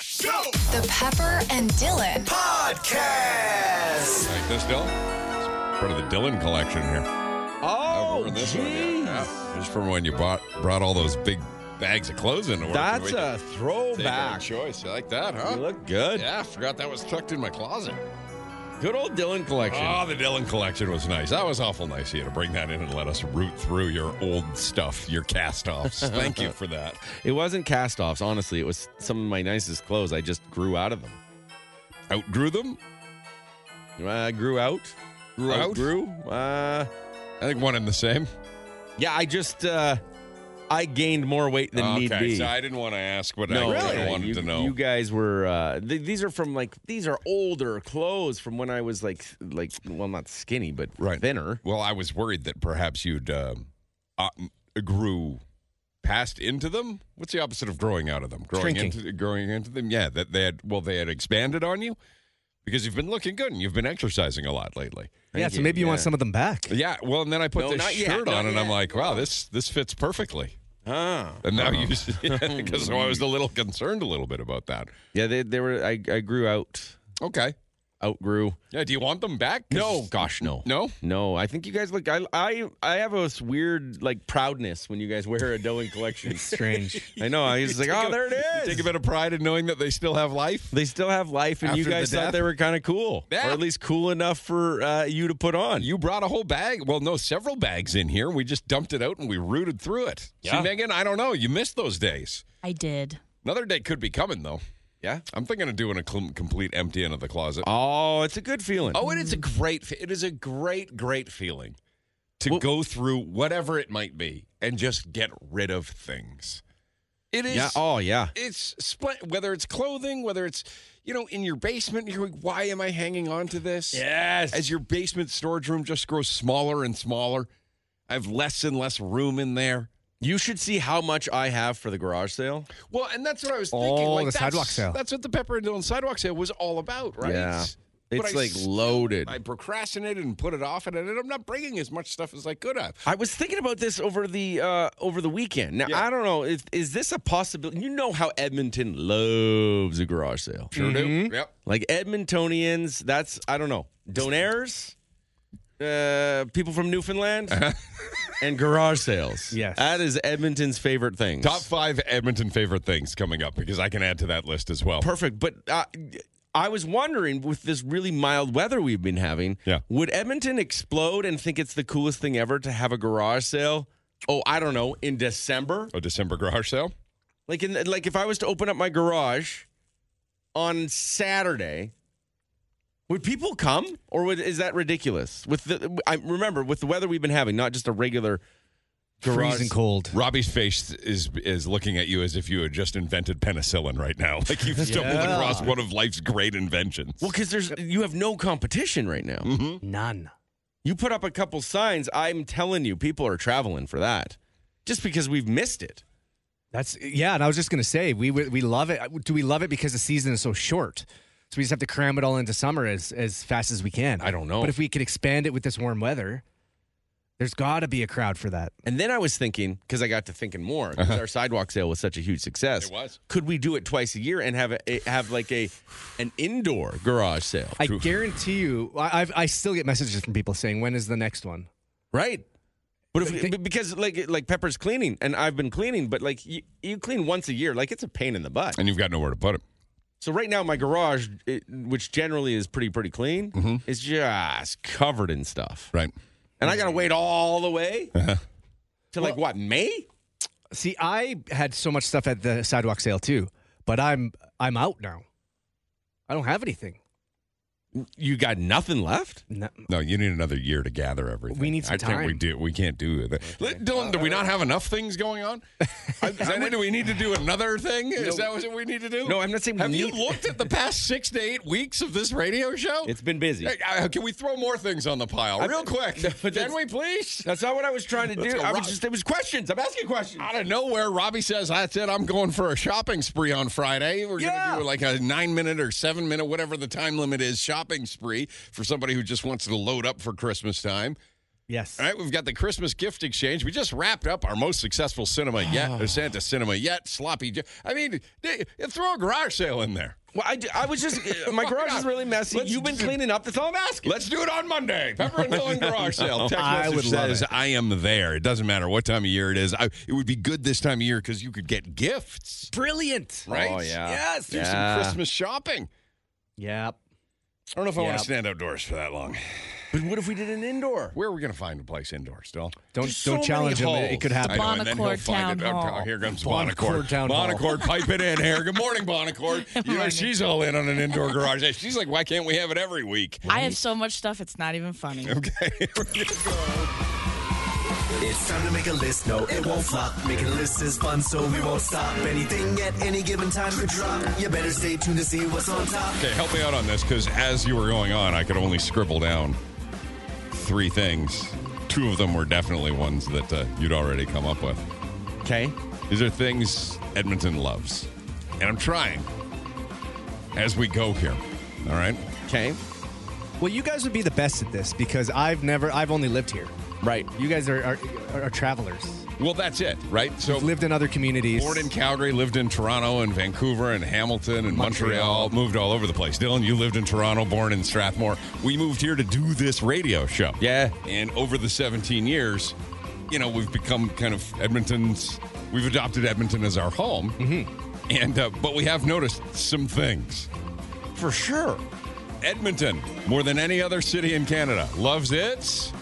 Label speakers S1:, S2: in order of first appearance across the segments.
S1: The Pepper and Dylan.
S2: Podcast.
S3: Like this, Dylan? It's part of the Dylan collection here.
S4: Oh,
S3: We're in this one, yeah. Yeah. This is from when you bought brought all those big bags of clothes into work.
S4: That's
S3: We
S4: a
S3: could take our
S4: throwback.
S3: choice. You like that, huh?
S4: You look good.
S3: Yeah, I forgot that was tucked in my closet.
S4: Good old Dylan collection.
S3: Oh, the Dylan collection was nice. That was awful nice of you to bring that in and let us root through your old stuff, your cast offs. Thank you for that.
S4: It wasn't cast offs, honestly. It was some of my nicest clothes. I just grew out of them.
S3: Outgrew them?
S4: I Uh, grew out.
S3: Grew out?
S4: Grew. Uh,
S3: I think one and the same.
S4: yeah, I just uh, I gained more weight than
S3: okay,
S4: need be.
S3: so I didn't want to ask, but
S4: no,
S3: I kind
S4: really?
S3: of wanted
S4: you,
S3: to know.
S4: You guys were. Uh, th- these are from like these are older clothes from when I was like like well not skinny but
S3: Right.
S4: thinner.
S3: Well, I was worried that perhaps you'd um, uh, grew past into them. What's the opposite of growing out of them? Growing
S4: Shrinking.
S3: into growing into them. Yeah, that they had. Well, they had expanded on you because you've been looking good and you've been exercising a lot lately.
S5: Yeah, so maybe you want
S4: Yeah.
S5: some of them back.
S3: Yeah. Well, and then I put
S4: No,
S3: this
S4: not yet,
S3: shirt
S4: not
S3: on, and I'm
S4: yet.
S3: like, wow, this this fits perfectly.
S4: Ah.
S3: And Uh, now you, because I was a little concerned a little bit about that.
S4: Yeah, they, they were. I, I grew out.
S3: Okay.
S4: Outgrew.
S3: Yeah. Do you want them back? 'Cause-
S4: No, gosh, no.
S3: No.
S4: No, I think you guys look. I I I have a s- weird like proudness when you guys wear a Dolan collection.
S5: Strange.
S4: I know. I was like,
S3: Take
S4: oh,
S3: a-
S4: there it
S3: Take a
S4: is.
S3: bit of pride in knowing that they still have life.
S4: They still have life, and you
S3: After
S4: guys
S3: the
S4: thought
S3: death?
S4: they were kind of cool,
S3: Yeah.
S4: or at least cool enough for uh, you to put on.
S3: You brought a whole bag. Well, no, several bags in here. We just dumped it out and we rooted through it. See, Megan, I don't know. You missed those days.
S6: I did.
S3: Another day could be coming, though.
S4: yeah.
S3: I'm thinking of doing a cl- complete empty in of the closet.
S4: Oh, it's a good feeling.
S3: Oh, it is a great. fe- It is a great, great feeling to
S4: Well-
S3: go through whatever it might be and just get rid of things. It is.
S4: yeah. Oh, yeah.
S3: It's split. Whether it's clothing, whether it's you know in your basement, you're like, why am I hanging on to this?
S4: Yes.
S3: as your basement storage room just grows smaller and smaller. I have less and less room in there.
S4: you should see how much I have for the garage sale.
S3: Well, and that's what I was thinking.
S5: Oh,
S3: like
S5: the
S3: that's-
S5: sidewalk sale.
S3: That's what the Pepper and Dylan sidewalk sale was all about, right?
S4: Yeah.
S3: But
S4: It's
S3: I
S4: like
S3: s-
S4: loaded.
S3: I procrastinated and put it off, and I ended up not bringing as much stuff as I could have.
S4: I was thinking about this over the uh, over the weekend. Now
S3: Yeah.
S4: I don't know is is this a possibility? You know how Edmonton loves a garage sale.
S3: Sure do. Yep.
S4: Like Edmontonians, that's I don't know. Donaires, uh, people from Newfoundland,
S3: Uh-huh.
S4: and garage sales.
S5: Yes.
S4: that is Edmonton's favorite thing.
S3: Top five Edmonton favorite things coming up because I can add to that list as well.
S4: perfect. But uh, I was wondering, with this really mild weather we've been having,
S3: Yeah.
S4: would Edmonton explode and think it's the coolest thing ever to have a garage sale? Oh, I don't know, in December.
S3: A December garage sale.
S4: Like in like if I was to open up my garage on Saturday, would people come or would, is that ridiculous? With the I remember with the weather we've been having, not just a regular garage.
S5: Freezing cold.
S3: Robbie's face is is looking at you as if you had just invented penicillin right now. Like you've stumbled across one of life's great inventions.
S4: Well, because there's you have no competition right now.
S3: Mm-hmm.
S5: None.
S4: You put up a couple signs. I'm telling you, people are traveling for that, just because we've missed it.
S5: That's yeah. And I was just gonna say we we we love it. Do we love it because the season is so short? So we just have to cram it all into summer as as fast as we can.
S4: I don't know.
S5: But if we could expand it with this warm weather, there's got to be a crowd for that.
S4: And then I was thinking, because I got to thinking more, because our sidewalk sale was such a huge success.
S3: Uh-huh. It was.
S4: Could we do it twice a year and have a, a- have like a an indoor garage sale?
S5: I guarantee you. I I've, I still get messages from people saying when is the next one.
S4: right. But if,
S5: They-
S4: be- because like like Pepper's cleaning and I've been cleaning, but like you, you clean once a year, like it's a pain in the butt.
S3: and you've got nowhere to put it.
S4: So right now my garage, it, which generally is pretty pretty clean, is just covered in stuff,
S3: Mm-hmm. Right. Uh-huh.
S4: and I gotta wait all the way to like what May?
S5: See, I had so much stuff at the sidewalk sale too, but I'm I'm out now. I don't have anything.
S4: You got nothing left.
S5: No-
S3: No, you need another year to gather everything.
S5: We need some
S3: I think we
S5: time.
S3: do. We can't do that. Dylan, do we not have enough things going on? Is that it? do we need to do another thing? Is that what we need to do?
S4: No, I'm not saying we
S3: Have you
S4: need-
S3: looked at the past six to eight weeks of this radio show?
S4: It's been busy.
S3: Hey, uh, can we throw more things on the pile real quick?
S4: No, but
S3: can
S4: that's-
S3: we please?
S4: That's not what I was trying to
S3: Let's
S4: do.
S3: go,
S4: I was
S3: Rob.
S4: just it was questions. I'm asking questions.
S3: out of nowhere, Robbie says, "That's it. I'm going for a shopping spree on Friday. We're
S4: Yeah.
S3: gonna do like a nine minute or seven minute, whatever the time limit is, shopping spree for somebody who just wants to load up for Christmas time."
S5: Yes.
S3: All right, we've got the Christmas gift exchange. We just wrapped up our most successful cinema yet, or Santa cinema yet. Sloppy. Jo- I mean, they, throw a garage sale in there.
S4: Well, I, d- I was just my garage is really messy.
S3: Let's
S4: You've been
S3: do-
S4: cleaning up. That's all I'm asking.
S3: Let's do it on Monday. Pepper and Dylan garage sale. Text
S5: Oh, I
S3: message
S5: would love
S3: says,
S5: it.
S3: "I am there." It doesn't matter what time of year it is. I, it would be good this time of year because you could get gifts,
S5: Brilliant.
S3: right?
S4: Oh, yeah.
S3: Yes, do
S4: Yeah.
S3: some Christmas shopping.
S5: Yep.
S3: I don't know if I want
S5: Yeah.
S3: to stand outdoors for that long.
S4: But what if we did an indoor?
S3: Where are we going to find a place indoors, Dylan?
S5: Don't
S4: There's
S5: don't
S4: so
S5: challenge him.
S4: many
S5: It, it could happen.
S3: I know, and then he'll
S6: Bonacord
S3: find it.
S6: Town
S3: Oh,
S6: Hall.
S3: Here comes
S5: Bonacord
S3: Bonacord.
S5: Town Hall.
S3: Bonacord, pipe it in here. Good morning, Bonacord. You know,
S6: morning.
S3: she's all in on an indoor garage. sale. She's like, why can't we have it every week?
S6: I have so much stuff, it's not even funny.
S3: Okay. We're gonna go.
S2: It's time to make a list. No, it won't flop. Making a list is fun, so we won't stop. Anything at any given time could drop. You better stay tuned to see what's on top.
S3: okay, help me out on this because as you were going on, I could only scribble down three things. Two of them were definitely ones that uh, you'd already come up with.
S4: Okay.
S3: These are things Edmonton loves. And I'm trying as we go here. All right?
S4: Okay.
S5: Well, you guys would be the best at this because I've never I've only lived here.
S4: Right.
S5: You guys are are, are, are travelers.
S3: Well, that's it, right? So
S5: You've lived in other communities.
S3: Born in Calgary, lived in Toronto and Vancouver and Hamilton and Montreal.
S5: Montreal.
S3: moved all over the place. Dylan, you lived in Toronto, born in Strathmore. We moved here to do this radio show.
S4: Yeah.
S3: And over the 17 years, you know, we've become kind of Edmonton's, we've adopted Edmonton as our home. Mm-hmm. And, uh, but we have noticed some things.
S4: For sure.
S3: Edmonton, more than any other city in Canada, loves its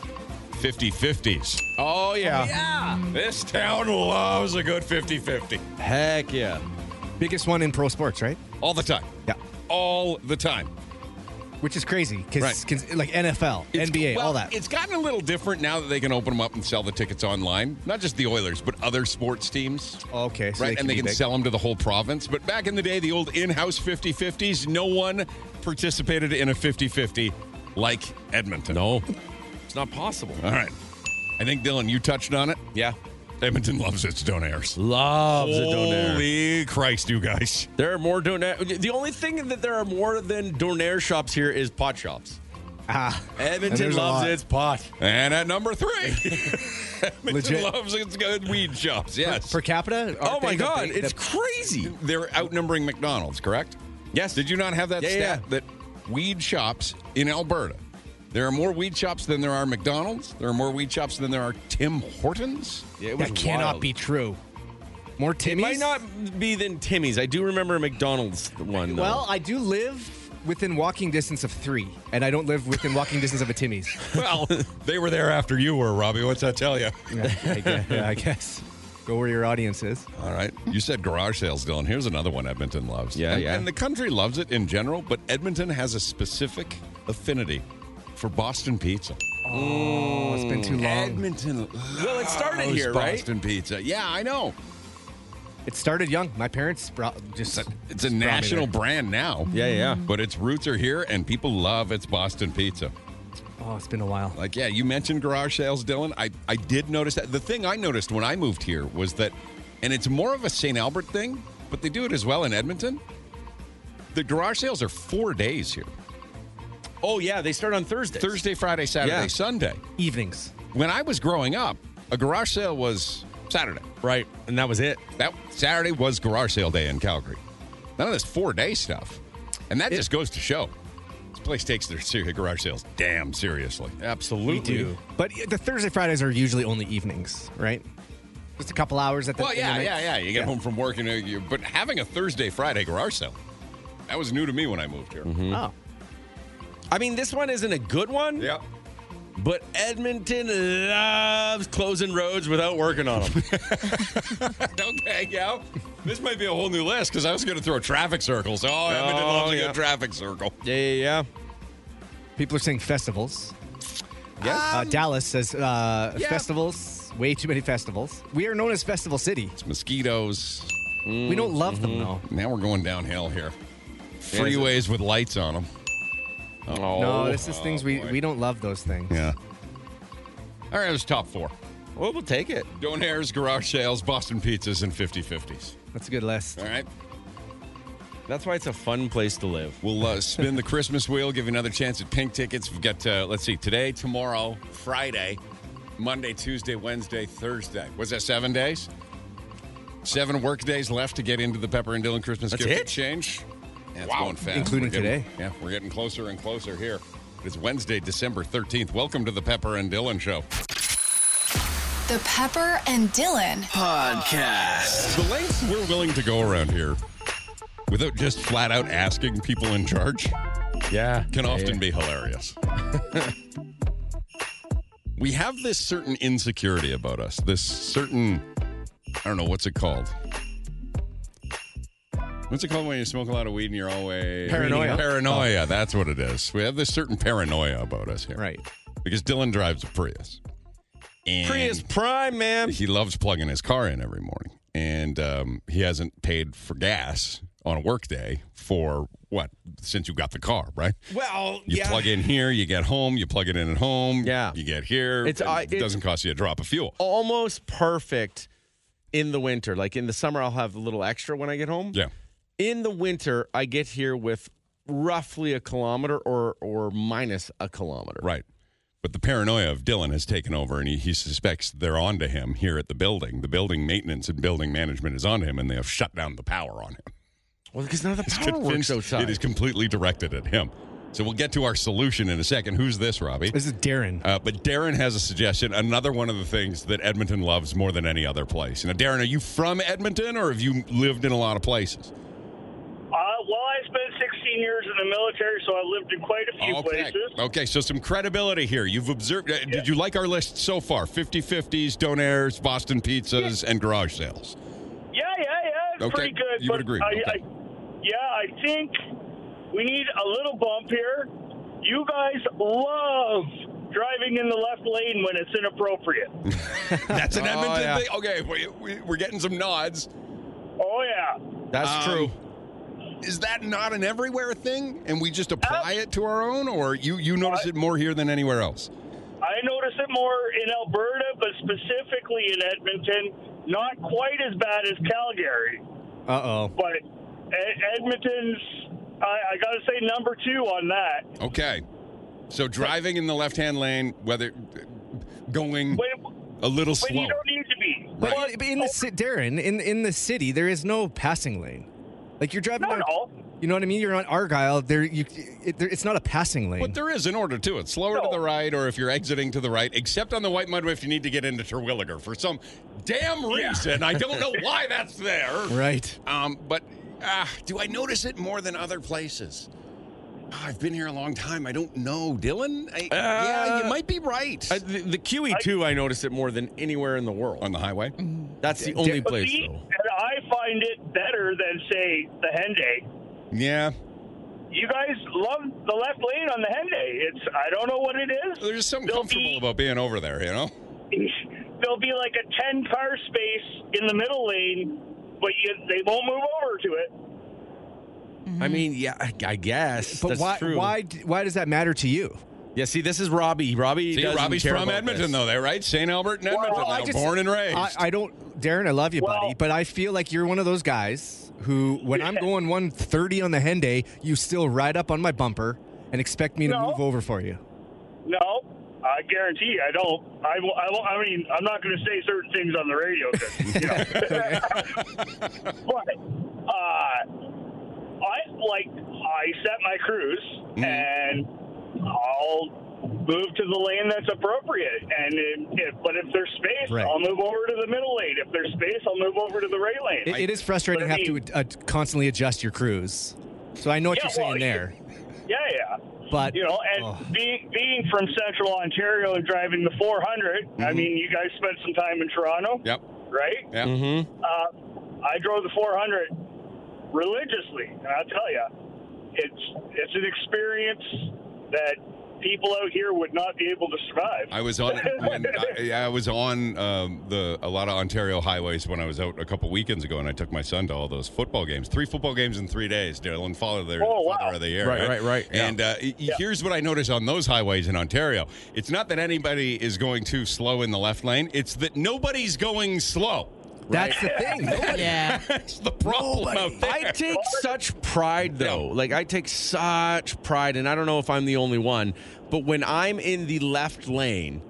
S3: 50 50s.
S4: Oh yeah.
S3: This town loves a good 50 50.
S4: Heck yeah.
S5: biggest one in pro sports, right?
S3: All the time.
S5: Yeah.
S3: All the time.
S5: Which is crazy because
S3: Right.
S5: like NFL,
S3: It's-
S5: NBA,
S3: well,
S5: all that.
S3: It's gotten a little different now that they can open them up and sell the tickets online. Not just the Oilers, but other sports teams.
S5: Okay, so
S3: right,
S5: they can
S3: and they
S5: be
S3: can
S5: big.
S3: sell them to the whole province. But back in the day, the old in-house 50-50s, no one participated in a 50-50 like Edmonton. No.
S4: It's not possible.
S3: All right. I think Dylan, you touched on it.
S4: Yeah.
S3: Edmonton loves its donairs.
S4: Loves a donair.
S3: Holy Christ, you guys.
S4: There are more donair. The only thing that there are more than donair shops here is pot shops.
S5: ah, And
S4: Edmonton
S5: there's a
S4: loves
S5: lot.
S4: its pot.
S3: And at number three, Edmonton
S5: Legit.
S3: loves its good weed shops. Yes.
S5: per capita.
S4: Oh
S5: aren't
S4: my
S5: they the
S4: god,
S5: big-
S4: it's
S5: the-
S4: crazy.
S3: They're outnumbering McDonald's, correct?
S4: Yes.
S3: Did you not have that
S4: Yeah,
S3: stat
S4: yeah.
S3: that weed shops in Alberta? There are more weed shops than there are McDonald's. There are more weed shops than there are Tim Hortons.
S4: Yeah, it was
S5: that cannot
S4: wild.
S5: be true. More Timmy's.
S4: Might not be than Timmy's. I do remember a McDonald's one. Though.
S5: Well, I do live within walking distance of three, and I don't live within walking distance of a Timmy's.
S3: Well, they were there after you were, Robbie. What's that tell you?
S5: I guess, yeah, I guess. Go where your audience is.
S3: All right. You said garage sales, Dylan. Here's another one Edmonton loves.
S4: Yeah,
S3: and,
S4: yeah.
S3: And the country loves it in general, but Edmonton has a specific affinity for Boston pizza.
S5: Oh, it's been too long.
S3: Edmonton.
S4: Well, it started
S3: loves
S4: here, right?
S3: Boston pizza. Yeah, I know.
S5: It started young. My parents brought just.
S3: It's a, it's a national brand now.
S4: yeah, yeah.
S3: But its roots are here, and people love its Boston pizza.
S5: Oh, it's been a while.
S3: Like, yeah, you mentioned garage sales, Dylan. I, I did notice that. The thing I noticed when I moved here was that, and it's more of a St. Albert thing, but they do it as well in Edmonton. The garage sales are four days here
S4: Oh yeah, they start on Thursday.
S3: Thursday, Friday, Saturday,
S4: Yeah.
S3: Sunday.
S5: Evenings.
S3: When I was growing up, a garage sale was Saturday.
S4: right? And that was it.
S3: That Saturday was garage sale day in Calgary. None of this four day stuff. And that just goes to show this place takes their seri- garage sales damn seriously. Absolutely.
S5: But the Thursday Fridays are usually only evenings, right? Just a couple hours at the.
S3: Well,
S5: in the
S3: yeah,
S5: night.
S3: yeah, yeah. You get home from work and uh, you, but having a Thursday, Friday garage sale, that was new to me when I moved here.
S4: Mm-hmm.
S5: Oh,
S4: I mean, this one isn't a good one,
S3: Yep.
S4: but Edmonton loves closing roads without working on them.
S3: okay, yeah. This might be a whole new list because I was going to throw traffic circles. Oh, Edmonton
S4: Oh,
S3: loves a
S4: yeah.
S3: good traffic circle.
S4: yeah, yeah, yeah.
S5: people are saying festivals.
S3: Yes.
S5: uh, Dallas says uh,
S3: Um, yeah.
S5: festivals. Way too many festivals. We are known as Festival City.
S3: Mosquitoes. Mm-hmm.
S5: We don't love them though.
S3: Now we're going downhill here. Freeways with lights on them. Oh,
S5: No, this is things we,
S3: boy.
S5: we don't love those things.
S3: Yeah. All right, it was top four.
S4: Well, we'll take it.
S3: Donairs, garage sales, Boston pizzas, and 50-50s.
S5: That's a good list.
S3: All right.
S4: That's why it's a fun place to live.
S3: We'll uh, spin the Christmas wheel, give you another chance at pink tickets. We've got, uh, let's see, today, tomorrow, Friday, Monday, Tuesday, Wednesday, Thursday. Was that seven days? Seven work days left to get into the Pepper and Dylan Christmas
S4: That's
S3: gift
S4: it?
S3: exchange. That's going fast.
S5: Including
S3: We're getting-
S5: today.
S3: Yeah, we're getting closer and closer here. It's Wednesday, December 13th. Welcome to the Pepper and Dylan Show.
S1: The Pepper and Dylan
S2: Podcast.
S3: The lengths we're willing to go around here without just flat out asking people in charge
S4: Yeah.
S3: can often be hilarious. we have this certain insecurity about us, this certain, I don't know, what's it called? What's it called when you smoke a lot of weed and you're always
S5: Paranoia.
S3: Paranoia, that's what it is. We have this certain paranoia about us here.
S5: Right.
S3: Because Dylan drives a Prius. And
S4: Prius Prime, man.
S3: he loves plugging his car in every morning, and um, he hasn't paid for gas on a workday for what since you got the car, right?
S4: Well,
S3: You
S4: yeah.
S3: plug in here, you get home, you plug it in at home,
S4: Yeah.
S3: You get here,
S4: It's-
S3: and
S4: I-
S3: it doesn't cost you a drop of fuel.
S4: Almost perfect in the winter. Like in the summer, I'll have a little extra when I get home.
S3: Yeah,
S4: in the winter i get here with roughly a kilometer or or minus a kilometer
S3: right. But the paranoia of Dylan has taken over, and he, he suspects they're onto him here at the building. The building maintenance and building management is on him, and they have shut down the power on him.
S4: well because none of the
S3: He's
S4: power works
S3: convinced
S4: outside
S3: It is completely directed at him. So we'll get to our solution in a second. Who's this, Robbie?
S5: This is Darren.
S3: Uh, but Darren has a suggestion. Another one of the things that Edmonton loves more than any other place. Now, Darren, are you from Edmonton or have you lived in a lot of places?
S7: Uh, well, I spent 16 years in the military, so I lived in quite a few
S3: Okay.
S7: places.
S3: Okay, so some credibility here. You've observed. Uh, Did you like our list so far? 50 50s, donairs, Boston pizzas, and garage sales.
S7: Yeah, yeah, yeah. It's
S3: Okay,
S7: pretty good.
S3: you would
S7: but
S3: agree,
S7: I,
S3: okay.
S7: I, yeah, I think we need a little bump here. You guys love driving in the left lane when it's inappropriate.
S3: That's an
S4: Oh,
S3: Edmonton
S4: yeah.
S3: thing. Okay, we, we, we're getting some nods.
S7: Oh, yeah.
S4: that's
S3: Um,
S4: true
S3: Is that not an everywhere thing and we just apply it to our own, or you, you notice it more here than anywhere else?
S7: I notice it more in Alberta, but specifically in Edmonton. Not quite as bad as Calgary,
S5: Uh oh.
S7: but Ed- Edmonton's, I, I got to say, number two on that.
S3: Okay. So driving in the left hand lane, whether uh, going
S7: When,
S3: a little
S7: when
S3: slow.
S7: you don't need to be.
S5: But in, but in the ci- Darren, in in the city, there is no passing lane. Like you're driving.
S7: Not
S5: by-
S7: all.
S5: You know what I mean? You're on Argyle. There, you. It, there, it's not a passing lane.
S3: But there is an order to it. Slower to
S7: No.
S3: the right, or if you're exiting to the right, except on the white mud if you need to get into Terwilliger for some damn reason. I don't know why that's there.
S5: right.
S3: Um, but ah, do I notice it more than other places? Ah, I've been here a long time. I don't know, Dylan. I, yeah, you might be right.
S4: Uh, I, the, the qe2 I, notice it more than anywhere in the world Mm-hmm.
S3: on the highway,
S4: that's the only
S7: But
S4: place
S7: see,
S4: though
S7: and I find it better than say the Henday.
S3: yeah.
S7: You guys love the left lane on the Henday. It's I don't know what it is.
S3: There's something
S7: There'll
S3: comfortable
S7: be-
S3: about being over there, you know.
S7: There'll be like a ten car space in the middle lane, but you, they won't move over to it.
S4: i mean yeah i, I guess
S5: But
S4: that's
S5: why?
S4: true
S5: Why? d- Why does that matter to you?
S4: yeah see this is robbie robbie
S3: See,
S4: doesn't
S3: Robbie's
S4: care
S3: from
S4: about
S3: Edmonton,
S4: this.
S3: though, there, right? St. Albert and Edmonton,
S7: Well,
S3: now,
S7: I
S5: just-
S3: born and raised.
S5: I, I don't, Darren. I love you,
S7: Well-
S5: buddy, but I feel like you're one of those guys who, when I'm going 130 on the Henday, you still ride up on my bumper and expect me to
S7: No.
S5: move over for you.
S7: No, I guarantee you, I don't. I, w- I, won't- I mean, I'm not going to say certain things on the radio. 'cause, You know. but uh, I like I set my cruise
S5: Mm-hmm.
S7: and I'll move to the lane that's appropriate. And if, if, but if there's space,
S5: Right.
S7: I'll move over to the middle lane. If there's space, I'll move over to the right lane.
S5: It, it is frustrating to have to uh, constantly adjust your cruise. So I know what
S7: Yeah,
S5: you're saying
S7: well,
S5: there,
S7: yeah, yeah.
S5: but
S7: you know, and
S5: oh,
S7: being being from Central Ontario and driving the 400, I mean, you guys spent some time in Toronto,
S3: Mm-hmm. Yep.
S7: right?
S3: Yeah.
S7: Uh, I drove the 400 religiously, and I'll tell you, it's it's an experience that people out here would not be able to survive.
S3: I was on when uh, I, I was on um, the a lot of Ontario highways when I was out a couple weekends ago, and I took my son to all those football games. Three football games in three days, Dylan. Father, there,
S7: Oh, wow.
S3: father of the year.
S4: Right, right, right, yeah.
S3: And uh, y- here's what I noticed on those highways in Ontario: it's not that anybody is going too slow in the left lane; it's that nobody's going slow.
S5: that's the thing.
S6: Yeah.
S3: That's the problem out there.
S4: I take such pride, though. Like, I take such pride, and I don't know if I'm the only one, but when I'm in the left lane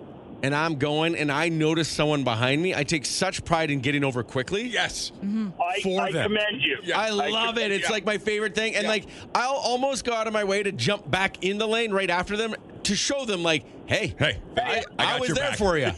S4: and I'm going and I notice someone behind me, I take such pride in getting over quickly.
S3: Yes.
S4: Mm-hmm.
S7: I,
S8: For
S7: I
S8: them.
S7: commend you.
S4: I love it. It's
S3: yeah.
S4: like my favorite thing. And
S3: Yeah.
S4: like I'll almost go out of my way to jump back in the lane right after them to show them like, hey,
S8: Hey,
S4: I,
S8: I
S4: I,
S8: got
S4: was
S8: your
S4: there
S8: back.
S4: for you.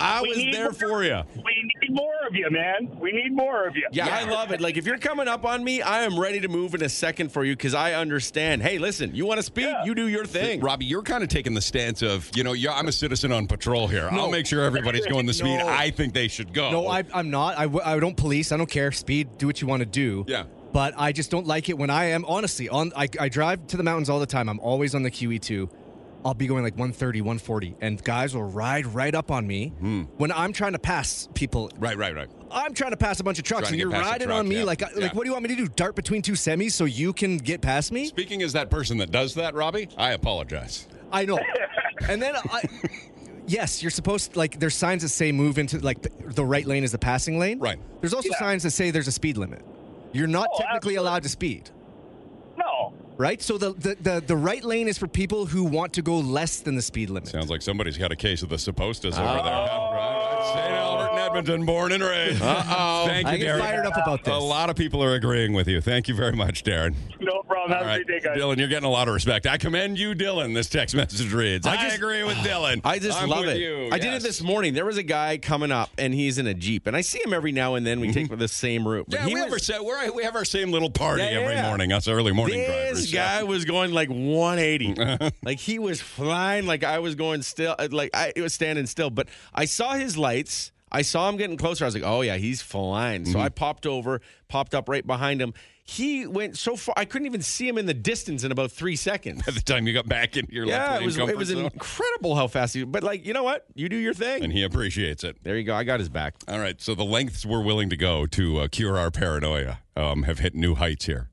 S4: I was
S7: need
S4: there
S7: more-
S4: for you.
S7: We need more of you, man. We need more of you.
S4: Yeah, I love it. Like if you're coming up on me, I am ready to move in a second for you because I understand. Hey, listen, you want to speed? You do your thing.
S3: Robbie, you're kind of taking the stance of, you know, yeah, I'm a citizen on patrol here. I'll make sure everybody's going the speed
S5: No.
S3: I think they should go.
S5: No, I, I'm not. I, w- I don't police. I don't care. Speed, do what you want to do.
S3: Yeah.
S5: But I just don't like it when I am honestly on. I, I drive to the mountains all the time. I'm always on the QE2. I'll be going like 130, 140, and guys will ride right up on me when I'm trying to pass people.
S3: Hmm. Right, right, right.
S5: I'm trying to pass a bunch of trucks,
S3: Trying to
S5: and
S3: get
S5: you're
S3: past
S5: riding
S3: the truck,
S5: on me
S3: yeah.
S5: like,
S3: Yeah.
S5: like what do you want me to do? Dart between two semis so you can get past me?
S3: Speaking as that person that does that, Robbie, I apologize.
S5: I know. and then I. Yes, you're supposed to, like there's signs that say move into like the, the right lane is the passing lane.
S3: Right.
S5: There's also signs that say there's a speed limit. You're not
S7: Oh,
S5: technically allowed to speed,
S7: No.
S5: right? So the, the the the right lane is for people who want to go less than the speed limit. Uh,
S3: Sounds like somebody's got a case of the suppostas over there. All right. St. Albert and Edmonton, born and raised. Uh-oh. Thank
S5: I
S3: you,
S5: get
S3: Darren.
S5: fired up about this.
S3: A lot of people are agreeing with you. Thank you very much, Darren.
S7: No problem. Have a great day, guys.
S3: Dylan, you're getting a lot of respect. I commend you, Dylan. This text message reads. I, agree with Dylan.
S4: I just
S3: I'm
S4: love
S3: with
S4: it.
S3: you.
S4: I did it
S3: Yes.
S4: this morning. There was a guy coming up, and he's in a jeep, and I see him every now and then. We take the same route. but
S3: Mm-hmm. Yeah,
S4: he
S3: we, have our,
S4: was,
S3: se- we're, we have our same little party
S4: Yeah, yeah,
S3: every
S4: yeah.
S3: morning. Us early morning
S4: this
S3: drivers.
S4: guy was going like 180, like he was flying. Like I was going still, uh, like I it was standing still. But I saw his lights. I saw him getting closer. I was like, oh yeah, he's flying.
S3: Mm-hmm.
S4: So I popped over, popped up right behind him. He went so far, I couldn't even see him in the distance in about three seconds.
S3: By the time you got back in your left
S4: Yeah,
S3: lane
S4: it was,
S3: comfort
S4: it was
S3: zone,
S4: incredible how fast he. But like, you know what? You do your thing.
S3: and he appreciates it.
S4: there you go. I got his back.
S3: All right, so the lengths we're willing to go to uh, cure our paranoia um, have hit new heights here.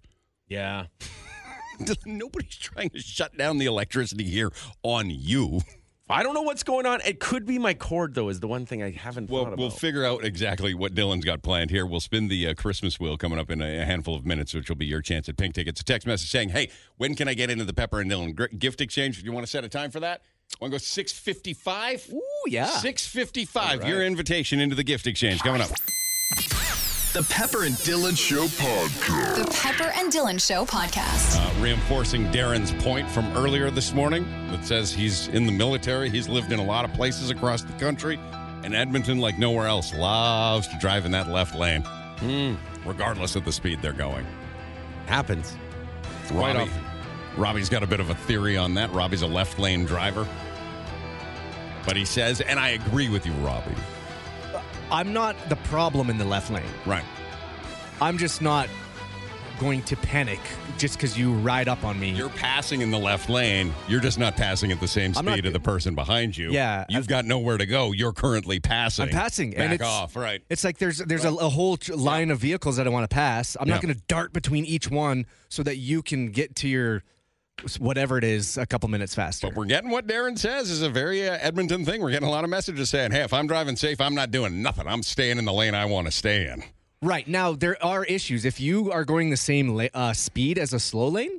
S4: Yeah.
S3: Nobody's trying to shut down the electricity here on you.
S4: I don't know what's going on. It could be my cord, though, is the one thing I haven't
S3: Well,
S4: thought about.
S3: we'll figure out exactly what Dylan's got planned here. We'll spin the uh, Christmas wheel coming up in a, a handful of minutes, which will be your chance at pink tickets. A text message saying, "Hey, when can I get into the Pepper and Dylan gr- gift exchange? Do you want to set a time for that? Want to go six fifty-five? Ooh,
S5: yeah.
S3: six fifty-five. Your invitation into the gift exchange coming up.
S2: The Pepper and Dylan Show Podcast.
S1: The Pepper and Dylan Show podcast.
S3: Uh, reinforcing Darren's point from earlier this morning that says he's in the military. He's lived in a lot of places across the country, and Edmonton, like nowhere else, loves to drive in that left lane, regardless of the speed they're going.
S4: Hmm. happens.
S3: Robbie,
S4: Quite often.
S3: Robbie's got a bit of a theory on that. Robbie's a left lane driver. But he says, and I agree with you, Robbie.
S5: I'm not the problem in the left lane.
S3: Right.
S5: I'm just not going to panic just because you ride up on me.
S3: You're passing in the left lane. You're just not passing at the same
S5: I'm not-
S3: speed of the person behind you.
S5: Yeah,
S3: You've
S5: I've-
S3: got nowhere to go. You're currently passing.
S5: I'm passing.
S3: Back
S5: and it's,
S3: off. Right.
S5: It's like there's there's a, a whole tr- line of vehicles that I want to pass. I'm
S3: Yeah.
S5: not going to dart between each one so that you can get to your s- whatever it is a couple minutes faster.
S3: But we're getting what Darren says is a very uh, Edmonton thing. We're getting a lot of messages saying, "Hey, if I'm driving safe, I'm not doing nothing. I'm staying in the lane I want to stay in."
S5: right now, there are issues. If you are going the same la- uh, speed as a slow lane,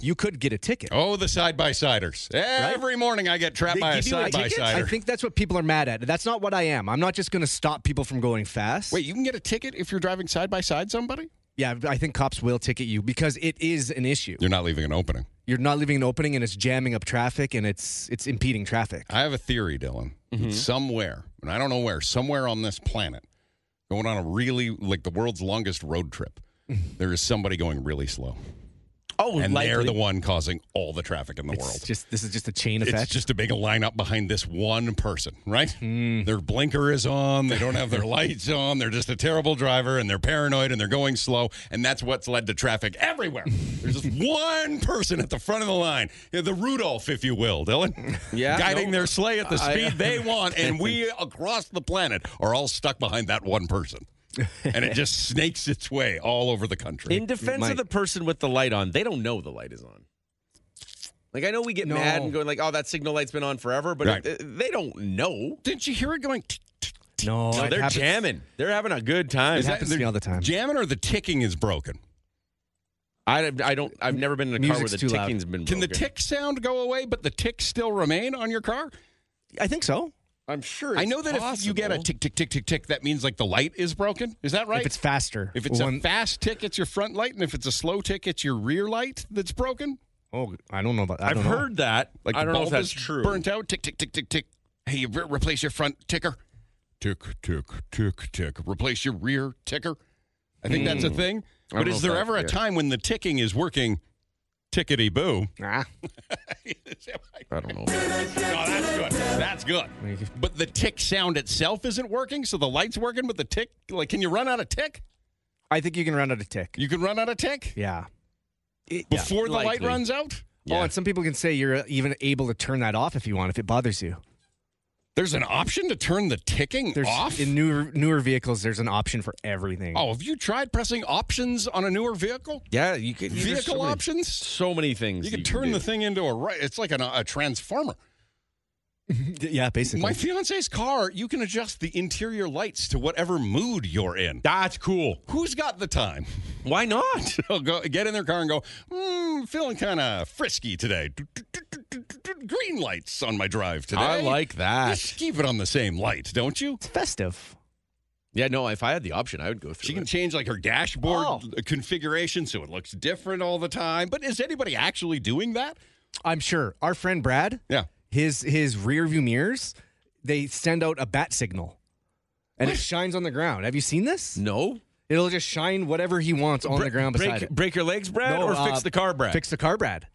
S5: you could get a ticket.
S3: Uh-huh. Oh, the side by siders! Every morning I get trapped
S5: They
S3: by a
S5: give you a
S3: side by
S5: ticket? I
S3: sider.
S5: think that's what people are mad at. That's not what I am. I'm not just going to stop people from going fast.
S3: Wait, you can get a ticket if you're driving side by side somebody?
S5: Yeah, I think cops will ticket you because it is an issue.
S3: You're not leaving an opening.
S5: You're not leaving an opening, and it's jamming up traffic, and it's it's impeding traffic.
S3: I have a theory, Dylan.
S4: Mm-hmm.
S3: that Somewhere, and I don't know where, somewhere on this planet, going on a really like the world's longest road trip, there is somebody going really slow,
S4: Oh,
S3: and
S4: likely.
S3: they're the one causing all the traffic in the
S5: It's
S3: world.
S5: just this is just a chain effect.
S3: It's just a big lineup behind this one person, right?
S4: mm.
S3: Their blinker is on. They don't have their lights on. They're just a terrible driver and they're paranoid and they're going slow. And that's what's led to traffic everywhere. There's just one person at the front of the line, Yeah, the Rudolph, if you will, Dylan.
S4: Yeah,
S3: Guiding
S4: no.
S3: their sleigh at the
S4: I-
S3: speed they want. And we across the planet are all stuck behind that one person. And it just snakes its way all over the country.
S4: In defense
S5: might.
S4: of the person with the light on, they don't know the light is on. Like I know we get
S5: No.
S4: mad and going like, "Oh, that signal light's been on forever," but
S3: Right.
S4: it- they don't know.
S3: Didn't you hear it going? tick, tick, tick?
S5: no,
S4: So
S5: it
S4: they're
S5: happens-
S4: jamming. They're having a good time.
S5: It happens to me all the time.
S3: Jamming or the ticking is broken?
S4: I, I don't. I've never been in a car where
S5: Music's
S4: the
S5: too loud.
S4: ticking's been.
S3: Can the
S4: broken.
S3: tick sound go away, but the tick still remain on your car?
S5: I think so.
S4: I'm sure.
S3: I know that if you get a tick, tick, tick, tick, tick, that means like the light is broken. Is that right?
S5: If it's faster.
S3: If it's
S5: One-
S3: a fast tick, it's your front light, and if it's a slow tick, it's your rear light that's broken.
S5: oh, I don't know about. I
S4: I've
S5: don't know.
S4: heard that. Like
S3: Like
S4: I
S3: the
S4: don't know if
S3: bulb
S4: that's
S3: is
S4: true.
S3: Burnt out. Tick tick tick tick tick. Hey, you re- replace your front ticker. Tick tick tick tick. Replace your rear ticker. I think that's a
S4: Hmm.
S3: thing.
S4: I don't
S3: But
S4: know
S3: is
S4: if
S3: there
S4: that-
S3: ever a
S4: yeah.
S3: time when the ticking is working? Tickety boo.
S5: Nah.
S4: I don't know.
S3: No, that's good. That's good. But the tick sound itself isn't working, so the light's working, but the tick, like, can you run out of tick?
S5: I think you can run out of tick.
S3: You can run out of tick
S5: yeah.
S3: before the light
S4: likely.
S3: runs out?
S5: Oh, and some people can say you're even able to turn that off if you want, if it bothers you.
S3: There's an option to turn the ticking
S5: There's
S3: off?
S5: in newer newer vehicles. There's an option for everything.
S3: oh, have you tried pressing options on a newer vehicle?
S4: Yeah, you could there's
S3: Vehicle
S4: so many-
S3: options?
S4: So many things.
S3: You
S4: that
S3: can turn
S4: do.
S3: the thing into a right. It's like an, a transformer.
S5: yeah, basically.
S3: My fiance's car, you can adjust the interior lights to whatever mood you're in.
S4: That's cool.
S3: Who's got the time?
S4: Why not?
S3: They'll go get in their car and go, mm, feeling kind of frisky today. Green lights on my drive today.
S4: I like that.
S3: Just keep it on the same light, don't you?
S5: it's festive.
S4: Yeah, no. If I had the option, I would go through.
S3: She can
S4: it.
S3: change like her dashboard
S5: Oh.
S3: configuration so it looks different all the time. But is anybody actually doing that?
S5: I'm sure our friend Brad.
S3: Yeah.
S5: His his rear view mirrors, they send out a bat signal, and it shines on the ground. Have you seen this?
S4: No.
S5: It'll just shine whatever he wants on the ground beside
S4: break,
S5: it.
S4: break your legs, Brad,
S5: No,
S4: or
S5: uh,
S4: fix the car, Brad.
S5: Fix the car, Brad.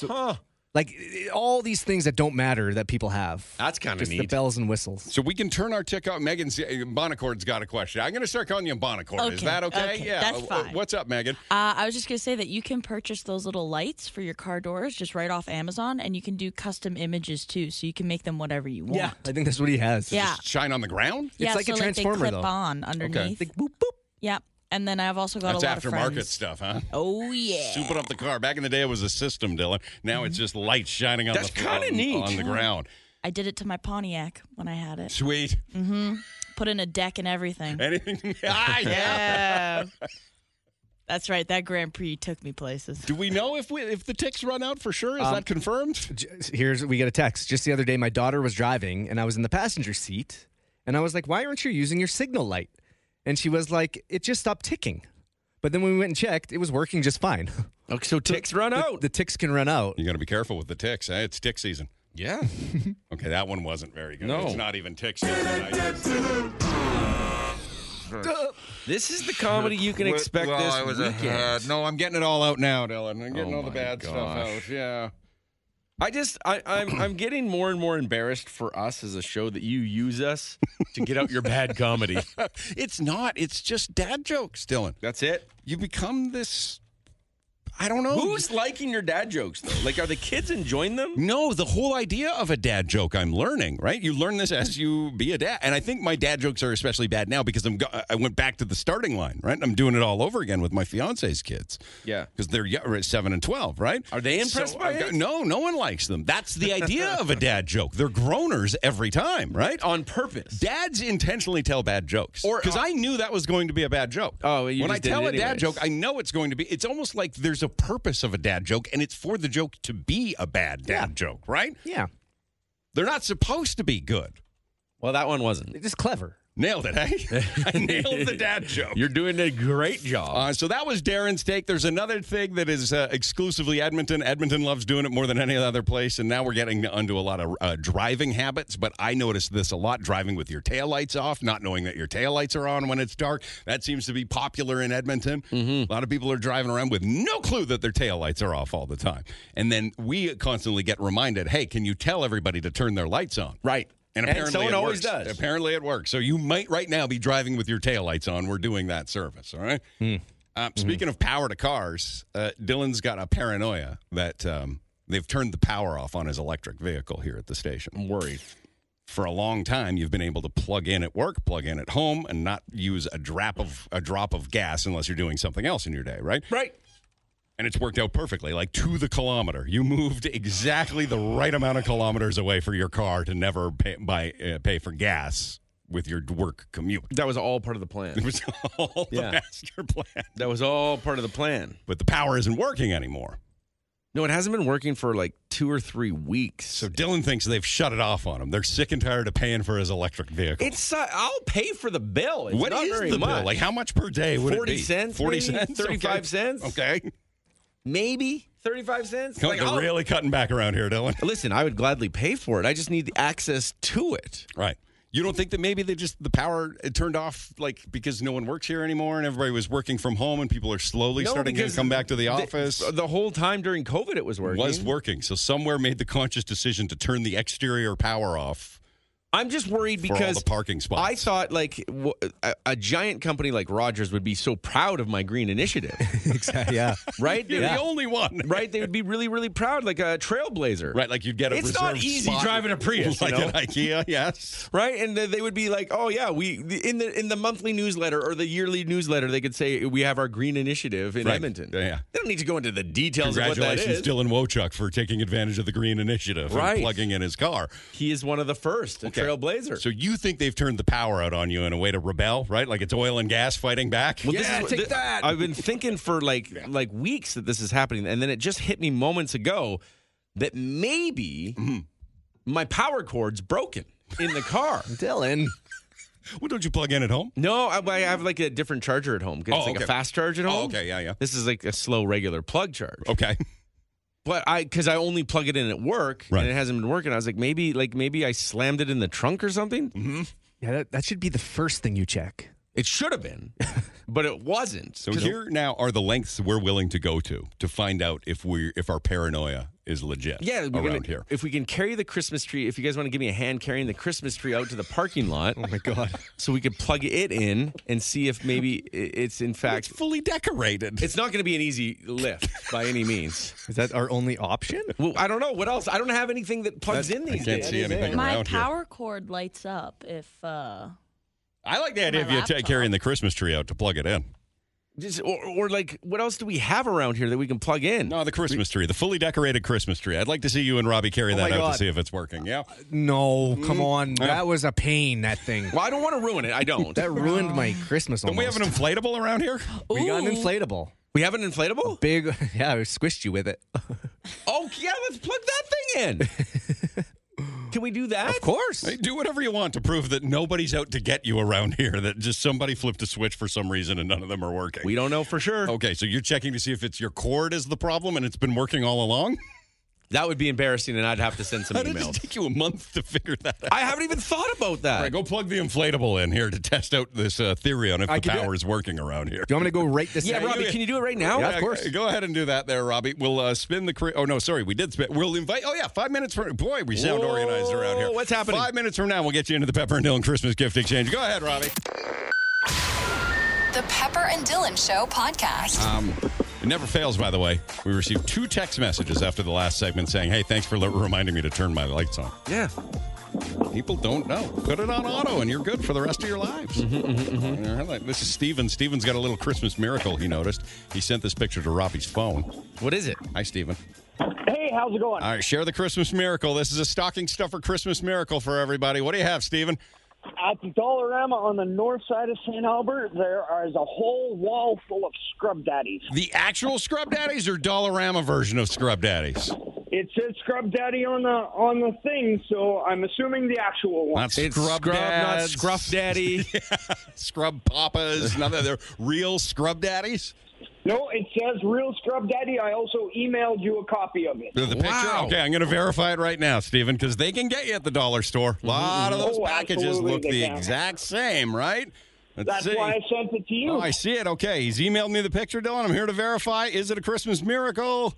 S4: huh.
S5: Like i- all these things that don't matter that people have.
S4: That's kinda
S5: Just The
S4: neat.
S5: bells and whistles.
S3: So we can turn our tick out. Megan's Bonacord's got a question. I'm going to start calling you Bonacord. Is
S6: Okay,
S3: that okay?
S6: okay,
S3: yeah.
S6: that's
S3: Uh,
S6: fine.
S3: What's up, Megan?
S6: Uh, I was just gonna say that you can purchase those little lights for your car doors just right off Amazon, and you can do custom images too, so you can make them whatever you want.
S5: I think that's what he has.
S6: yeah,
S3: Shine on the ground.
S6: yeah.
S5: like a
S6: so
S5: transformer,
S6: like they clip
S5: though.
S6: on underneath.
S5: Like boop boop.
S6: Yep. And then I've also got
S3: That's
S6: a lot of
S3: aftermarket
S6: friends.
S3: stuff, huh?
S6: Oh yeah. Mm-hmm.
S3: souping up the car. Back in the day, it was a system, Dylan. Now it's just lights shining on
S4: That's
S3: the
S4: kinda
S3: on-
S4: neat.
S3: on the ground.
S6: I did it to my Pontiac when I had it. Mm-hmm.
S3: Sweet.
S6: Put in a deck and everything.
S3: Anything? ah, yeah.
S6: Yeah. That's right. That Grand Prix took me places.
S3: Do we know if we if the ticks run out for sure? Is
S5: Um,
S3: that confirmed?
S5: J- Here's we get a text. Just the other day, my daughter was driving and I was in the passenger seat, and I was like, "Why aren't you using your signal light?" And she was like, "It just stopped ticking." But then when we went and checked, it was working just fine.
S4: Okay, so ticks run out.
S5: the ticks can run out.
S3: You got to be careful with the ticks. Eh? It's tick season.
S4: yeah.
S3: Okay, that one wasn't very good.
S4: No.
S3: it's not even tick season. I-
S4: This is the comedy you can expect
S3: Well,
S4: this
S3: I was
S4: weekend.
S3: ahead. No, I'm getting it all out now, Dylan. I'm getting
S4: Oh
S3: all the
S4: my
S3: bad stuff
S4: gosh.
S3: out. Yeah.
S4: I just I, I'm I'm getting more and more embarrassed for us as a show that you use us to get out your bad comedy.
S3: It's not. It's just dad jokes, Dylan.
S4: That's it.
S3: You become this. I don't know.
S4: Who's liking your dad jokes though? Like, are the kids enjoying them?
S3: No, the whole idea of a dad joke I'm learning, right? You learn this as you be a dad. And I think my dad jokes are especially bad now because I'm go- I went back to the starting line, right? I'm doing it all over again with my fiance's kids.
S4: Yeah.
S3: Because they're yo- or 7 and 12, right?
S4: Are they impressed by
S3: I've
S4: it?
S3: No, no one likes them. That's the idea of a dad joke. They're groaners every time, right?
S4: On purpose.
S3: Dads intentionally tell bad jokes.
S4: Or- uh,
S3: because I knew that was going to be a bad joke.
S4: Oh, well, you
S3: when
S4: just
S3: I
S4: did
S3: tell
S4: it
S3: a dad
S4: anyways.
S3: joke, I know it's going to be. It's almost like there's a purpose of a dad joke, and it's for the joke to be a bad dad joke, right?
S5: Yeah,
S3: They're not supposed to be good.
S4: Well, that one wasn't.
S5: it's just clever.
S3: Nailed it, eh? I nailed the dad joke.
S4: You're doing a great job.
S3: Uh, so that was Darren's take. There's another thing that is uh, exclusively Edmonton. Edmonton loves doing it more than any other place, and now we're getting onto a lot of uh, driving habits. But I noticed this a lot: driving with your taillights off, not knowing that your taillights are on when it's dark. That seems to be popular in Edmonton.
S4: Mm-hmm.
S3: A lot of people are driving around with no clue that their taillights are off all the time, and then we constantly get reminded, "Hey, can you tell everybody to turn their lights on?"
S4: right.
S3: And apparently
S4: someone
S3: it
S4: always
S3: works.
S4: does.
S3: Apparently it works. So you might right now be driving with your taillights on. We're doing that service, all right?
S4: Hmm.
S3: Uh, speaking of power to cars, uh, Dylan's got a paranoia that um, they've turned the power off on his electric vehicle here at the station.
S4: I'm worried.
S3: For a long time, you've been able to plug in at work, plug in at home, and not use a drop of a drop of gas unless you're doing something else in your day, right?
S4: Right.
S3: And it's worked out perfectly, like to the kilometer. You moved exactly the right amount of kilometers away for your car to never pay, buy, uh, pay for gas with your work commute.
S4: That was all part of the
S3: It
S4: plan.
S3: was all the
S4: Yeah.
S3: master plan.
S4: That was all part of the plan.
S3: But the power isn't working anymore.
S4: No, it hasn't been working for like two or three weeks.
S3: So Dylan thinks they've shut it off on him. They're sick and tired of paying for his electric vehicle.
S4: it's uh, I'll pay for the bill. It's
S3: What
S4: not
S3: is
S4: very
S3: the
S4: much.
S3: bill? Like how much per day would it
S4: 40
S3: be?
S4: cents,
S3: Forty
S4: maybe?
S3: cents,
S4: 35
S3: okay.
S4: cents?
S3: Okay,
S4: maybe thirty five cents.
S3: Come-
S4: Like,
S3: they're
S4: I'll-
S3: really cutting back around here, Dylan.
S4: Listen, I would gladly pay for it. I just need the access to it.
S3: Right. You don't think that maybe they just the power it turned off like because no one works here anymore and everybody was working from home and people are slowly
S4: No,
S3: starting to
S4: because
S3: come back to the office.
S4: The, whole time during COVID, it was working.
S3: was working. So somewhere made the conscious decision to turn the exterior power off.
S4: I'm just worried
S3: For all
S4: because
S3: the parking spots.
S4: I thought like w- a, a giant company like Rogers would be so proud of my green initiative,
S5: Exactly. Yeah.
S4: right? They
S3: You're
S4: would be
S3: the only one.
S4: all- right? They would be really, really proud, like a trailblazer,
S3: Right, like you'd get a
S4: It's not
S3: reserved
S4: easy
S3: spot.
S4: driving a Prius, you
S3: like
S4: know?
S3: an IKEA. Yes,
S4: Right? And then they would be like, "Oh yeah, we in the in the monthly newsletter or the yearly newsletter, they could say we have our green initiative in
S3: Right.
S4: Edmonton."
S3: Yeah.
S4: They don't need to go into the details of what that
S3: congratulations,
S4: is.
S3: Dylan Wochuk, for taking advantage of the green initiative
S4: Right.
S3: and plugging in his car.
S4: He is one of the first, a
S3: Okay.
S4: trailblazer.
S3: So you think they've turned the power out on you in a way to rebel, right? Like it's oil and gas fighting back.
S4: Well, this is what-
S5: take
S4: thi-
S5: that.
S4: I've been thinking for like like weeks that this is happening, and then it just hit me moments ago that maybe my power cord's broken in the car.
S5: Dylan.
S3: Well, don't you plug in at home?
S4: no, I, I have like a different charger at home. 'cause
S3: Oh,
S4: it's like
S3: okay.
S4: a fast charge at
S3: Oh,
S4: home.
S3: okay, yeah, yeah.
S4: This is like a slow regular plug charge.
S3: Okay.
S4: But I because I only plug it in at work
S3: Right.
S4: and it hasn't been working. I was like maybe like maybe I slammed it in the trunk or something.
S3: Mm-hmm.
S5: Yeah, that, that should be the first thing you check.
S4: It should have been, but it wasn't.
S3: So here now are the lengths we're willing to go to to find out if we if our paranoia is legit.
S4: Yeah, we're
S3: around
S4: gonna-
S3: here.
S4: If we can carry the Christmas tree, if you guys want to give me a hand carrying the Christmas tree out to the parking lot,
S5: Oh my god.
S4: so we could plug it in and see if maybe i- it's in
S3: It's
S4: fact.
S3: fully decorated.
S4: It's not going to be an easy lift by any means.
S5: Is that our only option?
S4: Well, I don't know what else. I don't have anything that plugs in
S3: I
S4: these
S3: can't
S4: days.
S3: see anything
S6: My
S3: around here.
S6: power cord lights up if uh
S3: I like the idea of
S6: my
S3: you ta-
S6: laptop.
S3: carrying the Christmas tree out to plug it in.
S4: Just, or, or like, what else do we have around here that we can plug in?
S3: No, the Christmas tree, the fully decorated Christmas tree. I'd like to see you and Robbie
S4: Oh
S3: carry that
S5: my
S3: out
S5: God.
S3: to see if it's working. Yeah.
S5: No, come on. That was a pain. That thing.
S4: Mm. Well, I don't want to ruin it. I don't.
S5: That ruined my Christmas.
S3: Don't we have an
S5: almost.
S3: inflatable around here?
S5: We got an inflatable.
S4: we have an inflatable.
S5: Big. Yeah, I squished you with it.
S4: Oh yeah, let's plug that thing in. can we do that?
S5: Of course.
S3: Hey, do whatever you want to prove that nobody's out to get you around here, that just somebody flipped a switch for some reason and none of them are working.
S4: We don't know for sure.
S3: okay, so you're checking to see if it's your cord is the problem and it's been working all along?
S4: That would be embarrassing, and I'd have to send some
S3: How did it
S4: emails.
S3: take you a month to figure that out?
S4: I haven't even thought about that.
S3: All right, go plug the inflatable in here to test out this uh, theory on if
S5: I
S3: the
S5: can do
S3: power is working around here.
S5: Do you want me to go right this?
S4: Yeah,
S5: second?
S4: Robbie, can you do it right now?
S3: Yeah, g- Go ahead and do that there, Robbie. We'll uh, spin the. cri- Oh, no, sorry. We did spin. We'll invite. Oh, yeah. Five minutes from. Boy, we sound
S4: Whoa,
S3: organized around here.
S4: what's happening?
S3: Five minutes from now, we'll get you into the Pepper and Dylan Christmas gift exchange. Go ahead, Robbie.
S1: The Pepper and Dylan Show podcast.
S3: Um, it never fails, by the way. We received two text messages after the last segment saying, hey, thanks for li- reminding me to turn my lights on.
S4: Yeah.
S3: People don't know. Put it on auto and you're good for the rest of your lives.
S4: Mm-hmm,
S3: All right, This is Steven. Steven's got a little Christmas miracle he noticed. He sent this picture to Robbie's phone.
S4: What is it?
S3: Hi, Steven.
S7: Hey, how's it going?
S3: All right, share the Christmas miracle. This is a stocking stuffer Christmas miracle for everybody. What do you have, Steven?
S7: At the Dollarama on the north side of St. Albert, there is a whole wall full of scrub daddies.
S3: The actual Scrub Daddies or Dollarama version of Scrub Daddies?
S7: It says scrub daddy on the on the thing, so I'm assuming the actual one.
S3: Not Scrub,
S4: not
S3: Dads,
S4: Scruff Daddy.
S3: Scrub Papas, none of their real Scrub Daddies?
S7: No, it says real scrub daddy. I also emailed you a copy of it.
S3: The the picture?
S4: Wow.
S3: Okay, I'm going to verify it right now, Steven, because they can get you at the dollar store. A lot of those
S7: Oh,
S3: packages
S7: absolutely
S3: look
S7: they
S3: the
S7: can.
S3: exact same, right? Let's
S7: That's
S3: see.
S7: why I sent it to you.
S3: Oh, I see it. Okay. He's emailed me the picture, Dylan. I'm here to verify. Is it a Christmas miracle?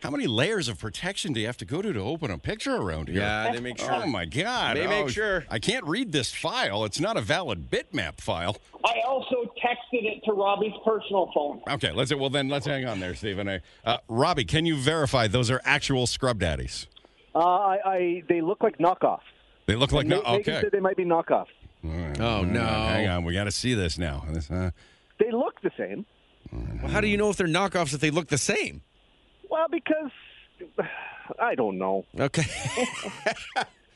S3: How many layers of protection do you have to go to to open a picture around here?
S4: Yeah, they make sure.
S3: Oh, my God.
S4: They make
S3: Oh,
S4: sure.
S3: I can't read this file. It's not a valid bitmap file.
S7: I also texted it to Robbie's personal phone.
S3: Okay, let's. Well, then let's hang on there, Steven. I- Uh, Robbie, can you verify those are actual scrub daddies?
S8: Uh, I, I they look like knockoffs.
S3: They look like
S8: Ma-
S3: no.
S8: Megan
S3: Okay.
S8: said they might be knockoffs.
S4: Oh, no.
S3: Mm, Hang on, we got to see this now. This, uh,
S8: They look the same.
S4: Well, how do you know if they're knockoffs if they look the same?
S8: Well, uh, because I don't know.
S4: Okay.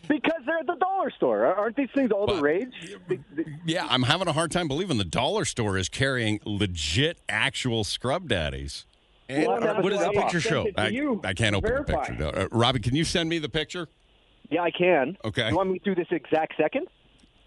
S8: Because they're at the dollar store. Aren't these things all the
S3: But-
S8: rage? They- they-
S3: yeah, I'm having a hard time believing the dollar store is carrying legit, actual scrub daddies.
S4: And
S8: Well, that
S4: what
S8: was
S4: does
S8: why
S4: that
S8: I
S4: picture
S8: sent
S4: show?
S8: it to
S3: I,
S8: you
S3: I can't
S8: to
S3: open
S8: verify.
S3: the picture. No. Uh, Robbie, can you send me the picture?
S8: Yeah, I can.
S3: Okay.
S8: You want me to do this exact second?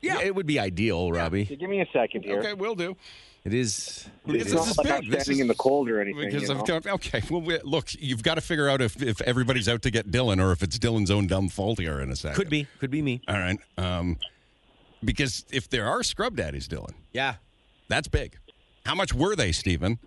S4: Yeah, it would be ideal, Robbie.
S8: So give me a second here.
S3: Okay, will do.
S4: It is.
S3: Because
S8: It's
S3: this
S8: not
S3: is
S8: like I'm
S3: big. This
S8: standing
S3: is-
S8: in the cold or anything.
S3: Because
S8: you
S3: of
S8: know?
S3: okay, well, we, look, you've got to figure out if, if everybody's out to get Dylan or if it's Dylan's own dumb fault here in a second.
S4: Could be. Could be me.
S3: All right. Um, because if there are scrub daddies, Dylan,
S4: Yeah.
S3: that's big. How much were they, Stephen?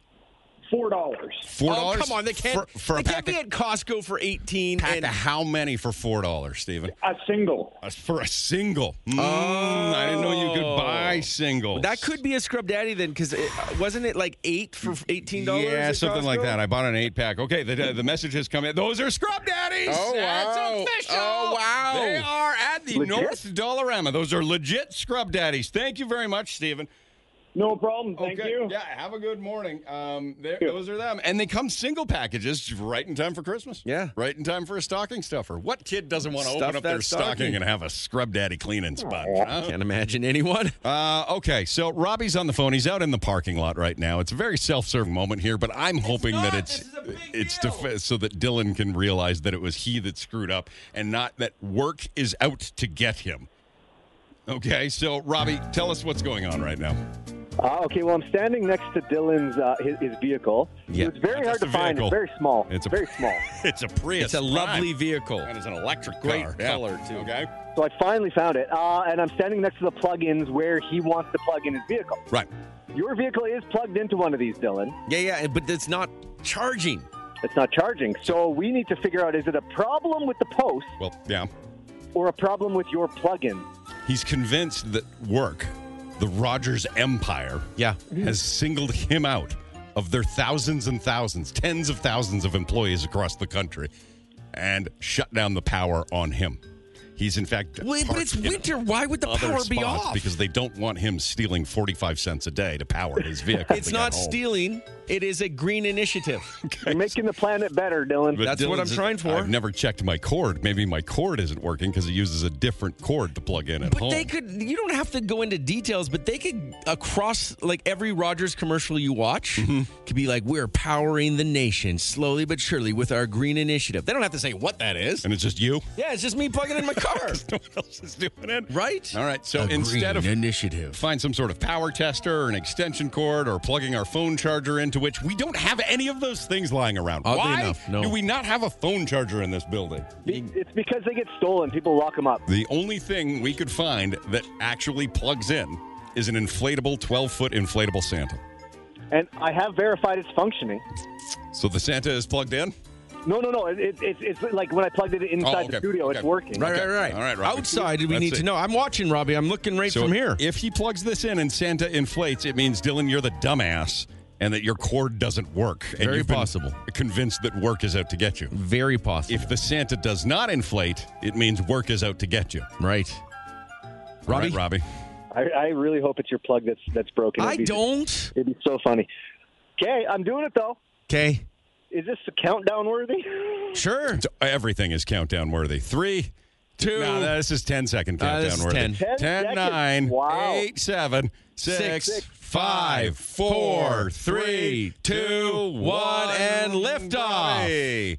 S8: Four dollars.
S3: Four dollars.
S4: Oh, come on, they can't.
S3: for, for
S4: they
S3: a pack.
S4: can't be
S3: of-
S4: at Costco for eighteen.
S3: pack
S4: and-
S3: of how many for four dollars, Stephen?
S8: A single.
S3: Uh, For a single. Mm, I didn't know you could buy singles.
S4: Oh. that could be a scrub daddy then, because wasn't it like eight for eighteen dollars?
S3: Yeah, something like that. I bought an eight pack. Okay, the, the message has come in. Those are scrub daddies.
S4: Oh,
S3: That's
S4: wow.
S3: official.
S4: Oh, wow.
S3: They are at the
S8: Legit?
S3: North Dollarama. Those are legit scrub daddies. Thank you very much, Stephen.
S8: No problem. Thank
S3: okay.
S8: you.
S3: Yeah, have a good morning. Um, there, those are them. And they come single packages right in time for Christmas.
S4: Yeah.
S3: Right in time for a stocking stuffer. What kid doesn't want to
S4: Stuff
S3: open up
S4: that
S3: their stocking.
S4: stocking.
S3: and have a scrub daddy cleaning sponge? huh?
S4: Can't imagine anyone.
S3: Uh, okay, so Robbie's on the phone. He's out in the parking lot right now. It's a very self-serving moment here, but I'm hoping that it's it's def- so that Dylan can realize that it was he that screwed up and not that work is out to get him. Okay, so Robbie, tell us what's going on right now.
S8: Ah, okay, well, I'm standing next to Dylan's uh, his, his vehicle.
S4: Yeah,
S8: it's very
S3: not
S8: hard
S3: just
S8: to
S3: a
S8: find.
S3: vehicle.
S8: It's very small.
S3: It's a-
S8: very small.
S3: It's a Prius.
S4: It's a
S3: Prime.
S4: lovely vehicle.
S3: And it's an electric
S4: Great
S3: car.
S4: color, too.
S3: Okay,
S8: So I finally found it, uh, and I'm standing next to the plug-ins where he wants to plug in his vehicle.
S3: right.
S8: Your vehicle is plugged into one of these, Dylan.
S4: Yeah, yeah, but it's not charging.
S8: It's not charging. So we need to figure out: is it a problem with the post
S3: Well, yeah.
S8: or a problem with your plug-in?
S3: He's convinced that work, the Rogers Empire,
S4: Yeah.
S3: has singled him out of their thousands and thousands, tens of thousands of employees across the country and shut down the power on him. He's in fact.
S4: Wait, but
S3: parked
S4: it's
S3: in
S4: winter. Why would the
S3: other
S4: power be
S3: spots
S4: off?
S3: Because they don't want him stealing 45 cents a day to power his vehicle.
S4: it's
S3: to get
S4: not
S3: home.
S4: stealing. It is a green initiative.
S8: You're making the planet better, Dylan.
S3: But
S4: That's what I'm trying for.
S3: I've never checked my cord. Maybe my cord isn't working because it uses a different cord to plug in at
S4: But
S3: home.
S4: they could. You don't have to go into details, but they could across like every Rogers commercial you watch
S3: Mm-hmm.
S4: could be like, "We're powering the nation slowly but surely with our green initiative." They don't have to say what that is.
S3: and it's just you.
S4: Yeah, it's just me plugging in my car,
S3: No one else is doing it.
S4: right?
S3: All right. So
S4: A
S3: instead of
S4: green initiative,
S3: find some sort of power tester or an extension cord or plugging our phone charger into which we don't have any of those things lying around.
S4: Oddly
S3: Why
S4: enough, no.
S3: do we not have a phone charger in this building?
S8: Be- It's because they get stolen. People lock them up.
S3: The only thing we could find that actually plugs in is an inflatable 12 foot inflatable Santa.
S8: And I have verified it's functioning.
S3: So the Santa is plugged in?
S8: No, no, no. It, it, it's, it's like when I plugged it
S4: Oh,
S8: inside
S3: Oh, okay,
S8: the studio,
S3: okay.
S8: it's working.
S4: right,
S3: Okay.
S4: right, right.
S3: All right, Robbie.
S4: Outside, we
S3: That's
S4: need
S3: it.
S4: to know. I'm watching, Robbie. I'm looking right
S3: So
S4: from here.
S3: If he plugs this in and Santa inflates, it means Dylan, you're the dumbass and that your cord doesn't work. And
S4: Very
S3: you've been
S4: possible.
S3: convinced that work is out to get you.
S4: Very possible.
S3: If the Santa does not inflate, it means work is out to get you.
S4: right.
S3: All right,
S4: Robbie?
S3: Robbie.
S8: I, I really hope it's your plug that's that's broken.
S4: I
S8: It'd be-
S4: don't.
S8: It'd be so funny. Okay, I'm doing it though.
S4: Okay.
S8: Is this countdown worthy?
S4: Sure.
S3: So everything is countdown worthy. Three, two. No, this is 10 second
S4: Uh,
S3: countdown
S4: this is
S3: worthy.
S4: 10.
S8: 10
S3: 10,
S8: seconds.
S3: 9,
S8: Wow.
S3: 8, 7,
S4: Six,
S3: 6, 5, 4, 3, 2, 1, and liftoff.
S4: Hey.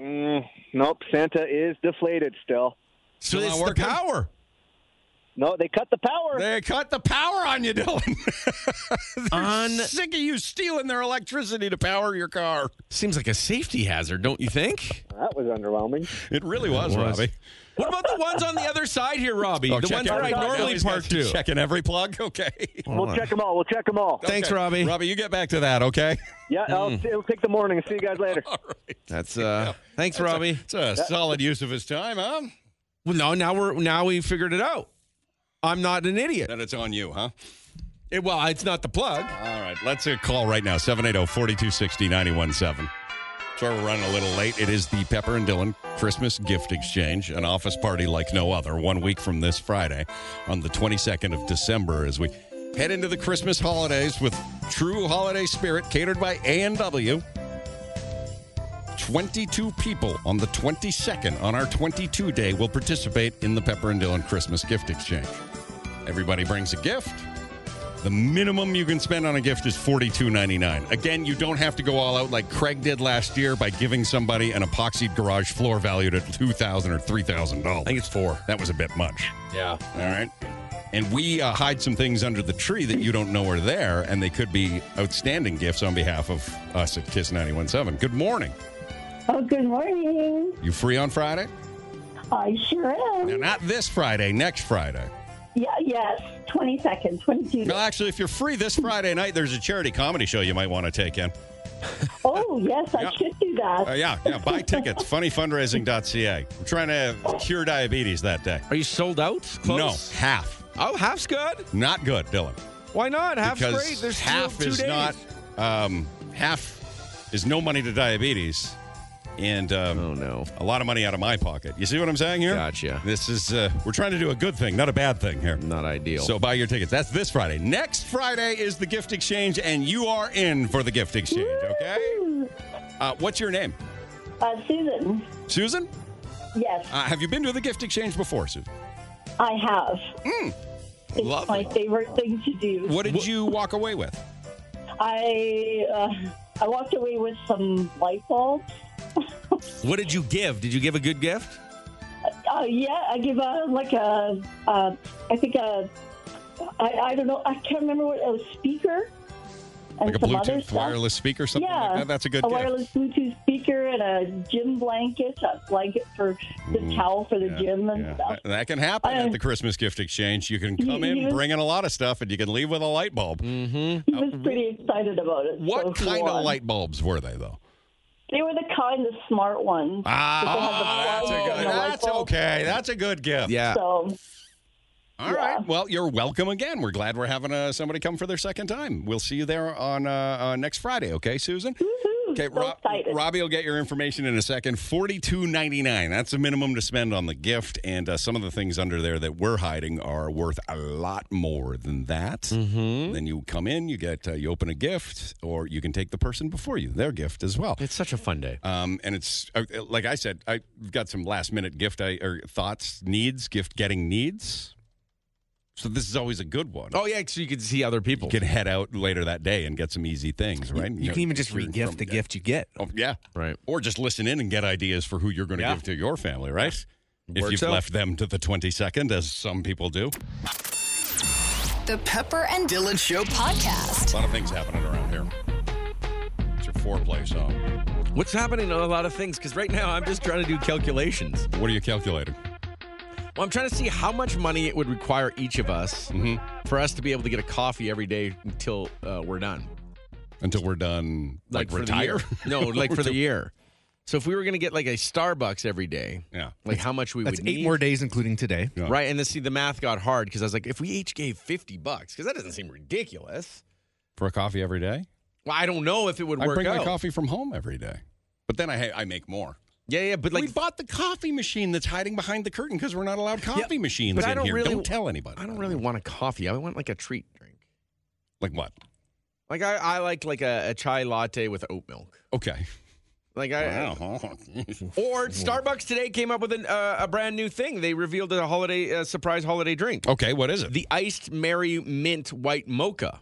S8: Mm, Nope, Santa is deflated still.
S4: So
S3: Still
S4: it's
S3: not
S4: the
S3: working?
S4: power.
S8: No, they cut the power.
S3: They cut the power on you, Dylan.
S4: On
S3: Sick of you stealing their electricity to power your car.
S4: seems like a safety hazard, don't you think?
S8: That was underwhelming.
S3: It really was,
S4: was.
S3: Robbie.
S4: What about the ones on the other side here, Robbie?
S3: Oh,
S4: the
S3: check
S4: ones where I
S3: every plug. Now
S4: normally
S3: he's got
S4: park
S3: you
S4: to.
S3: Checking every plug. Okay.
S8: We'll check them all. Oh, We'll check them all.
S4: Thanks,
S3: Okay.
S4: Robbie.
S3: Robbie, you get back to that, okay?
S8: Yeah, I'll, it'll take the morning. See you guys later.
S4: That's uh. Thanks, Robbie.
S3: It's a solid use of his time, huh?
S4: Well, no, now we're now we figured it out. I'm not an idiot.
S3: Then it's on you, huh?
S4: It- well, it's not the plug.
S3: All right, let's uh, call right now 780 4260 917. Sorry, we're running a little late. It is the Pepper and Dylan Christmas Gift Exchange, an office party like no other, one week from this Friday on the 22nd of December as we head into the Christmas holidays with true holiday spirit catered by A&W. 22 people on the 22nd on our 22 day will participate in the Pepper and Dylan Christmas Gift Exchange. Everybody brings a gift. The minimum you can spend on a gift is $42.99. Again, you don't have to go all out like Craig did last year by giving somebody an epoxied garage floor valued at $2,000 or $3,000.
S4: I think it's four.
S3: That was a bit much.
S4: Yeah.
S3: All right. And we uh, hide some things under the tree that you don't know are there, and they could be outstanding gifts on behalf of us at Kiss 917. Good morning.
S9: Oh, good morning.
S3: You free on Friday?
S9: I sure am.
S3: Now, not this Friday, next Friday.
S9: Yeah, yes. 20 seconds, 22.
S3: Well, actually, if you're free this Friday night, there's a charity comedy show you might want to take in.
S9: Oh, yes, I
S3: Yeah.
S9: should do that.
S3: Uh, yeah, yeah, buy tickets. Funnyfundraising.ca. We're trying to cure diabetes that day.
S4: Are you sold out? Close?
S3: No, half.
S4: Oh, half's good.
S3: Not good, Dylan.
S4: Why not? Half's
S3: because
S4: great. There's two-
S3: half
S4: two
S3: is
S4: days.
S3: not um, half is no money to diabetes, and um,
S4: Oh no.
S3: a lot of money out of my pocket. You see what I'm saying here?
S4: Gotcha.
S3: This is uh, we're trying to do a good thing, not a bad thing here.
S4: Not ideal.
S3: So buy your tickets. That's this Friday. Next Friday is the gift exchange, and you are in for the gift exchange. Okay. Uh, what's your name,
S9: Uh, Susan,
S3: Susan?
S9: yes,
S3: Uh, have you been to the gift exchange before, Susan?
S9: I have. it's
S3: lovely.
S9: my favorite thing to do.
S3: Mm, What did you walk away with?
S9: I uh, I walked away with some light bulbs.
S4: what did you give? Did you give a good gift?
S9: Uh, yeah, I give a like a uh, I think a I, I don't know I can't remember what a speaker and
S3: Like a
S9: some other
S3: Bluetooth
S9: stuff.
S3: wireless speaker, something
S9: yeah,
S3: like that. That's a good
S9: a
S3: gift.
S9: wireless Bluetooth speaker and a gym blanket, a blanket for the
S3: Ooh,
S9: towel for the
S3: Yeah,
S9: gym and
S3: yeah.
S9: stuff.
S3: That, that can happen
S9: I-
S3: at the Christmas gift exchange. You can come in,
S9: you-
S3: bring in a lot of stuff, and you can leave with a light bulb.
S9: He was pretty excited about it.
S3: What
S9: so he
S3: kind
S9: won.
S3: of light bulbs were they, though?
S9: They were the kind, the smart ones.
S3: Ah,
S9: Because they had the
S3: that's, a good,
S9: flowers and the light
S3: that's
S9: bulb.
S3: okay. That's a good gift.
S4: Yeah.
S9: So
S3: All right. Well, you're welcome again. We're glad we're having uh, somebody come for their second time. We'll see you there on uh, uh, next Friday, okay, Susan? Okay,
S9: so excited.
S3: Robbie will get your information in a second. Forty-two ninety-nine. That's the minimum to spend on the gift, and uh, some of the things under there that we're hiding are worth a lot more than that. Mm-hmm. Then you come in, you get, uh, you open a gift, or you can take the person before you their gift as well.
S4: It's such a fun day.
S3: Um, and it's uh, like I said, I've got some last minute gift I, or thoughts, needs, gift getting needs. So this is always a good one.
S4: Oh yeah, so you could see other people.
S3: You can head out later that day and get some easy things, right?
S5: You can even just re-gift the gift you get.
S3: Oh, yeah.
S4: Right.
S3: Or just listen in and get ideas for who you're going to
S4: Yeah.
S3: give to your family, right? If
S4: Works
S3: you've
S4: out.
S3: left them to the 22nd, as some people do.
S1: The Pepper and
S2: Dylan Show.
S1: Podcast.
S3: A lot of things happening around here. It's your foreplay song.
S4: What's happening on a lot of things? Because right now I'm just trying to do calculations.
S3: What are you calculating?
S4: Well, I'm trying to see how much money it would require each of us
S3: Mm-hmm.
S4: for us to be able to get a coffee every day until uh, we're done.
S3: Until we're done, like,
S4: for the
S3: retire?
S4: year. No, like for the year. So if we were going to get like a Starbucks every day,
S3: Yeah.
S4: like how much we
S5: That's
S4: would
S5: eight
S4: need.
S5: more days, including today.
S3: Yeah.
S4: Right, and then see the math got hard because I was like, if we each gave fifty bucks, because that doesn't seem ridiculous.
S3: for a coffee every day?
S4: Well, I don't know if it would
S3: I
S4: work
S3: bring
S4: out.
S3: my coffee from home every day. But then I, ha- I make more.
S4: Yeah, yeah, but
S3: we
S4: like,
S3: bought the coffee machine that's hiding behind the curtain because we're not allowed coffee machines
S4: but I
S3: in
S4: don't
S3: here.
S4: really-
S3: don't tell anybody.
S4: I don't really want a coffee. I want like a treat drink.
S3: Like what?
S4: Like I, I like like a, a chai latte with oat milk.
S3: Okay.
S4: Like I, or Starbucks today came up with an, uh, a brand new thing. They revealed a holiday uh, surprise holiday drink,
S3: okay, what is it?
S4: the iced Mary Mint White Mocha.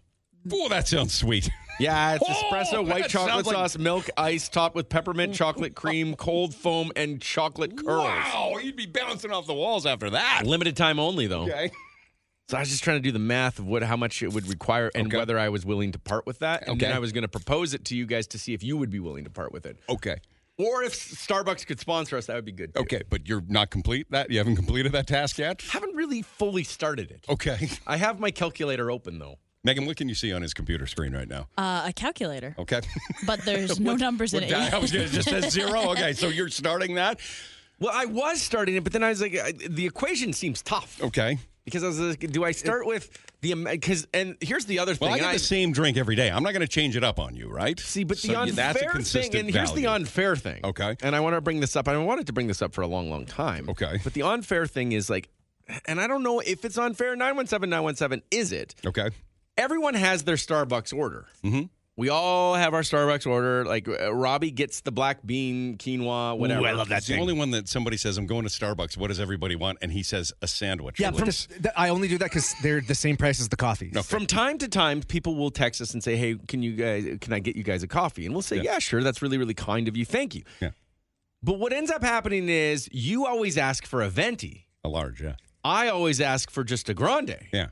S3: oh, that sounds sweet.
S4: Yeah, it's
S3: Oh,
S4: espresso,
S3: that
S4: white chocolate
S3: sounds like-
S4: sauce, milk, ice, topped with peppermint, chocolate cream, cold foam, and chocolate curls.
S3: Wow, Oh, you'd be bouncing off the walls after that.
S4: Limited time only, though.
S3: Okay.
S4: So I was just trying to do the math of what how much it would require and
S3: Okay.
S4: whether I was willing to part with that. And then
S3: Okay.
S4: I was going to propose it to you guys to see if you would be willing to part with it,
S3: Okay.
S4: or if Starbucks could sponsor us, that would be good. Too.
S3: Okay, but you're not complete that? You haven't completed that task yet?
S4: haven't really fully started it.
S3: Okay.
S4: I have my calculator open though.
S3: Megan, what can you see on his computer screen right now?
S6: Uh, a calculator,
S3: Okay.
S6: but there's no numbers in it.
S3: I was going to just say zero. Okay, so you're starting that?
S4: Well, I was starting it, but then I was like, I, the equation seems tough
S3: Okay.
S4: because I was like, do I start with the because and here's the other thing.
S3: Well, I
S4: and
S3: get the same drink every day. I'm not going to change it up on you, right?
S4: See, but the
S3: So you-
S4: unfair
S3: that's a
S4: thing,
S3: consistent
S4: and here's the
S3: value.
S4: unfair thing.
S3: Okay.
S4: And I want to bring this up. I wanted to bring this up for a long, long time.
S3: Okay.
S4: But the unfair thing is like, and I don't know if it's unfair. 917 917 is it?
S3: Okay.
S4: Everyone has their Starbucks order. Mm-hmm. We all have our Starbucks order. Like uh, Robbie gets the black bean quinoa, whatever.
S3: Ooh, It's the only one that somebody says, I'm going to Starbucks. What does everybody want? And he says, a sandwich.
S5: Yeah,
S3: I'm
S5: from,
S3: like,
S5: th- I only do that because they're the same price as the coffee.
S3: No,
S4: From time to time, people will text us and say, "Hey, can you guys? Can I get you guys a coffee?" And we'll say, "Yeah, sure. That's really, really kind of you. Thank you."
S3: Yeah.
S4: But what ends up happening is you always ask for a venti.
S3: a large, yeah.
S4: I always ask for just a grande.
S3: Yeah.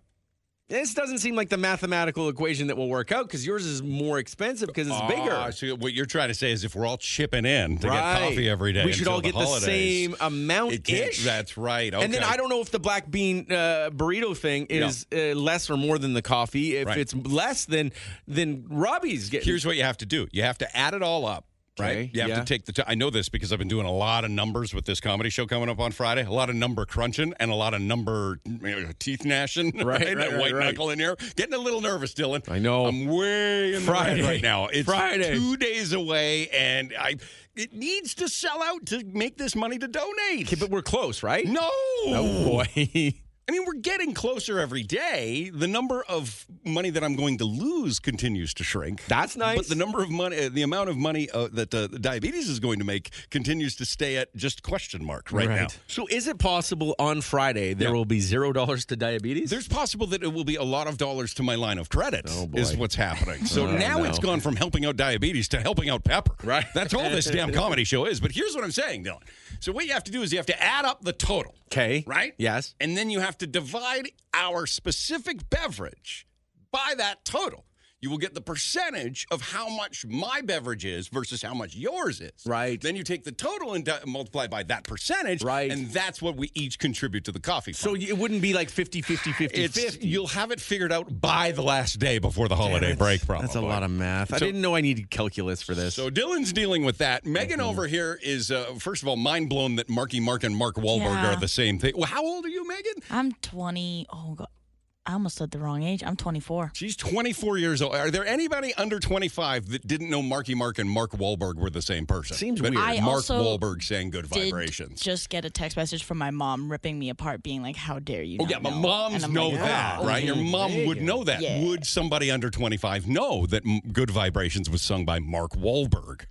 S4: This doesn't seem like the mathematical equation that will work out because yours is more expensive because it's
S3: Ah,
S4: bigger.
S3: so what you're trying to say is if we're all chipping in to
S4: Right.
S3: get coffee every day,
S4: We should
S3: until
S4: all get the,
S3: holidays,
S4: same amount
S3: it can't-
S4: ish.
S3: That's right.
S4: And then
S3: okay.
S4: I don't know if the black bean uh, burrito thing is uh, less or more than the coffee. If
S3: Right.
S4: it's less than then Robbie's getting.
S3: Here's what you have to do. You have to add it all up. Right.
S4: Okay,
S3: you have
S4: yeah.
S3: to take the time. I know this because I've been doing a lot of numbers with this comedy show coming up on Friday. A lot of number crunching and a lot of number you know, teeth gnashing.
S4: Right, right,
S3: That
S4: right,
S3: white
S4: right.
S3: knuckle in here. Getting a little nervous, Dylan.
S4: I know.
S3: I'm way in the red
S4: Friday.
S3: right now. It's
S4: Friday.
S3: two days away, and I it needs to sell out to make this money to donate.
S4: okay, but we're close, right?
S3: no.
S4: Oh boy.
S3: I mean, we're getting closer every day. The number of money that I'm going to lose continues to shrink.
S4: That's nice.
S3: But the number of money, uh, the amount of money uh, that uh, diabetes is going to make continues to stay at just question mark right, now.
S4: So is it possible on Friday there
S3: Yeah.
S4: will be zero dollars to diabetes?
S3: There's possible that it will be a lot of dollars to my line of credit is what's happening. So
S4: Oh,
S3: now
S4: no.
S3: it's gone from helping out diabetes to helping out Pepper.
S4: Right.
S3: That's all this damn comedy show is. But here's what I'm saying, Dylan. So what you have to do is you have to add up the total.
S4: 'Kay.
S3: Right?
S4: Yes.
S3: And then you have to divide our specific beverage by that total. You will get the percentage of how much my beverage is versus how much yours is.
S4: Right.
S3: Then you take the total and di- multiply by that percentage.
S4: Right.
S3: And that's what we each contribute to the coffee.
S4: so
S3: fund.
S4: it wouldn't be like 50 50 50
S3: It's, You'll have it figured out by the last day before the holiday break, probably.
S4: That's a lot of math. I
S3: So-
S4: didn't know I needed calculus for this. Mm-hmm.
S3: So Dylan's dealing with that. Megan over here is, uh, first of all, mind blown that Marky Mark and Mark Wahlberg
S6: Yeah.
S3: are the same thing. Well, how old are you, Megan?
S6: I'm 20. Oh, God. I almost said the wrong age. I'm 24.
S3: She's 24 years old. Are there anybody under 25 that didn't know Marky Mark and Mark Wahlberg were the same person?
S4: Seems
S3: But
S4: weird.
S6: I
S3: Mark
S6: also
S3: Wahlberg saying good
S6: Did
S3: vibrations.
S6: just get a text message from my mom ripping me apart, being like, "How dare you?"
S3: Oh
S6: not
S3: yeah, my
S6: know?"
S3: moms
S6: And I'm
S3: know
S6: like,
S3: that,
S6: "Wow."
S3: right? Your mom would know that.
S6: Yeah.
S3: Would somebody under 25 know that M- "Good Vibrations" was sung by Mark Wahlberg?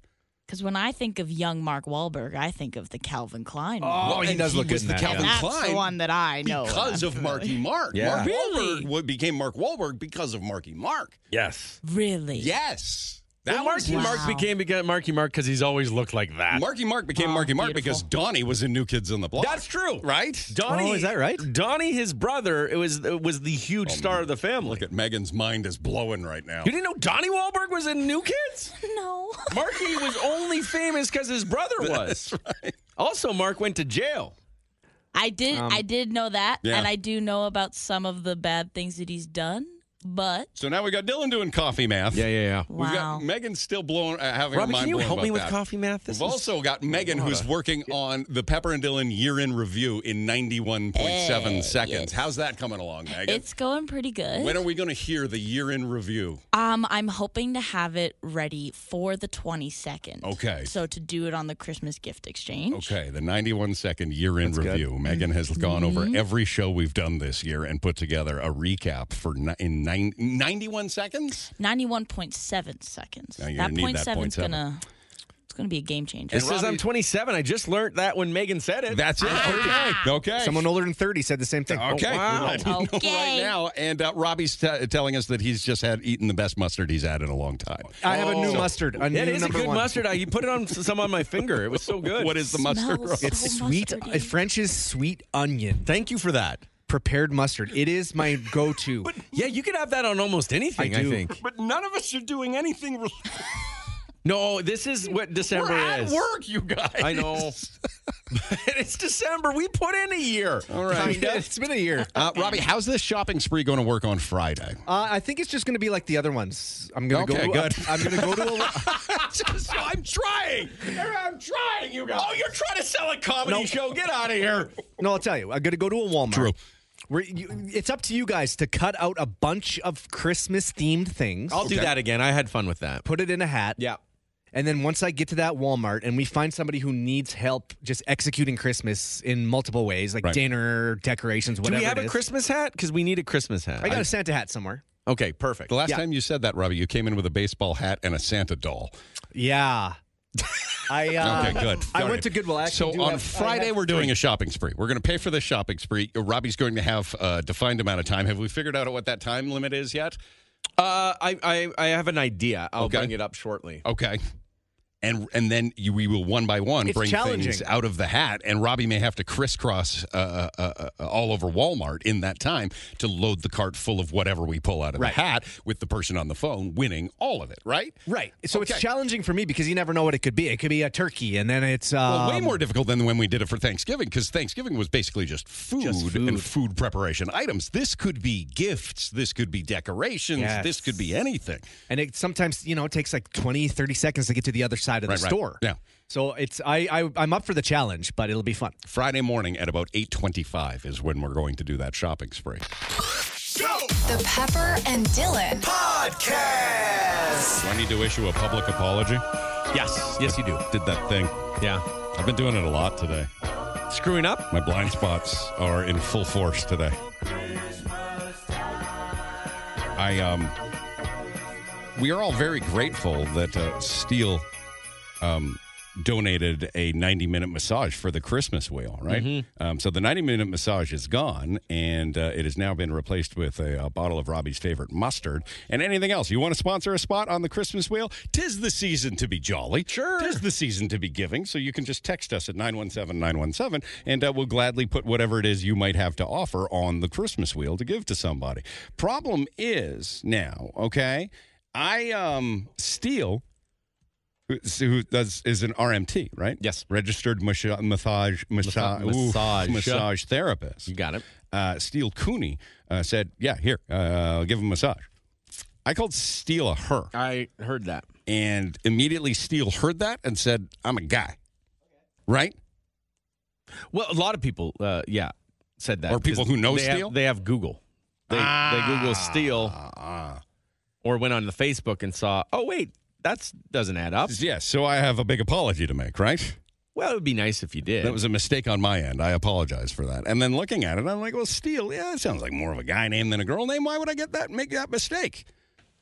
S6: Because when I think of young Mark Wahlberg, I think of the Calvin Klein. one.
S5: Oh, he
S3: and
S5: does look good
S3: was
S5: in
S3: the
S5: that,
S3: Calvin
S6: That's
S3: Klein
S6: the one that I know. and
S3: because
S6: I'm
S3: of
S6: familiar-
S3: Marky Mark.
S4: Yeah.
S3: Mark
S6: Really?
S3: Wahlberg wa- became Mark Wahlberg because of Marky Mark.
S4: yes.
S6: Really?
S3: Yes, that
S4: That Marky
S3: was-
S4: Mark
S6: Wow.
S4: became beca- Marky Mark because he's always looked like that.
S3: Marky Mark became
S6: Oh,
S3: Marky Mark because
S6: beautiful.
S3: Donnie was in New Kids on the Block.
S4: That's true.
S3: right?
S4: Donnie,
S5: Oh, is that right?
S4: Donnie, his brother, it was it was the huge star of the family.
S3: Oh, Look at Megan's mind is blowing right now.
S4: you didn't know Donnie Wahlberg was in New Kids?
S6: No.
S4: Marky was only famous because his brother was. Also, Mark went to jail.
S6: I did. I did know that,
S3: Um, yeah.
S6: and I do know about some of the bad things that he's done. But
S3: So now we got Dylan doing coffee math.
S4: yeah,
S3: We've
S6: wow,
S3: got Megan still blowing, uh, having
S4: Robbie,
S3: her mind
S4: can you
S3: blown
S4: help
S3: about
S4: me with
S3: that.
S4: coffee math?
S3: We've
S4: This is-
S3: also got Megan, who's working on the Pepper and Dylan year in review in 91.7
S6: Eh,
S3: seconds.
S6: yes.
S3: How's that coming along, Megan?
S6: it's uh, going pretty good.
S3: when are we going to hear the year in review?
S6: Um, I'm hoping to have it ready for the 22nd.
S3: Okay.
S6: So to do it on the Christmas gift exchange.
S3: Okay, the 91 second year in
S5: That's good.
S3: review. Megan has gone over every show we've done this year and put together a recap for ni- in nine, 91 seconds.
S6: 91.7 seconds.
S3: Now you're
S6: that
S3: gonna need
S6: point
S3: that
S6: seven's
S3: 0.7.
S6: gonna it's gonna be a game changer.
S4: It says
S3: Robbie-
S4: I'm 27. I just learned that when Megan said it.
S3: That's it. Okay. Okay.
S5: Someone older than 30 said the same thing.
S3: Okay.
S4: Oh, wow.
S3: I didn't know right
S6: Okay.
S3: now. And uh, Robbie's t- telling us that he's just had eaten the best mustard he's had in a long time.
S5: I have a new
S4: Oh.
S5: mustard. A
S4: Yeah,
S5: new
S4: it is a
S5: number
S4: good
S5: one.
S4: mustard. I, you put it on some on my finger. It was so good.
S3: What is the mustard?
S6: Smells
S3: Robbie?
S5: It's
S6: So
S5: sweet.
S6: mustardy.
S5: uh, French's sweet onion.
S4: Thank you for that.
S5: Prepared mustard. It is my go-to.
S4: Yeah, you could have that on almost anything.
S5: I do.
S4: think.
S3: But none of us are doing anything. Re-
S4: No, this is what December
S3: We're at
S4: is.
S3: work, you guys.
S4: I know. it's December. We put in a year. All
S3: right.
S5: it's been a year.
S3: Uh, Robbie, how's this shopping spree going to work on Friday?
S5: Uh, I think it's just going to be like the other ones. I'm going to
S3: Okay,
S5: go.
S3: good.
S5: I'm going to go to a.
S3: so I'm trying. I'm trying, you guys. Oh, you're trying to sell a comedy show. Get out of here.
S5: No, I'll tell you. I'm going to go to a Walmart.
S3: True.
S5: Where you, it's up to you guys to cut out a bunch of Christmas themed things,
S4: I'll do that again. I had fun with that.
S5: put it in a hat,
S4: Yeah.
S5: and then once I get to that Walmart and we find somebody who needs help just executing Christmas in multiple ways, like
S3: Right.
S5: dinner, decorations,
S4: Do
S5: whatever.
S4: we have
S5: it
S4: a
S5: is.
S4: Christmas hat? Because we need a Christmas hat.
S5: I got a Santa hat somewhere.
S4: Okay, perfect.
S3: The last
S5: Yeah.
S3: time you said that, Robbie, you came in with a baseball hat and a Santa doll.
S5: Yeah. I uh,
S3: Okay, good.
S5: I
S3: All
S5: went
S3: right.
S5: to Goodwill. I actually
S3: So
S5: do
S3: on
S5: have- I
S3: Friday,
S5: have
S3: we're doing a shopping spree. We're going to pay for this shopping spree. Robbie's going to have a defined amount of time. Have we figured out what that time limit is yet?
S4: Uh, I, I I have an idea. I'll
S3: Okay.
S4: bring it up shortly.
S3: Okay. And and then you, we will one by one
S5: It's
S3: bring
S5: challenging.
S3: things out of the hat, and Robbie may have to crisscross uh, uh, uh, uh, all over Walmart in that time to load the cart full of whatever we pull out of
S5: Right.
S3: the hat, with the person on the phone winning all of it. Right.
S5: Right. So it's
S3: Okay.
S5: challenging for me because you never know what it could be. It could be a turkey, and then it's uh,
S3: Well, way more difficult than when we did it for Thanksgiving because Thanksgiving was basically just food, and
S5: food.
S3: food preparation items. This could be gifts. This could be decorations.
S5: Yes.
S3: This could be anything.
S5: and it sometimes you know it takes like 20, 30 seconds to get to the other side of
S3: Right,
S5: the
S3: right.
S5: store.
S3: Yeah.
S5: So it's I, I I'm up for the challenge, but it'll be fun.
S3: Friday morning at about 8.25 is when we're going to do that shopping spree.
S1: The Pepper and Dylan
S2: Podcast.
S3: Do I need to issue a public apology?
S4: Yes, yes, you do.
S3: Did that thing.
S4: Yeah,
S3: I've been doing it a lot today.
S4: screwing up.
S3: My blind spots are in full force today. I um, we are all very grateful that uh, Steele um donated a 90 minute massage for the Christmas wheel, right? Um, so the 90 minute massage is gone, and uh, it has now been replaced with a, a bottle of Robbie's favorite mustard and anything else. You want to sponsor a spot on the Christmas wheel? Tis the season to be jolly. Sure. Tis the season to be giving. So you can just text us at 917 917, and uh, we'll gladly put whatever it is you might have to offer on the Christmas wheel to give to somebody. Problem is now, okay? I um steal who, who does is an RMT, right?
S4: Yes.
S3: registered massage massage massage, ooh,
S4: massage.
S3: massage therapist.
S4: You got it.
S3: Uh, Steele Cooney uh, said, "Yeah, here, uh, I'll give him a massage." I called Steele a her,
S4: I heard that.
S3: and immediately Steele heard that and said, "I'm a guy," right?
S4: Well, a lot of people, uh, yeah, said that.
S3: Or people
S4: because
S3: who know
S4: they have-
S3: Steele?
S4: they have Google. They, they Google Steele, or went on the Facebook and saw. Oh wait, that's doesn't add up.
S3: Yes. so I have a big apology to make, right?
S4: Well, it would be nice if you did.
S3: That was a mistake on my end. I apologize for that. And then looking at it, I'm like, well, Steele, yeah, that sounds like more of a guy name than a girl name. Why would I get that make that mistake?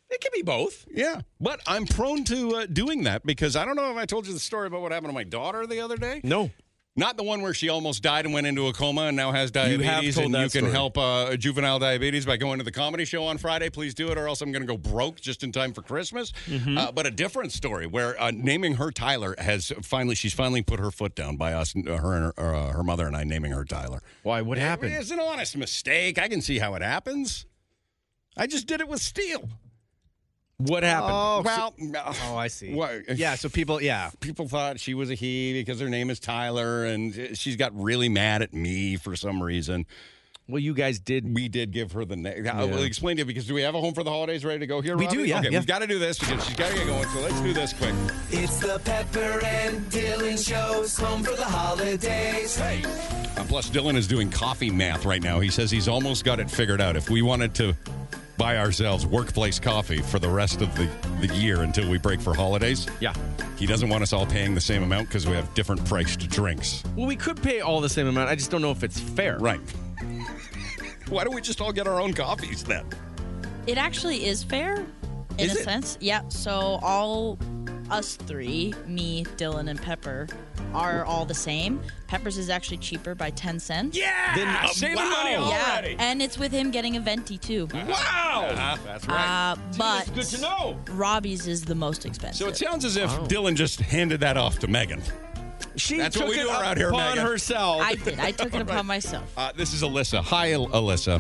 S4: it can be both.
S3: Yeah, but I'm prone to uh, doing that because I don't know if I told you the story about what happened to my daughter the other day.
S4: No,
S3: Not the one where she almost died and went into a coma and now has diabetes.
S4: have told
S3: and
S4: that
S3: you can
S4: story.
S3: help uh, juvenile diabetes by going to the comedy show on Friday. Please do it, or else I'm going to go broke just in time for Christmas.
S4: Mm-hmm.
S3: Uh, but a different story where uh, naming her Tyler has finally she's finally put her foot down by us, uh, her and her, uh, her mother and I naming her Tyler.
S4: why? What happened?
S3: It's an honest mistake. I can see how it happens. I just did it with steel.
S4: What happened?
S3: well, Oh, no.
S5: Oh, I see.
S3: What-
S5: Yeah. So people, yeah.
S3: people thought she was a he because her name is Tyler, and she's got really mad at me for some reason.
S4: well, you guys did.
S3: We did give her the name. I will explain to you because do we have a home for the holidays ready to go here?
S5: We
S3: Robbie?
S5: do, yeah,
S3: Okay,
S5: yeah.
S3: we've got to do this because she's got to get going. So let's do this quick.
S2: It's the Pepper and Dylan Show's home for the holidays. Hey.
S3: Uh, plus, Dylan is doing coffee math right now. He says he's almost got it figured out. If we wanted to buy ourselves workplace coffee for the rest of the, the year until we break for holidays,
S4: Yeah.
S3: he doesn't want us all paying the same amount because we have different priced drinks.
S4: Well, we could pay all the same amount. I just don't know if it's fair.
S3: Right. Why don't we just all get our own coffees then?
S6: It actually is fair in
S3: Is
S6: a
S3: it?
S6: sense. Yeah. So all us three, me, Dylan, and Pepper, are all the same. Pepper's is actually cheaper by 10 cents. Yeah.
S4: Then saving money
S6: Yeah. And it's with him getting a venti too.
S3: Wow. that's
S6: Uh, but
S4: know.
S6: Robbie's is the most expensive.
S3: So it sounds as if
S4: Oh.
S3: Dylan just handed that off to Megan.
S4: She
S3: That's what
S4: took
S3: we
S4: it
S3: do around here,
S4: upon
S3: Megan.
S4: herself.
S6: I did. I took it upon myself.
S3: Uh, this is Alyssa. Hi, Al- Alyssa.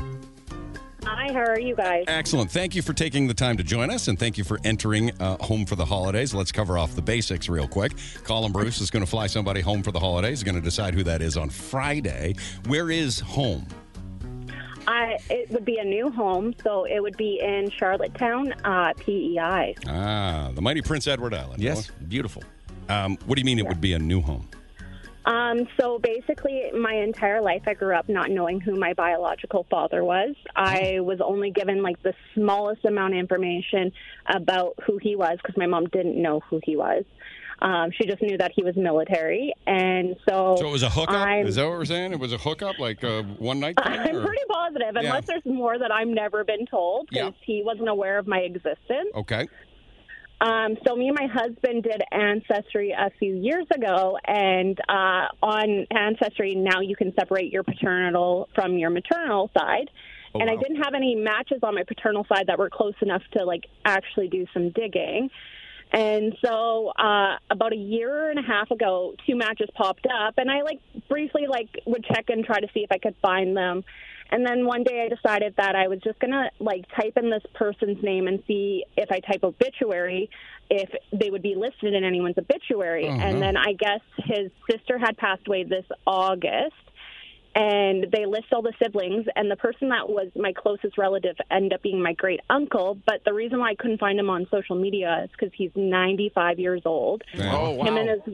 S10: Hi, how are you guys?
S3: Excellent. Thank you for taking the time to join us, and thank you for entering uh, Home for the Holidays. Let's cover off the basics real quick. Colin Bruce is going to fly somebody home for the holidays. Going to decide who that is on Friday. Where is home?
S10: I, it would be a new home, so it would be in Charlottetown, uh, PEI.
S3: Ah, the mighty Prince Edward Island.
S4: yes, beautiful.
S3: Um, what do you mean it would be a new home?
S10: Um, so basically, my entire life, I grew up not knowing who my biological father was. I was only given like the smallest amount of information about who he was because my mom didn't know who he was. Um, she just knew that he was military, and so
S3: So it was a hookup.
S10: I'm-
S3: Is that what we're saying? It was a hookup, like a one night thing.
S10: I'm
S3: or-
S10: pretty positive,
S3: Yeah.
S10: unless there's more that I've never been told,
S3: Yeah.
S10: because he wasn't aware of my existence.
S3: Okay.
S10: Um, so me and my husband did Ancestry a few years ago, and uh, on Ancestry now you can separate your paternal from your maternal side.
S11: Oh,
S10: and I
S11: wow.
S10: didn't have any matches on my paternal side that were close enough to like actually do some digging. And so uh, about a year and a half ago, two matches popped up, and I like briefly like would check and try to see if I could find them. And then one day I decided that I was just gonna like type in this person's name and see if I type obituary, if they would be listed in anyone's obituary.
S12: Oh,
S10: and
S12: no.
S10: then I guess his sister had passed away this August, and they list all the siblings. And the person that was my closest relative ended up being my great uncle. But the reason why I couldn't find him on social media is because he's 95 years old.
S13: Oh, wow.
S10: Him and his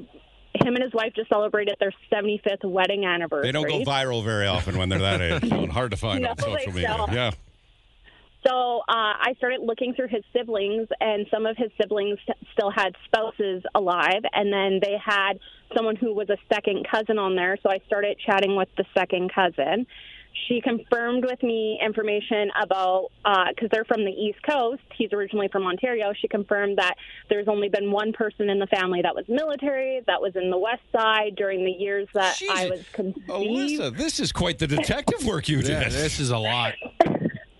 S10: him and his wife just celebrated their 75th wedding anniversary.
S3: They don't go viral very often when they're that age. so Hard to find
S10: No,
S3: on social
S10: they
S3: media.
S10: don't.
S3: Yeah.
S10: So uh, I started looking through his siblings, and some of his siblings t- still had spouses alive, and then they had someone who was a second cousin on there. So I started chatting with the second cousin. She confirmed with me information about because they're from the East Coast. He's originally from Ontario. She confirmed that there's only been one person in the family that was military, that was in the West Side during the years that I was conceived.
S3: Alyssa, this is quite the detective work you did.
S14: Yeah, this is a lot.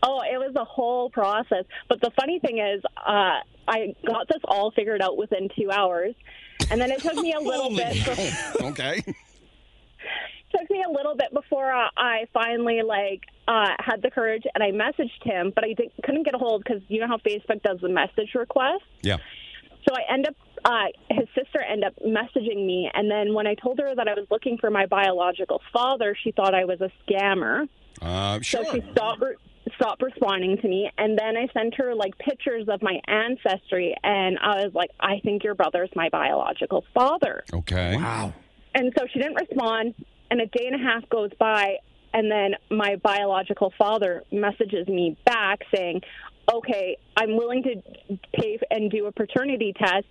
S10: Oh, it was a whole process. But the funny thing is, uh, I got this all figured out within two hours, and then it took me a little bit.
S3: okay.
S10: took me a little bit before uh, I finally like uh, had the courage, and I messaged him, but I did, couldn't get a hold because you know how Facebook does the message request.
S3: Yeah.
S10: So I end up, uh, his sister ended up messaging me, and then when I told her that I was looking for my biological father, she thought I was a scammer.
S3: Uh, sure.
S10: So she stopped re- stopped responding to me, and then I sent her like pictures of my ancestry, and I was like, I think your brother's my biological father.
S3: Okay. Wow.
S10: And so she didn't respond, and a day and a half goes by, and then my biological father messages me back saying, Okay, I'm willing to pay and do a paternity test,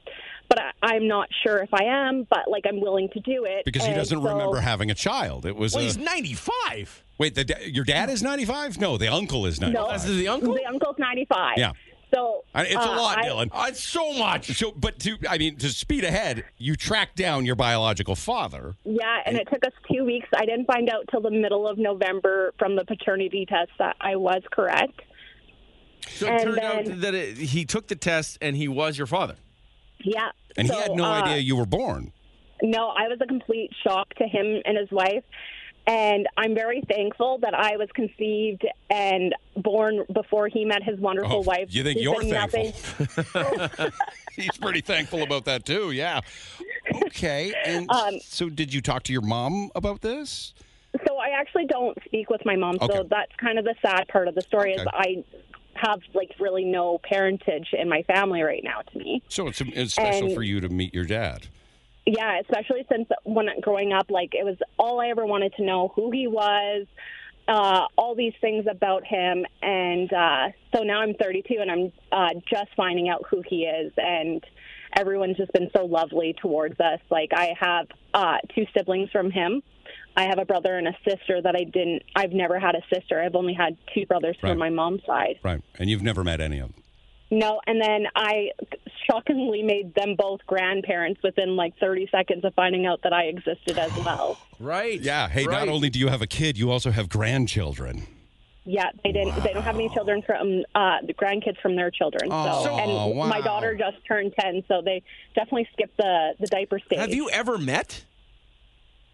S10: but I, I'm not sure if I am, but like I'm willing to do it.
S3: Because he
S10: And
S3: doesn't
S10: so-
S3: remember having a child. It was.
S10: Well,
S3: a-
S10: he's
S14: 95.
S3: Wait, the da- your dad is 95? No, the uncle is 95.
S10: the uncle? The uncle's 95.
S3: Yeah.
S10: So
S3: I- It's
S10: uh,
S3: a lot,
S10: I-
S3: Dylan. it's so much. So, but to I mean, to speed ahead, you tracked down your biological father.
S10: Yeah, and it took us two weeks. I didn't find out till the middle of November from the paternity test that I was correct.
S4: So it
S10: And
S4: turned
S10: then-
S4: out that it, he took the test and he was your father.
S10: Yeah.
S3: And
S10: So,
S3: he had no
S10: uh,
S3: idea you were born.
S10: No, I was a complete shock to him and his wife. And I'm very thankful that I was conceived and born before he met his wonderful
S3: Oh,
S10: wife.
S3: you think
S10: He's
S3: you're
S10: been
S3: thankful? He's pretty thankful about that too. Yeah. Okay. And
S10: Um,
S3: so, did you talk to your mom about this?
S10: So I actually don't speak with my mom.
S3: Okay.
S10: So that's kind of the sad part of the story is
S3: Okay.
S10: I have like really no parentage in my family right now to me.
S3: So it's, it's special
S10: And-
S3: for you to meet your dad.
S10: Yeah, especially since when growing up, like it was all I ever wanted to know who he was, uh, all these things about him, and uh, so now I'm 32 and I'm uh, just finding out who he is, and everyone's just been so lovely towards us. Like I have uh, two siblings from him. I have a brother and a sister that I didn't. I've never had a sister. I've only had two brothers
S3: Right.
S10: from my mom's side.
S3: Right. And you've never met any of them.
S10: No, and then I shockingly made them both grandparents within like 30 seconds of finding out that I existed as well.
S4: Right.
S3: Yeah. Hey,
S10: Right.
S3: not only do you have a kid, you also have grandchildren.
S10: Yeah, they didn't. They don't have any children from uh, the grandkids from their children.
S4: Oh,
S10: so,
S4: so-
S10: and
S4: wow.
S10: my daughter just turned 10, so they definitely skipped the the diaper stage.
S4: Have you ever met?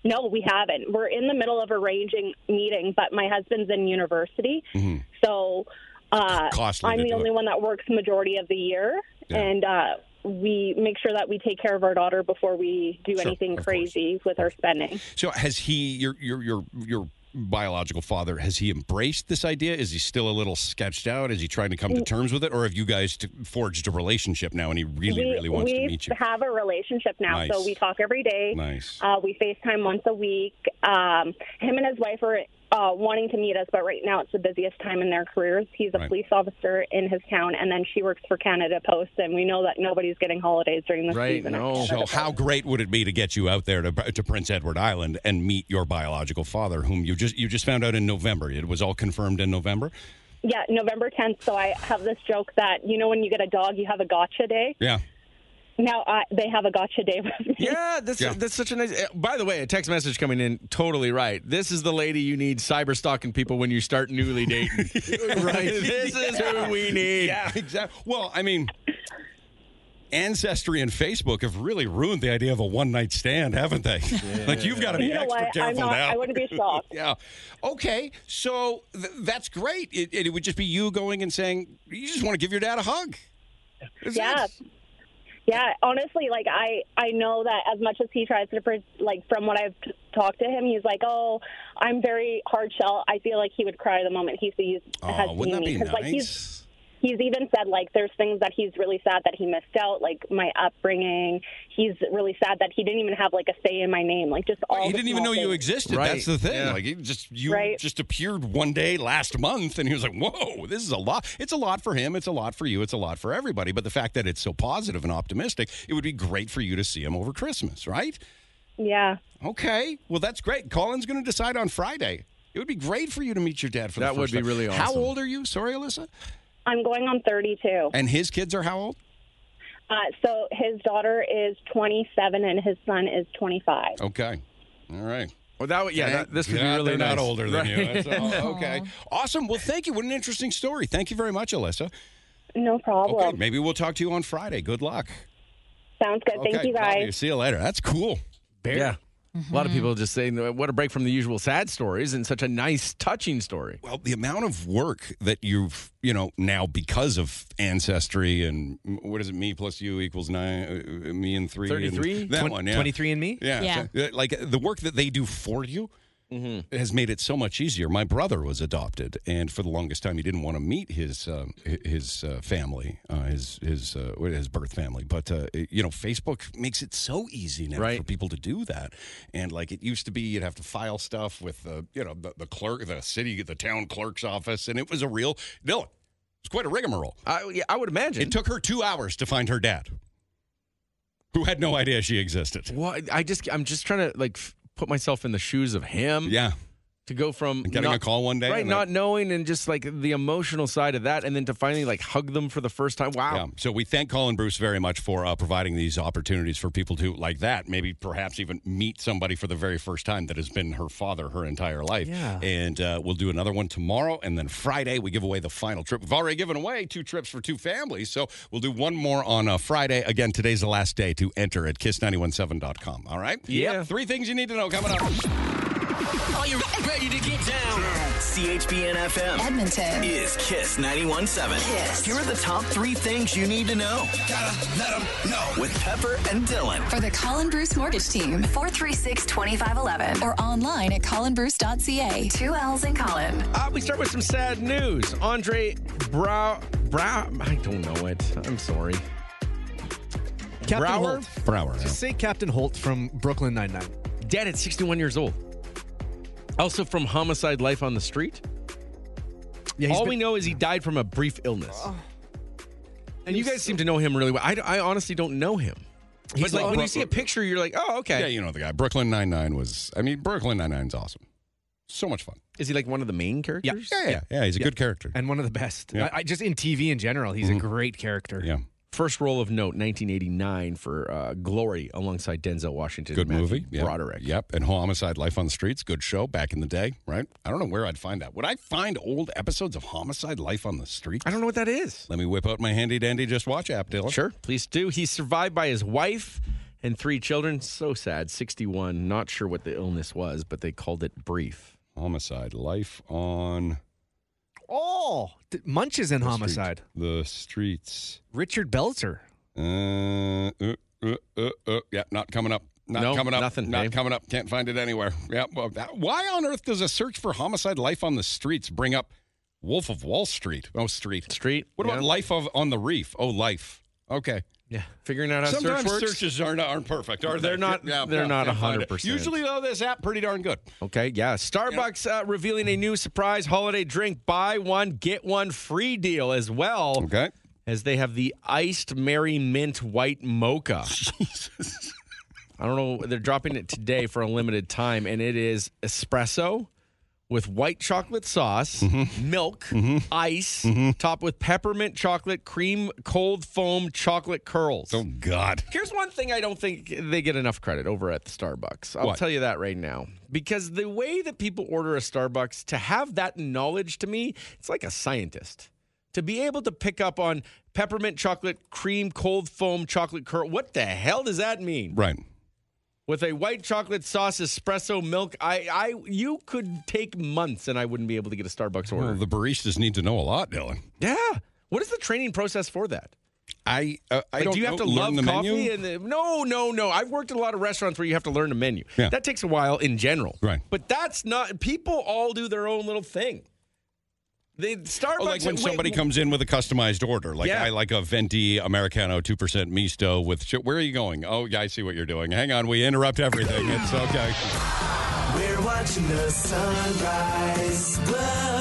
S10: No, we haven't. We're in the middle of arranging meeting, but my husband's in university,
S3: Mm-hmm.
S10: so uh,
S3: Costly
S10: I'm
S3: to
S10: the
S3: do
S10: only
S3: it.
S10: one that works majority of the year,
S3: Yeah.
S10: and uh, we make sure that we take care of our daughter before we do
S3: Sure,
S10: anything
S3: of
S10: crazy with our spending.
S3: So has he your your your your biological father has he embraced this idea? Is he still a little sketched out? Is he trying to come
S10: Mm.
S3: to terms with it, or have you guys t- forged a relationship now and he really
S10: we,
S3: really wants
S10: we
S3: to meet you?
S10: have a relationship now,
S3: Nice.
S10: so we talk every day.
S3: Nice.
S10: Uh, we FaceTime once a week. Um, him and his wife are uh, wanting to meet us, but right now it's the busiest time in their careers. He's a
S3: Right.
S10: police officer in his town, and then she works for Canada Post, and we know that nobody's getting holidays during this season. at Canada
S3: So,
S10: Post.
S3: how great would it be to get you out there to, to Prince Edward Island and meet your biological father, whom you just you just found out in November? It was all confirmed in November.
S10: Yeah, November 10th. So I have this joke that you know when you get a dog, you have a gotcha day.
S3: Yeah.
S10: Now I, they have a gotcha day with me.
S4: Yeah, that's that's such a nice. uh, By the way, a text message coming in, totally right. This is the lady you need cyber stalking people when you start newly dating.
S3: right.
S4: This is who we need.
S3: Yeah, exactly. Well, I mean, Ancestry and Facebook have really ruined the idea of a one night stand, haven't they? Like, you've got to be
S10: You know
S3: extra
S10: what? I'm
S3: careful
S10: not-
S3: now.
S10: I wouldn't be shocked.
S3: yeah. Okay. So th- that's great. It, it would just be you going and saying, you just want to give your dad a hug.
S10: yeah. Yeah, honestly, like I, I know that as much as he tries to, pre- like, from what I've t- talked to him, he's like, "Oh, I'm very hard shell." I feel like he would cry the moment he sees
S3: Oh,
S10: has
S3: wouldn't
S10: seen me
S3: that be
S10: 'Cause, like
S3: nice?
S10: he's he's even said like there's things that he's really sad that he missed out, like my upbringing. He's really sad that he didn't even have like a say in my name, like just all.
S3: He
S10: the
S3: didn't even know
S10: small
S3: you
S10: things.
S3: existed.
S4: Right,
S3: That's the thing.
S4: yeah.
S3: Like, it just you
S10: Right.
S3: just appeared one day last month, and he was like, "Whoa, this is a lot. It's a lot for him. It's a lot for you. It's a lot for everybody." But the fact that it's so positive and optimistic, it would be great for you to see him over Christmas, right?
S10: Yeah.
S3: Okay. Well, that's great. Colin's going to decide on Friday. It would be great for you to meet your dad for
S4: That
S3: the
S4: would
S3: first
S4: be
S3: time.
S4: really
S3: How
S4: awesome.
S3: old are you? Sorry, Alyssa.
S10: I'm going on 32.
S3: And his kids are how old?
S10: Uh, so his daughter is 27 and his son is 25.
S3: Okay. All right.
S4: Well, that would yeah.
S3: Thank
S4: That, this would be
S3: God
S4: really
S3: they're
S4: nice.
S3: not older than you.
S4: Right.
S3: That's all. okay. Awesome. Well, thank you. What an interesting story. Thank you very much, Alyssa.
S10: No problem.
S3: Okay, maybe we'll talk to you on Friday. Good luck.
S10: Sounds good. Thank
S3: Okay,
S10: you
S3: love
S10: guys. Mm-hmm.
S3: See you later. That's cool.
S4: Yeah. A lot of people just saying, "What a break from the usual sad stories," and such a nice, touching story.
S3: Well, the amount of work that you've, you know, now because of ancestry and m- what is it? Me plus you equals nine. uh, uh, Me and three. and
S5: 33?
S3: That
S5: Twen-
S3: one. Yeah.
S5: 23 and me?
S3: Yeah.
S5: Yeah.
S3: so, uh, like uh, the work that they do for you.
S4: Mm-hmm.
S3: Has made it so much easier. My brother was adopted, and for the longest time, he didn't want to meet his um, hi- his uh, family, uh, his his uh, well, his birth family. But uh, it- you know, Facebook makes it so easy now for people to do that. And like it used to be, you'd have to file stuff with the you know the, the clerk, the city, the town clerk's office, and it was a real no. It was quite a rigmarole.
S4: I, yeah, I would imagine
S3: it took her two hours to find her dad, who had no idea she existed.
S4: Well, I- I just, I'm just trying to like f- put myself in the shoes of him.
S3: Yeah.
S4: To go from
S3: And getting a call one day
S4: right?
S3: and
S4: Not knowing and just like the emotional side of that, and then to finally like hug them for the first time. Wow.
S3: Yeah. So we thank Colin Bruce very much for uh, providing these opportunities for people to, like that, maybe perhaps even meet somebody for the very first time that has been her father her entire life.
S4: Yeah.
S3: And uh, we'll do another one tomorrow. And then Friday, we give away the final trip. We've already given away two trips for two families. So we'll do one more on uh, Friday. Again, today's the last day to enter at kiss917.com. All right?
S2: Yeah.
S3: Three things you need to know coming up.
S2: Are you ready to get down? CHBN FM.
S1: Edmonton.
S2: Is Kiss 91.7.
S1: Kiss.
S2: Here are the top three things you need to know. Gotta let them know. With Pepper and Dylan.
S1: For the Colin Bruce Mortgage Team, 436 2511 or online at colinbruce.ca. Two L's in Colin.
S4: Uh, we start with some sad news. Andre Brow Brow. I don't know it. I'm sorry.
S5: Captain
S4: Brower?
S5: Holt.
S3: Brower. yeah.
S5: Just say Captain Holt from Brooklyn Nine Nine.
S4: Dead at 61 years old. Also from homicide life on the street.
S5: Yeah,
S4: All
S5: been-
S4: we know is he died from a brief illness. and you guys seem to know him really well. I, I honestly don't know him. But
S3: He's
S4: like
S3: all-
S4: when you see a picture, you're like, oh, okay.
S3: Yeah, you know the guy. Brooklyn Nine-Nine was, I mean, Brooklyn Nine-Nine's awesome. So much fun.
S4: Is he like one of the main characters?
S3: Yeah, yeah, yeah. He's a good character.
S5: and one of the best.
S3: Yeah. Mm-hmm.
S5: I, I just in TV in general, he's a great character.
S3: Yeah.
S4: First role of note, 1989 for uh, Glory alongside Denzel Washington.
S3: Good
S4: and Matthew
S3: movie. Yep.
S4: Broderick.
S3: Yep. And Homicide Life on the Streets. Good show back in the day, right? I don't know where I'd find that. Would I find old episodes of Homicide Life on the Streets?
S4: I don't know what that is.
S3: Let me whip out my handy dandy Just Watch app, Dylan.
S4: Sure, please do. He's survived by his wife and three children. So sad. 61. Not sure what the illness was, but they called it brief.
S3: Homicide Life on
S5: Oh, th- Munch is in Homicide.
S3: the Streets.
S5: Richard Belzer.
S3: Uh, uh, uh, uh, uh, yeah, not coming up. Not
S4: No,
S3: coming up.
S4: nothing,
S3: Not
S4: Dave.
S3: coming up. Can't find it anywhere. Yeah. Well, that, why on earth does a search for homicide life on the streets bring up Wolf of Wall Street? Oh, street.
S4: Street.
S3: What about
S4: yeah.
S3: life of on the reef? Oh, life. Okay.
S4: Yeah. Figuring out how
S3: Sometimes
S4: search works.
S3: searches aren't aren't perfect, are they?
S4: They're not- they're not 100%.
S3: Usually, though, this app pretty darn good.
S4: Okay, yeah. uh, Starbucks uh, revealing a new surprise holiday drink buy one, get one free deal as well.
S3: Okay.
S4: As they have the iced Mary Mint White Mocha. Jesus. I don't know. They're dropping it today for a limited time, and it is espresso with white chocolate sauce, milk, ice, topped with peppermint chocolate, cream, cold foam, chocolate curls. Oh,
S3: God.
S4: Here's one thing I don't think they get enough credit over at Starbucks. I'll
S3: What?
S4: tell you that right now. Because the way that people order a Starbucks, to have that knowledge to me, it's like a scientist. To be able to pick up on peppermint chocolate, cream, cold foam, chocolate curl, what the hell does that mean?
S3: Right.
S4: With a white chocolate sauce, espresso, milk, I, I, you could take months and I wouldn't be able to get a Starbucks order.
S3: Well, the baristas need to know a lot, Dylan.
S4: Yeah. What is the training process for that?
S3: I uh, I
S4: Like,
S3: don't
S4: do you have
S3: know-
S4: to
S3: learn
S4: love
S3: the
S4: coffee?
S3: menu?
S4: And the, no, no, no. I've worked at a lot of restaurants where you have to learn a menu.
S3: Yeah.
S4: That takes a while in general.
S3: Right.
S4: But that's not. People all do their own little thing. They Starbucks.
S3: Oh, like when
S4: wait,
S3: somebody
S4: wait.
S3: comes in with a customized order, like
S4: Yeah.
S3: I like a venti americano, two percent misto with. Ch- where are you going? Oh, yeah, I see what you're doing. Hang on, we interrupt everything. It's okay.
S2: We're watching the sunrise.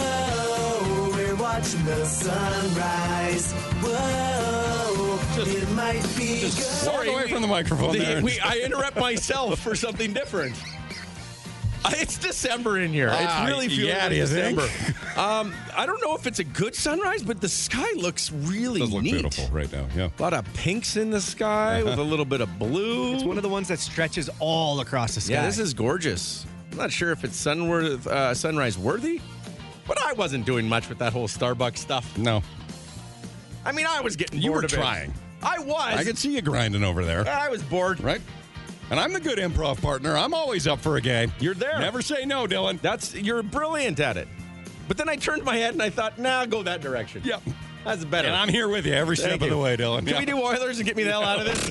S2: Whoa, we're watching the sunrise. Whoa, it might be good.
S3: Walk away from the microphone.
S4: The-
S3: there.
S4: we- I interrupt myself for something different. I- It's December in here.
S3: Ah,
S4: it's really feeling
S3: yeah,
S4: like
S3: do you think?
S4: December. Um, I don't know if it's a good sunrise, but the sky looks really
S3: Does look
S4: neat.
S3: beautiful right now. Yeah.
S4: A lot of pinks in the sky with a little bit of blue.
S5: It's one of the ones that stretches all across the sky.
S4: Yeah, this is gorgeous. I'm not sure if it's sun worth, uh, sunrise worthy, but I wasn't doing much with that whole Starbucks stuff.
S3: No.
S4: I mean, I was getting
S3: You
S4: bored
S3: were
S4: of it.
S3: trying.
S4: I was.
S3: I could see you grinding over there,
S4: I was bored.
S3: right? And I'm the good improv partner. I'm always up for a game.
S4: You're there.
S3: Never say no, Dylan.
S4: That's you're brilliant at it. But then I turned my head and I thought, nah, go that direction.
S3: Yep.
S4: that's better.
S3: And I'm here with you every step
S4: Thank
S3: of the
S4: you.
S3: way, Dylan.
S4: Can we
S3: Yeah.
S4: do Oilers and get me the hell out of this?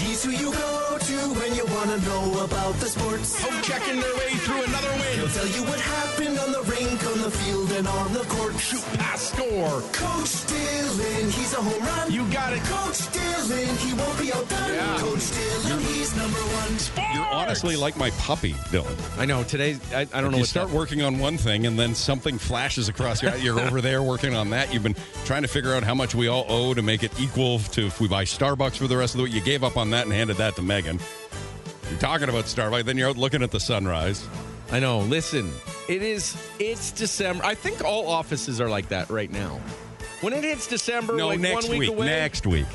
S2: He's who you go to when you want to know about the sports.
S4: Oh, checking their way through another
S2: He'll
S4: win.
S2: tell you what happened on the rink, on the field, and on the court. Shoot.
S4: Pass score.
S2: Coach Dylan, he's a home run.
S4: You got it.
S2: Coach Dylan, he won't be outdone.
S4: Yeah.
S2: Coach Dylan, he's number one.
S3: You're honestly like my puppy, Dylan.
S4: I know. Today, I, I don't know
S3: You
S4: what
S3: start
S4: that-
S3: working on one thing, and then something flashes across your. You're over there working on that. You've been trying to figure out how much we all owe to make it equal to if we buy Starbucks for the rest of the week. You gave up on that and handed that to Megan. You're talking about Starbucks, then you're out looking at the sunrise.
S4: I know. Listen, it is. It's December. I think all offices are like that right now. When it hits December,
S3: No,
S4: like
S3: next
S4: one week,
S3: week.
S4: away.
S3: Next week.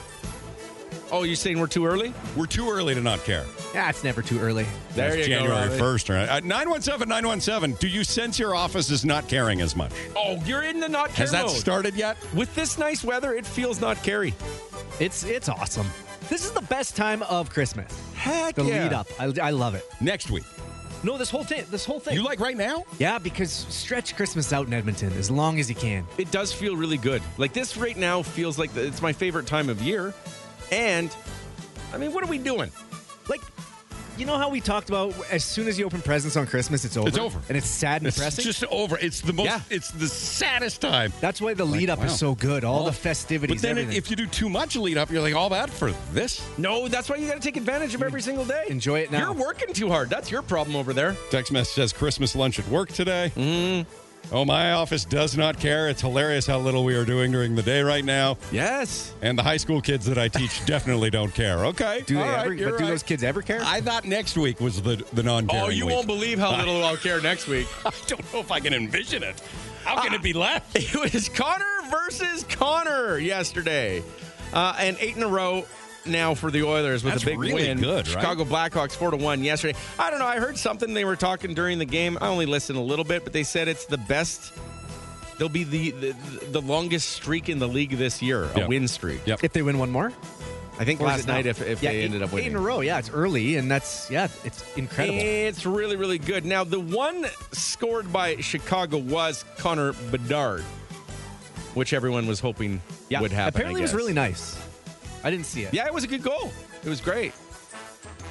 S4: Oh, you're saying we're too early?
S3: We're too early to not care.
S5: Yeah, it's never too early.
S4: There
S3: That's
S4: you go,
S3: January
S4: Robbie.
S3: 1st. Right? Uh, 917 917. Do you sense your office is not caring as much?
S4: Oh, you're in the not care
S3: Has that
S4: mode.
S3: started yet?
S4: With this nice weather, it feels not carry.
S5: It's it's awesome. This is the best time of Christmas.
S4: Heck
S5: The
S4: yeah.
S5: lead up, I, I love it.
S3: Next week.
S5: No, this whole thing, this whole thing.
S3: You like right now?
S5: yeah, because stretch Christmas out in Edmonton as long as you can.
S4: It does feel really good. Like this right now feels like the, it's my favorite time of year. And I mean, what are we doing?
S5: Like, you know how we talked about as soon as you open presents on Christmas, it's over.
S3: It's over.
S5: and it's sad and
S3: It's
S5: depressing.
S3: just over. It's the most.
S5: Yeah.
S3: It's the saddest time.
S5: That's why the
S3: Like,
S5: lead up
S3: wow.
S5: is so good. All
S3: Oh.
S5: the festivities.
S3: But then,
S5: everything.
S3: if you do too much lead up, you're like, all that for this.
S4: No, that's why you got to take advantage of every single day.
S5: enjoy it now.
S4: You're working too hard. That's your problem over there.
S3: Text message says Christmas lunch at work today. Oh, my office does not care. It's hilarious how little we are doing during the day right now.
S4: Yes.
S3: And the high school kids that I teach definitely don't care. Okay.
S5: do they
S3: all right,
S5: ever?
S3: you're
S5: But do
S3: right.
S5: those kids ever care?
S3: I thought next week was the the Ah. non.
S4: Oh, you won't believe how little I'll care next week. Ah.
S3: I don't know if I can envision it. How can it be left?
S4: It was Connor versus Connor yesterday, uh, and eight in a row now for the Oilers with
S3: That's
S4: a big
S3: really
S4: win.
S3: good, right?
S4: Chicago Blackhawks four to one yesterday. I don't know. I heard something they were talking during the game. I only listened a little bit, but they said it's the best. They'll be the the, the longest streak in the league this year,
S3: Yeah.
S4: a win streak.
S3: Yeah.
S5: if they win one more.
S4: I think
S5: Or is
S4: last
S5: it now?
S4: night if, if
S5: Yeah,
S4: they
S5: eight-
S4: ended up winning.
S5: eight in a row. Yeah, it's early, and that's yeah, it's incredible.
S4: It's really, really good. Now, the one scored by Chicago was Connor Bedard, which everyone was hoping
S5: yeah,
S4: would happen.
S5: apparently
S4: I
S5: it was
S4: guess.
S5: really nice. I didn't see it.
S4: Yeah, it was a good goal. It was great.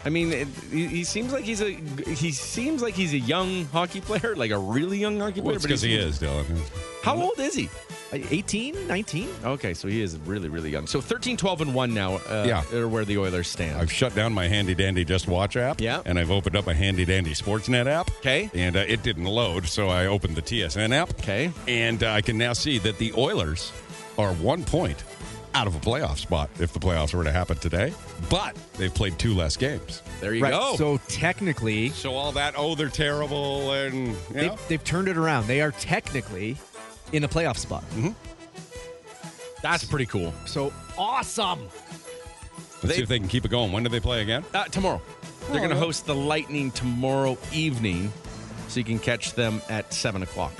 S4: I mean, it, he, he seems like he's a he seems like he's a young hockey player, like a really young hockey player.
S3: Well, it's because he
S4: seems-
S3: is, Dylan.
S4: How old is he?
S5: 18, 19?
S4: Okay, so he is really, really young. So 13, 12, and 1 now uh,
S3: Yeah.
S4: are where the Oilers stand.
S3: I've shut down my handy dandy Just Watch app. Yeah. And I've opened up my handy dandy Sportsnet app. Okay. And uh, it didn't load, so I opened the TSN app. Okay. And uh, I can now see that the Oilers are one point out of a playoff spot if the playoffs were to happen today. But they've played two less games. There
S5: right. So technically,
S3: So all that, oh, they're terrible, and you
S5: they've,
S3: know.
S5: they've turned it around. They are technically in a playoff spot.
S3: Mm-hmm.
S4: That's pretty cool.
S5: So awesome.
S3: Let's see if they can keep it going. When do they play again?
S4: Uh, tomorrow. They're going to
S3: Oh.
S4: host the Lightning tomorrow evening, so you can catch them at 7 o'clock.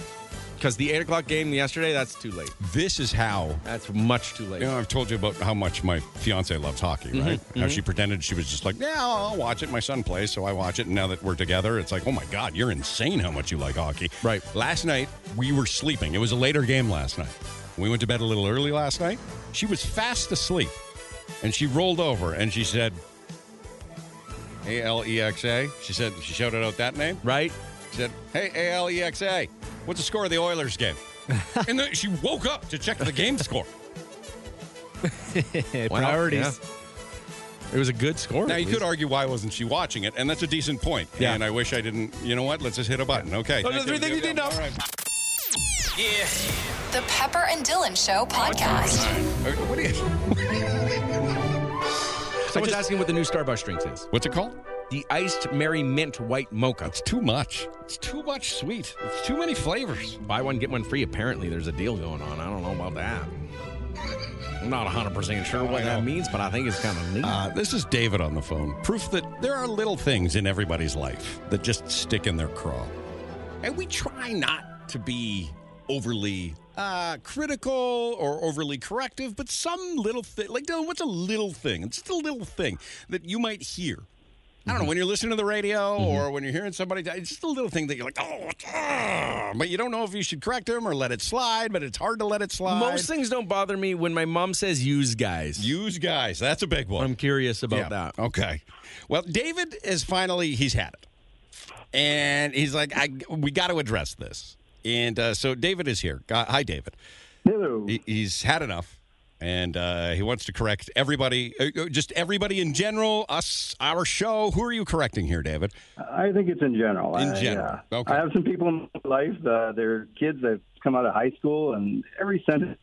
S4: Because the 8 o'clock game yesterday, that's too late.
S3: This is how.
S4: That's much too late.
S3: You know, I've told you about how much my fiance loves hockey, right?
S4: Mhm,
S3: How
S4: mhm.
S3: she pretended she was just like, yeah, I'll watch it. My son plays, so I watch it. And now that we're together, it's like, oh my God, you're insane how much you like hockey. Right. Last night, we were sleeping. It was a later game last night. We went to bed a little early last night. She was fast asleep. And she rolled over and she said, A L E X A. She said, she shouted out that name.
S4: Right.
S3: She said, hey, A L E X A, what's the score of the Oilers game? and then she woke up to check the game score. Wow,
S5: Priorities.
S4: It was a good score.
S3: Now
S4: at
S3: you
S4: least.
S3: could argue why wasn't she watching it, and that's a decent point.
S4: Yeah.
S3: And I wish I didn't. You know what? Let's just hit a button. Okay.
S4: Those are the three things you need to know.
S2: Yeah.
S1: The Pepper and Dylan Show podcast.
S3: What is?
S4: Someone's asking what the new Starbucks drink is.
S3: What's it called?
S4: The iced Mary Mint White Mocha. It's
S3: too much. It's too much sweet. It's too many flavors.
S4: Buy one, get one free. Apparently, there's a deal going on. I don't know about that. I'm not 100% sure what that means, but I think it's kind of neat.
S3: Uh, this is David on the phone. Proof that there are little things in everybody's life that just stick in their craw, and we try not to be overly uh, critical or overly corrective, but some little thing, like Dylan, what's a little thing? It's just a little thing that you might hear. I don't know when you're listening to the radio or when you're hearing somebody. die, It's just a little thing that you're like, oh, ah," but you don't know if you should correct them or let it slide. But it's hard to let it slide.
S4: Most things don't bother me when my mom says use guys.
S3: Use guys. That's a big one.
S4: I'm curious about that.
S3: Okay. Well, David is finally he's had it, and he's like, I we got to address this. And uh, so David is here. Uh, hi, David.
S11: Hello.
S3: He, he's had enough, and uh, he wants to correct everybody, uh, uh, just everybody in general, us, our show. Who are you correcting here, David?
S11: I think it's in general.
S3: In
S11: I,
S3: general.
S11: uh,
S3: Okay.
S11: I have some people in my life. Uh, they're kids that come out of high school, and every sentence,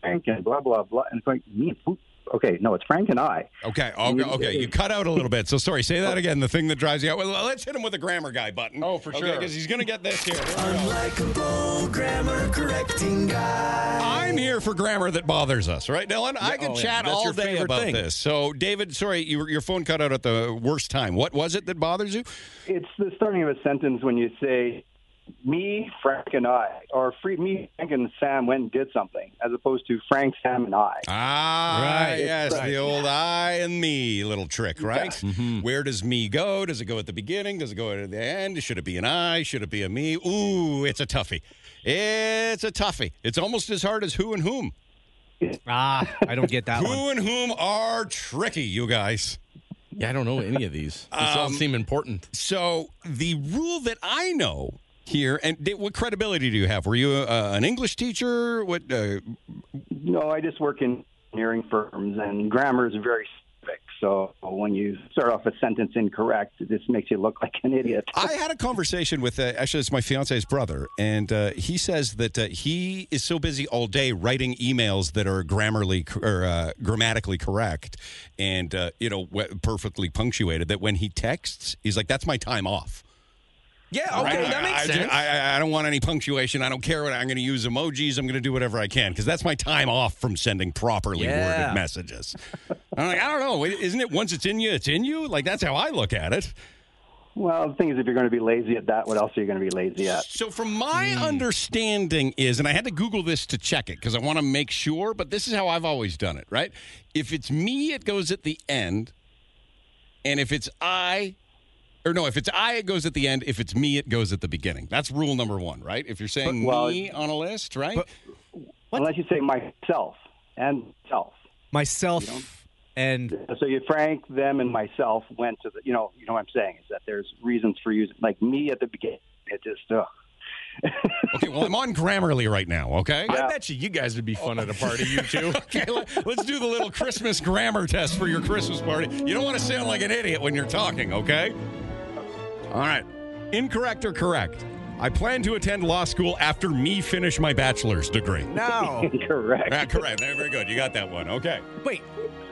S11: Frank and blah blah blah, and it's like me. who- Okay, no, it's Frank and I.
S3: Okay, okay, okay. You cut out a little bit. So sorry. Say
S11: Oh.
S3: that again. The thing that drives you out. Well, let's hit him with a grammar guy button. Oh, for
S2: sure.
S3: Because he's going to get this here.
S2: Unlikable grammar correcting guy.
S3: I'm here for grammar that bothers us, right, Dylan? I could
S2: oh, yeah.
S3: chat
S2: That's
S3: all
S2: your
S3: day
S2: favorite
S3: about
S2: thing.
S3: this. So, David, sorry, your your phone cut out at the worst time. What was it that bothers you?
S11: It's the starting of a sentence when you say me, Frank, and I, or free me, Frank, and Sam went and did something, as opposed to Frank, Sam, and I.
S3: Ah,
S11: Right.
S3: yes,
S11: Right.
S3: the old I and me little trick, right?
S4: Mm-hmm.
S3: Where does me go? Does it go at the beginning? Does it go at the end? Should it be an I? Should it be a me? Ooh, it's a toughie. It's a toughie. It's almost as hard as who and whom.
S5: Ah, I don't get that
S3: who
S5: one.
S3: and whom are tricky, you guys.
S4: Yeah, I don't know any of these. These all
S3: Um,
S4: seem important.
S3: So the rule that I know here, and da- what credibility do you have? Were you uh, an English teacher? What? Uh,
S11: No, I just work in engineering firms, and grammar is very specific. So when you start off a sentence incorrect, this makes you look like an idiot.
S3: I had a conversation with uh, actually it's my fiance's brother, and uh, he says that uh, he is so busy all day writing emails that are grammarly cor- or uh, grammatically correct and uh, you know we- perfectly punctuated that when he texts, he's like, "That's my time off."
S4: Yeah, okay,
S3: Right?
S4: that
S3: I-
S4: makes
S3: I, ju-
S4: sense.
S3: I, I- I don't want any punctuation. I don't care what I'm going to use emojis. I'm going to do whatever I can because that's my time off from sending properly
S2: Yeah.
S3: worded messages. I'm like, I don't know. Isn't it once it's in you, it's in you? Like that's how I look at it.
S11: Well, the thing is, if you're going to be lazy at that, what else are you going to be lazy at?
S3: So, from my understanding is, and I had to Google this to check it because I want to make sure, but this is how I've always done it, right? If it's me, it goes at the end. And if it's I, or no, if it's I, it goes at the end. If it's me, it goes at the beginning. That's rule number one, right? If you're saying
S11: well,
S3: me on a list, right?
S11: Unless you say myself and self.
S5: Myself and
S11: So you Frank, them, and myself went to the. You know, you know what I'm saying is that there's reasons for using like me at the beginning. It just ugh.
S3: Okay, well, I'm on Grammarly right now, okay?
S14: I bet you you guys would be fun at a party, you two.
S3: okay, let, let's do the little Christmas grammar test for your Christmas party. You don't want to sound like an idiot when you're talking, okay? All right. Incorrect or correct? I plan to attend law school after me finish my bachelor's degree.
S5: No.
S3: correct. Ah, correct. Very, very good. You got that one. Okay.
S5: Wait.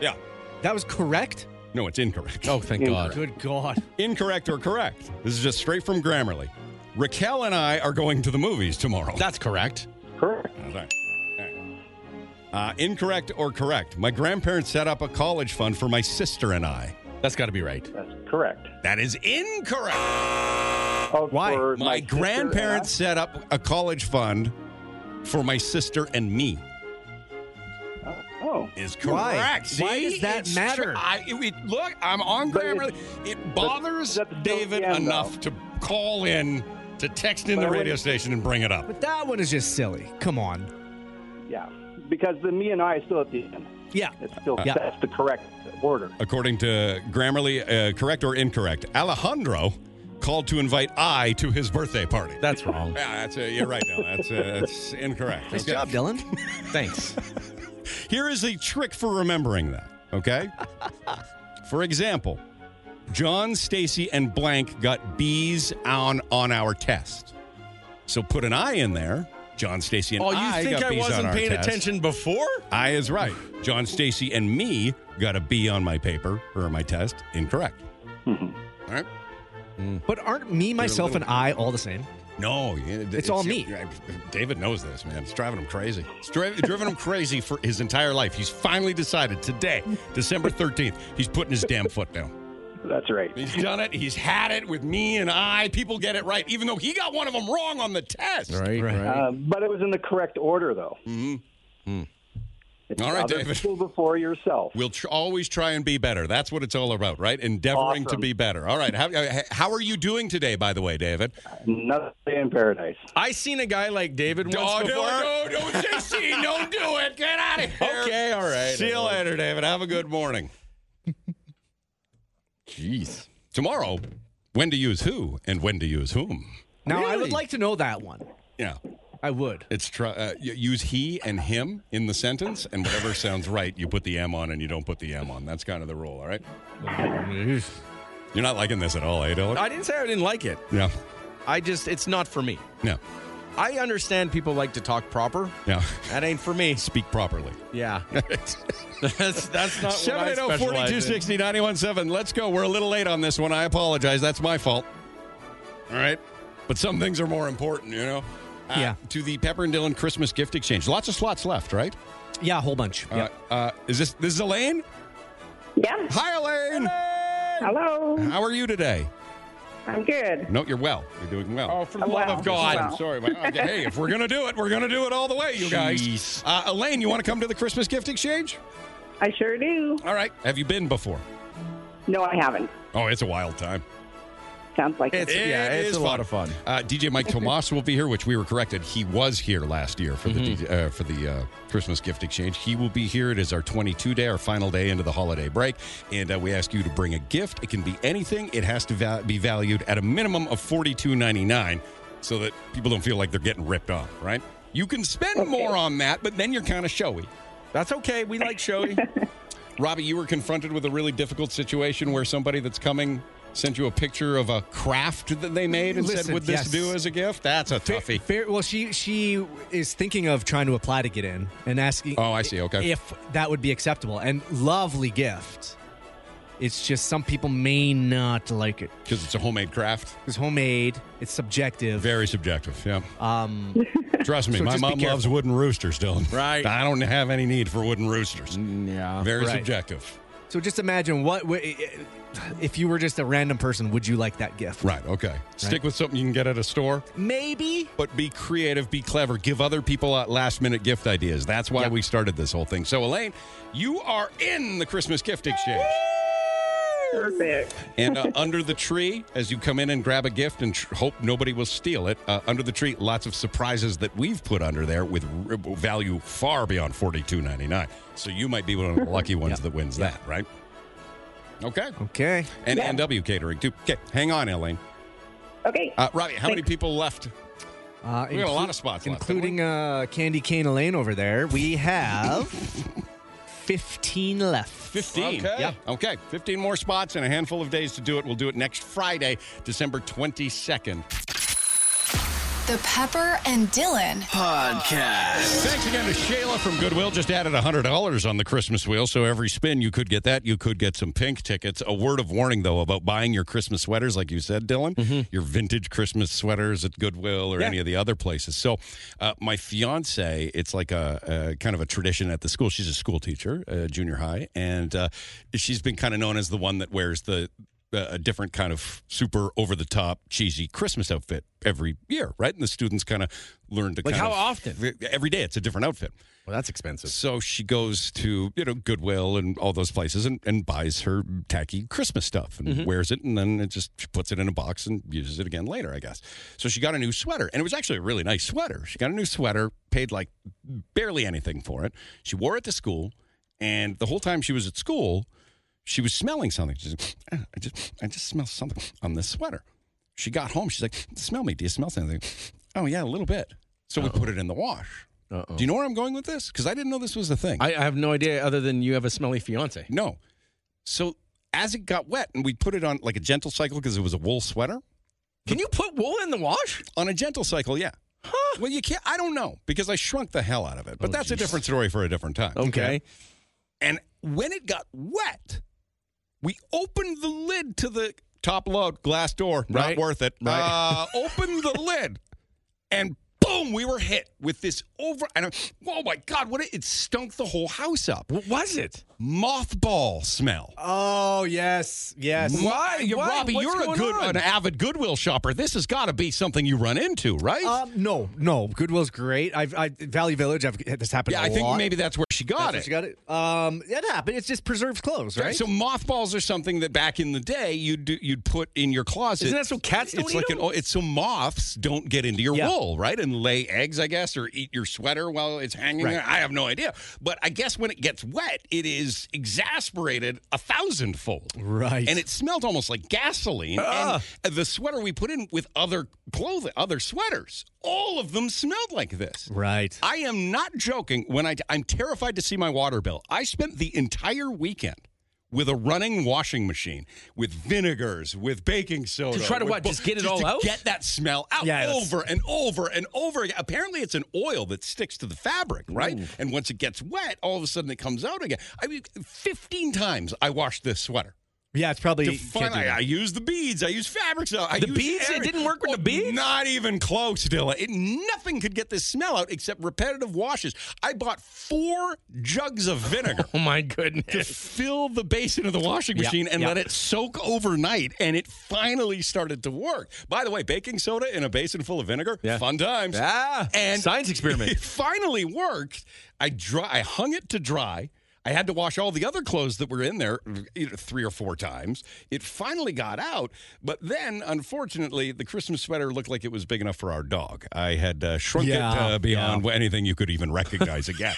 S3: Yeah.
S5: That was correct?
S3: No, it's incorrect. Oh,
S5: thank God. Good God.
S3: Incorrect or correct? This is just straight from Grammarly. Raquel and I are going to the movies tomorrow.
S14: That's correct.
S3: Correct. Uh, incorrect or correct? My grandparents set up a college fund for my sister and I.
S14: That's got to be right.
S11: That's correct.
S3: That is incorrect.
S11: Why?
S3: my, grandparents set up a college fund for my sister and me.
S11: Oh,
S3: is correct.
S5: Why?
S3: See?
S5: Why does that
S3: It's
S5: matter?
S3: tr- I, it- it- look, I'm on Grammarly. It bothers David enough to call in to text in
S11: But
S3: the
S11: I
S3: radio
S11: wouldn't-
S3: station and bring it up.
S5: But that one is just silly. Come on.
S11: Yeah, because the me and I is still at the end.
S5: Yeah.
S11: It's still
S3: Yeah.
S11: that's the correct order.
S3: According to Grammarly, uh, correct or incorrect, Alejandro called to invite I to his birthday party.
S14: That's wrong.
S3: Yeah, that's uh, you're right. Now that's uh, that's incorrect.
S5: Nice
S3: Okay.
S5: job, Dylan.
S14: Thanks.
S3: Here is the trick for remembering that. Okay. for example, John, Stacy, and blank got B's on on our test. So put an I in there. John, Stacy, and
S14: Oh, you
S3: I
S14: think
S3: got
S14: I
S3: B's on
S14: wasn't
S3: our
S14: paying
S3: test.
S14: attention before?
S3: I is right. John, Stacy, and me got a B on my paper or my test. Incorrect.
S11: Mm-hmm.
S3: All right.
S5: Mm. But aren't me, myself, and I all the same?
S3: No, it-
S5: It's all me.
S3: David knows this, man. It's driving him crazy. It's dri- driven him crazy for his entire life. He's finally decided today, December 13th, he's putting his damn foot down.
S11: That's right.
S3: He's done it. He's had it with me and I. People get it right, even though he got one of them wrong on the test.
S14: Right,
S11: Uh, but it was in the correct order, though.
S3: Mm-hmm.
S11: It's
S3: All right,
S11: other
S3: David.
S11: people before yourself.
S3: We'll tr- always try and be better. That's what it's all about, right? Endeavoring to
S11: Awesome.
S3: be better. All right. How, uh, how are you doing today, by the way, David?
S11: Another day in paradise.
S14: I seen a guy like David once
S3: Oh,
S14: before.
S3: no, no, no, JC, don't do it. Get out of here.
S14: Okay, all right.
S3: See you
S14: all right.
S3: later, David. Have a good morning. Jeez. Tomorrow, when to use who and when to use whom.
S5: Now, I would like to know that one.
S3: Yeah.
S5: I would.
S3: It's try, uh, y- use he and him in the sentence, and whatever sounds right, you put the M on and you don't put the M on. That's kind of the rule, all right? You're not liking this at all, eh, Dylan?
S14: I didn't say I didn't like it.
S3: yeah.
S14: I just, it's not for me.
S3: Yeah.
S14: I understand people like to talk proper.
S3: Yeah.
S14: That ain't for me.
S3: Speak properly.
S14: Yeah. oh, that's, that's not what I
S3: 780
S14: specialize in.
S3: 4260 917. Let's go. We're a little late on this one. I apologize. That's my fault. All right. But some things are more important, you know? Uh,
S5: Yeah.
S3: To the Pepper and Dylan Christmas gift exchange. Lots of slots left, right?
S5: Yeah, a whole bunch.
S3: All right. Uh, is this this is Elaine?
S12: Yeah.
S3: Hi, Elaine.
S12: Hello.
S3: How are you today?
S12: I'm good.
S3: No, you're well. You're doing well.
S14: Oh, for the love
S12: Wow.
S14: of God.
S12: Wow.
S3: I'm sorry. But, okay, hey, if we're going to do it, we're going to do it all the way, you guys.
S14: Jeez.
S3: Uh, Elaine, you want to come to the Christmas gift exchange?
S12: I sure do.
S3: All right. Have you been before?
S12: No, I haven't.
S3: Oh, it's a wild time.
S12: Sounds like
S14: It's,
S12: it.
S14: yeah,
S3: It
S14: it's
S3: is
S14: a lot of fun.
S3: Uh, DJ Mike Tomas will be here, which we were corrected. He was here last year for the DJ, uh, for the uh, Christmas gift exchange. He will be here. It is our 22 day, our final day into the holiday break, and uh, we ask you to bring a gift. It can be anything. It has to va- be valued at a minimum of 42.99, so that people don't feel like they're getting ripped off. Right? You can spend more on that, but then you're kind of showy.
S14: That's okay. We like showy.
S3: Robbie, you were confronted with a really difficult situation where somebody that's coming sent you a picture of a craft that they made and said,
S5: Listen,
S3: "Would this
S5: yes.
S3: do as a gift?" That's a toughie.
S5: Fair, well, she she is thinking of trying to apply to get in and asking
S3: Oh, I see. Okay.
S5: if that would be acceptable. And lovely gift. It's just some people may not like it.
S3: Because it's a homemade craft.
S5: It's homemade. It's subjective.
S3: Very subjective. Yeah.
S5: Um,
S3: Trust me,
S5: So
S3: my
S5: just be
S3: mom loves
S5: careful.
S3: wooden roosters, Dylan.
S14: Right.
S3: I don't have any need for wooden roosters.
S14: yeah.
S3: Very
S5: Right.
S3: subjective.
S5: so just imagine what w- if you were just a random person, would you like that gift?
S3: Right. Okay. Stick with something you can get at a store,
S5: Maybe.
S3: but be creative, be clever, give other people uh, last minute gift ideas. That's why
S5: Yep.
S3: we started this whole thing. So, Elaine, you are in the Christmas gift exchange.
S12: Perfect.
S3: And uh, under the tree, as you come in and grab a gift and tr- hope nobody will steal it, uh, under the tree, lots of surprises that we've put under there with r- value far beyond forty two ninety nine. So you might be one of the lucky ones that wins that, right? Okay.
S5: Okay.
S3: And
S12: Yeah.
S3: NW Catering, too. Okay, hang on, Elaine.
S12: Okay.
S3: Uh, Robbie, how many
S12: Thanks.
S3: people left?
S5: Uh,
S3: We got a lot
S5: inclu-
S3: of spots left, don't
S5: including uh, Candy Cane Lane over there. We have fifteen left.
S3: 15.
S5: Okay.
S3: Yeah. Okay. 15 more spots and a handful of days to do it. We'll do it next Friday, December 22nd.
S1: The Pepper and Dylan
S2: Podcast.
S3: Thanks again to Shayla from Goodwill. Just added $100 on the Christmas wheel. So every spin, you could get that. You could get some pink tickets. A word of warning, though, about buying your Christmas sweaters, like you said, Dylan,
S14: Mm-hmm.
S3: your vintage Christmas sweaters at Goodwill or any of the other places. So uh, my fiance, it's like a, a kind of a tradition at the school. She's a school teacher, uh, junior high, and uh, she's been kind of known as the one that wears the uh, a different kind of super over the top cheesy Christmas outfit every year, right? And the students kind of learn to
S14: Like
S3: kind
S14: how
S3: of- often? Every day, it's a different outfit.
S5: Well, that's expensive.
S3: So she goes to you know Goodwill and all those places and, and buys her tacky Christmas stuff and
S5: Mm-hmm.
S14: Mhm.
S3: wears it, and then it just she puts it in a box and uses it again later, I guess. So she got a new sweater, and it was actually a really nice sweater. She got a new sweater, paid like barely anything for it. She wore it to school, and the whole time she was at school, she was smelling something. She's like, "Ah, I just, I just smell something on this sweater. She got home. She's like, smell me. Do you smell something? Oh yeah, a little bit. So we put it in the wash. Do you know where I'm going with this? Because I didn't know this was a thing.
S14: I, I have no idea other than you have a smelly fiance.
S3: No. So as it got wet and we put it on like a gentle cycle because it was a wool sweater. Can you put wool in the wash? On a gentle cycle, yeah. Huh? Well, you can't. I don't know because I shrunk the hell out of it. But that's a different story for a different time.
S14: Oh, Okay.
S3: And when it got wet, we opened the lid to the top load glass door. Not
S14: Right.
S3: worth it.
S14: Right.
S3: Uh, opened the lid and boom, we were hit with this over. And I, oh my God, what it, it stunk the whole house up. What was it? Mothball smell.
S5: Oh yes, yes.
S3: Why, you- Robbie? you're a good, an
S5: Uh,
S3: avid Goodwill shopper. This has got to be something you run into, right?
S5: Um, no, no. Goodwill's great. I've I, Valley Village. I've this happened.
S3: Yeah,
S5: I
S3: I think maybe that's where she got it.
S5: She got it. Um, yeah, nah, but it's just preserved clothes, right?
S3: So mothballs are something that back in the day you'd do, you'd put in your closet.
S14: Isn't that so cats don't
S3: it's
S14: eat
S3: like
S14: them?
S3: an oh, it's so moths don't get into your
S14: Yeah.
S3: wool, right? And lay eggs, I guess, or eat your sweater while it's hanging
S14: Right.
S3: there. I have no idea. But I guess when it gets wet, it is exasperated a thousandfold.
S5: Right.
S3: And it smelled almost like gasoline.
S14: Ah.
S3: And the sweater we put in with other clothing, other sweaters, all of them smelled like this.
S5: Right.
S3: I am not joking when I I'm terrified to see my water bill. I spent the entire weekend with a running washing machine, with vinegars, with baking soda.
S14: To try to
S3: with
S14: what, just get it
S3: just
S14: all
S3: to
S14: out?
S3: Get that smell out
S14: Yeah, that's-
S3: over and over and over again. Apparently, it's an oil that sticks to the fabric, right? And once it gets wet, all of a sudden it comes out again. I mean, 15 times I washed this sweater.
S5: yeah, it's probably.
S3: To find- I, I use the beads. I use fabrics. I
S14: The
S3: use
S14: beads? It
S3: every-
S14: didn't work with the
S3: Oh,
S14: beads?
S3: Not even close, Dylan. It, nothing could get this smell out except repetitive washes. I bought four jugs of vinegar.
S14: Oh my goodness.
S3: To fill the basin of the washing
S14: Yeah,
S3: machine and
S14: yeah.
S3: let it soak overnight, and it finally started to work. By the way, baking soda in a basin full of vinegar, fun times.
S14: Ah,
S3: and
S14: science experiment.
S3: It finally worked. I dry, I hung it to dry. I had to wash all the other clothes that were in there you know, three or four times. It finally got out, but then unfortunately, the Christmas sweater looked like it was big enough for our dog. I had uh, shrunk
S14: Yeah,
S3: it uh, beyond anything you could even recognize again.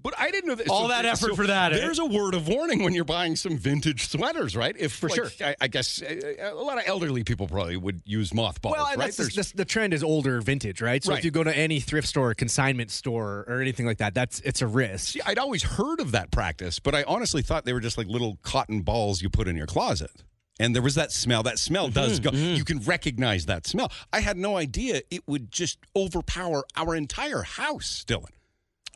S3: But I didn't know that.
S14: All that effort for that, eh?
S3: There's a word of warning when you're buying some vintage sweaters, right? If for
S5: sure.
S3: I, I guess uh, a lot of elderly people probably would use mothballs,
S5: well,
S3: right?
S5: and that's
S3: There's-
S5: just, that's- the trend is older vintage, right? So
S3: Right.
S5: if you go to any thrift store, consignment store, or anything like that, that's it's a risk.
S3: See, I'd always heard of that practice, but I honestly thought they were just like little cotton balls you put in your closet. And there was that smell. That smell does
S5: Mm-hmm,
S3: go. You can recognize that smell. I had no idea it would just overpower our entire house, Dylan.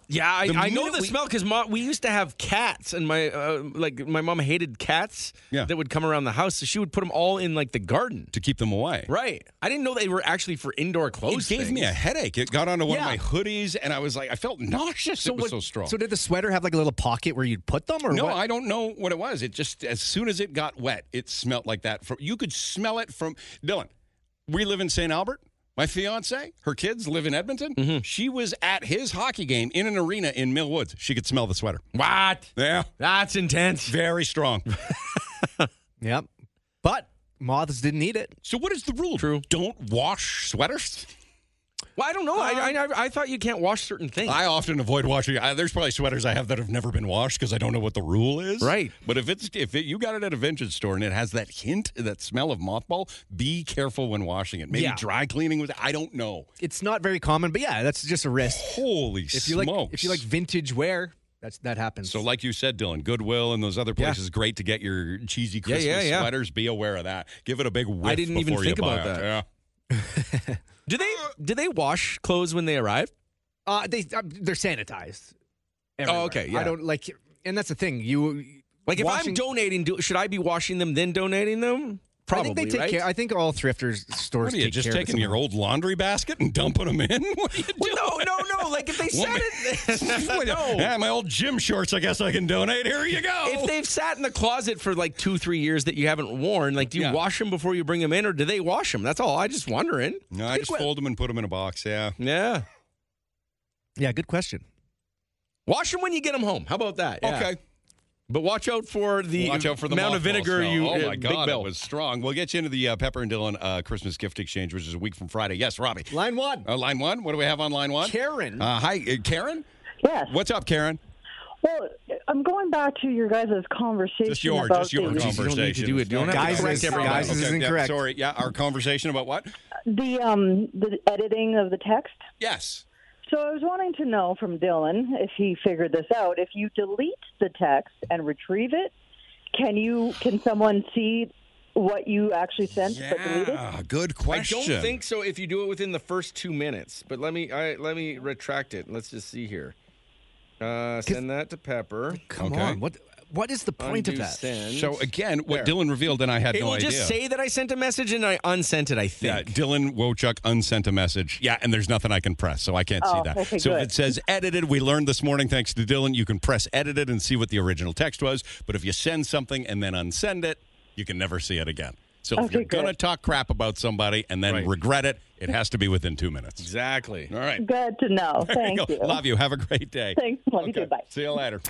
S14: Yeah, I,
S3: The
S14: I know
S3: minute
S14: the
S3: we-
S14: smell because we used to have cats, and my uh, like my mom hated cats that would come around the house, so she would put them all in like the garden
S3: to keep them away.
S14: Right. I didn't know they were actually for indoor clothes.
S3: It gave me a
S14: things.
S3: headache. It got onto one
S14: Yeah.
S3: of my hoodies, and I was like, I felt nauseous. it was
S5: what-
S3: so strong.
S5: So did the sweater have like a little pocket where you'd put them, or
S3: no,
S5: what?
S3: I don't know what it was. It just as soon as it got wet, it smelled like that. From you could smell it from Dylan. We live in St. Albert. My fiance, her kids live in Edmonton.
S5: Mm-hmm.
S3: She was at his hockey game in an arena in Mill Woods. She could smell the sweater.
S14: What?
S3: Yeah,
S14: that's intense.
S3: Very strong.
S5: yep. But moths didn't eat it.
S3: So what is the rule? True. Don't wash sweaters.
S14: Well, I don't know. I,
S5: Um,
S14: I, I- I thought you can't wash certain things.
S3: I often avoid washing. I, there's probably sweaters I have that have never been washed because I don't know what the rule is. Right. But if it's if it, you got it at a vintage store and it has that hint, that smell of mothball, be careful when washing it. Maybe
S5: Yeah.
S3: dry cleaning with. I don't know.
S5: It's not very common, but yeah, that's just a risk.
S3: Holy
S5: if you Like, if you like
S3: smokes.
S5: vintage wear, that's that happens.
S3: So, like you said, Dylan, Goodwill and those other places, great to get your cheesy
S5: Yeah,
S3: Christmas
S5: yeah, yeah.
S3: sweaters. Be aware of that. Give it a big whiff.
S14: I didn't even
S3: before you
S14: think
S3: buy
S14: about
S3: it.
S14: that.
S3: Yeah.
S14: do they
S3: Uh,
S14: do they wash clothes when they arrive?
S5: Uh, they uh, they're sanitized. everywhere.
S14: Oh, okay.
S5: I
S14: Yeah.
S5: don't like, and that's the thing. You
S14: like if
S5: washing-
S14: I'm donating, do, should I be washing them then donating them? Probably.
S5: I think they take
S14: right?
S5: care. I think all thrifters stores
S14: What are you,
S5: take
S14: just
S5: care of it
S14: taking your
S5: somehow.
S3: old laundry basket and dumping them in? What are you
S14: well, no, no, no. Like if they
S3: Well,
S14: said it,
S3: Wait,
S14: no.
S3: yeah, my old gym shorts. I guess I can donate. Here you go.
S14: If they've sat in the closet for like two, three years that you haven't worn, like do you wash them before you bring them in, or do they wash them? That's all. I just wondering.
S3: No, I just fold them and put them in a box. Yeah.
S14: Yeah.
S5: Yeah, good question.
S14: Wash them when you get them home. How about that? Yeah.
S3: Okay.
S14: But watch out for the
S3: Watch out for the
S14: amount of
S3: mothball
S14: vinegar
S3: smell.
S14: you.
S3: Oh
S14: uh,
S3: my
S14: Big
S3: God,
S14: Bill.
S3: that was strong. We'll get you into the uh, Pepper and Dylan uh, Christmas gift exchange, which is a week from Friday. Yes, Robbie.
S5: Line one.
S3: Uh, line one. What do we have on line one?
S5: Karen.
S3: Uh, hi, uh, Karen.
S13: Yes.
S3: What's up, Karen?
S13: Well, I'm going back to your guys' conversation.
S3: Just your,
S13: about
S3: just your
S13: the,
S3: conversation.
S14: don't need to do it. You don't have to Guys correct is- everybody. guys is
S3: yeah,
S14: incorrect.
S3: sorry. Yeah, our conversation about what?
S13: the um the editing of the text.
S3: Yes.
S13: So I was wanting to know from Dylan if he figured this out. If you delete the text and retrieve it, can you can someone see what you actually sent but deleted?
S3: Ah, good
S14: I
S3: question.
S14: don't think so. If you do it within the first two minutes, but let me I, let me retract it. Let's just see here. Uh, send that to Pepper.
S5: Come on, what what is the point of
S14: Undo
S5: that?
S14: send.
S3: So again, what Dylan revealed, and I had
S14: it
S3: no
S14: will
S3: idea.
S14: just say that I sent a message and I unsent it. I
S3: yeah,
S14: think.
S3: Dylan Wochuk unsent a message. Yeah, and there's nothing I can press, so I can't see
S14: Oh,
S3: that.
S14: okay,
S3: so
S14: good.
S3: if it says edited, we learned this morning thanks to Dylan, you can press edited and see what the original text was. But if you send something and then unsend it, you can never see it again. So if
S13: Okay,
S3: you're
S13: good.
S3: gonna talk crap about somebody and then regret it, it has to be within two minutes.
S14: Exactly.
S3: All right.
S13: Good to know.
S3: There
S13: Thank
S3: go.
S13: you.
S3: Love you. Have a great day.
S13: Thanks. Love you too. Bye.
S3: See you later.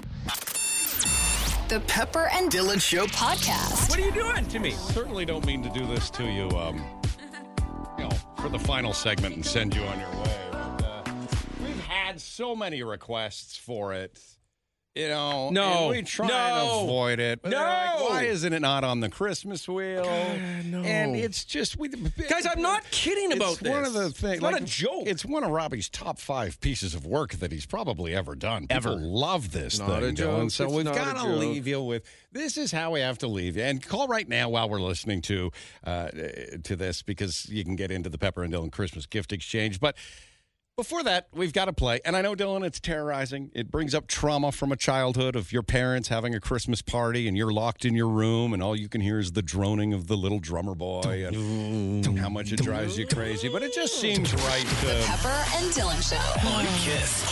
S1: The Pepper and Dylan Show podcast.
S14: What are you doing to me?
S3: Certainly don't mean to do this to you, um, you know, for the final segment and send you on your way. But, uh, we've had so many requests for it. You know,
S14: No.
S3: and we try
S14: No.
S3: and avoid it. but they're like,
S14: No.
S3: why isn't it not on the Christmas wheel? And it's just we
S14: guys. I'm not kidding about
S3: it's
S14: this.
S3: one of the things.
S14: It's not a joke.
S3: It's one of Robbie's top five pieces of work that he's probably ever done.
S14: Ever.
S3: People love this
S14: Not
S3: thing,
S14: a joke.
S3: Dylan. So
S14: It's
S3: we've
S14: not a
S3: got to
S14: joke.
S3: leave you with this is how we have to leave you. And call right now while we're listening to uh, uh, to this because you can get into the Pepper and Dylan Christmas gift exchange. But before that, we've got to play. And I know, Dylan, it's terrorizing. It brings up trauma from a childhood of your parents having a Christmas party and you're locked in your room and all you can hear is the droning of the little drummer boy and how much it drives you crazy. But it just seems right to.
S1: Pepper and Dylan Show. On Kiss.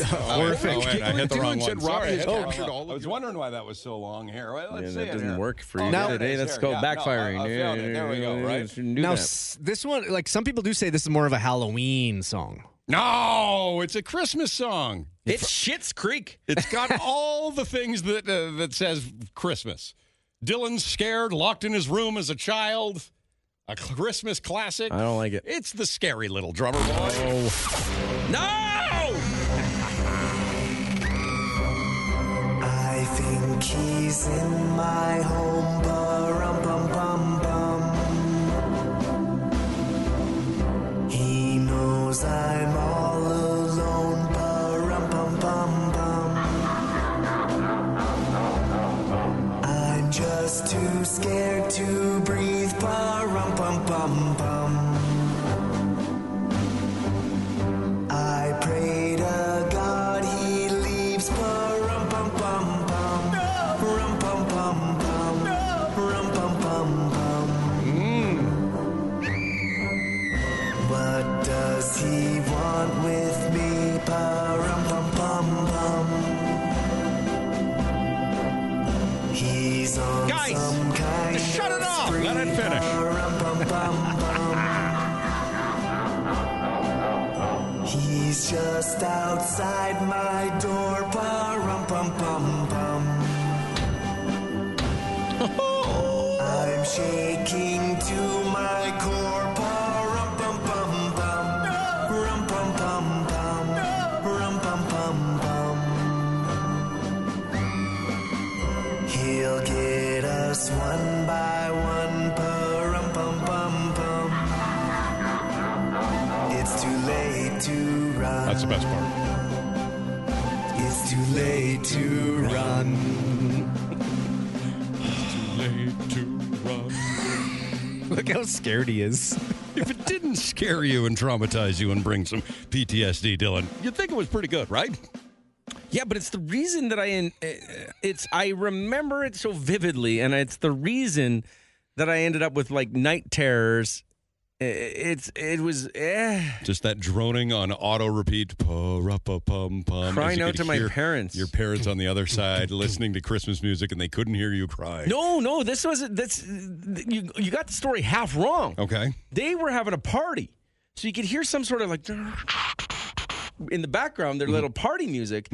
S3: Oh, wait, oh, wait, I hit the
S14: Dylan
S3: wrong
S14: said
S3: one.
S14: Robbie
S3: Sorry, I
S14: has
S3: hit the wrong
S14: captured
S3: one. I was wondering why that was so long here. Well, let's
S14: Yeah,
S3: see
S14: that
S3: it
S14: doesn't
S3: here.
S14: work for
S3: Oh,
S14: you
S3: there
S14: today.
S3: it is.
S14: Let's
S3: Here,
S14: go
S3: yeah, no, I-
S14: backfiring.
S3: I found it. There we go, right?
S5: now s- this one, like some people do say, this is more of a Halloween song.
S3: No, it's a Christmas song.
S14: It's Shits Creek.
S3: It's got all the things that uh, that says Christmas. Dylan scared, locked in his room as a child. A Christmas classic.
S14: I don't like it.
S3: It's the scary little drummer boy. Oh.
S14: No!
S2: I think he's in my home. Bum, bum, bum, bum. He knows I'm all alone. Bum, bum, bum, bum. I'm just too scared to breathe. Bum, bum, bum, bum. I pray to God he leaves. Bum, bum, bum, bum. Rum, bum, bum, bum. Rum, bum, bum, bum. What does he want with me? Ba-rum, bum, bum, bum. He's on
S14: Guys,
S2: some kind
S14: just shut
S2: of
S14: it off. Let
S2: spree.
S14: it finish.
S2: Ba-rum, bum, bum, bum. He's just outside my door. Ba-rum, bum, bum, bum. I'm shaking to my core. Ba-rum, bum, bum, bum. Rum, It's too late to run.
S3: That's the best part.
S2: It's too late to run.
S3: Late to run.
S5: Look how scared he is.
S3: if it didn't scare you and traumatize you and bring some PTSD, Dylan, you'd think it was pretty good, right?
S4: Yeah, but it's the reason that I en- uh, it's I remember it so vividly, and it's the reason that I ended up with like night terrors. I- It's it was eh.
S3: Just that droning on auto repeat. Pa-ra-pa-pum-pum, as
S4: Crying
S3: you
S4: out
S3: could
S4: to my
S3: hear
S4: parents.
S3: Your parents on the other side listening to Christmas music and they couldn't hear you cry.
S4: No, no, this wasn't. That's you. You got the story half wrong.
S3: Okay.
S4: They were having a party, so you could hear some sort of like in the background their little party music.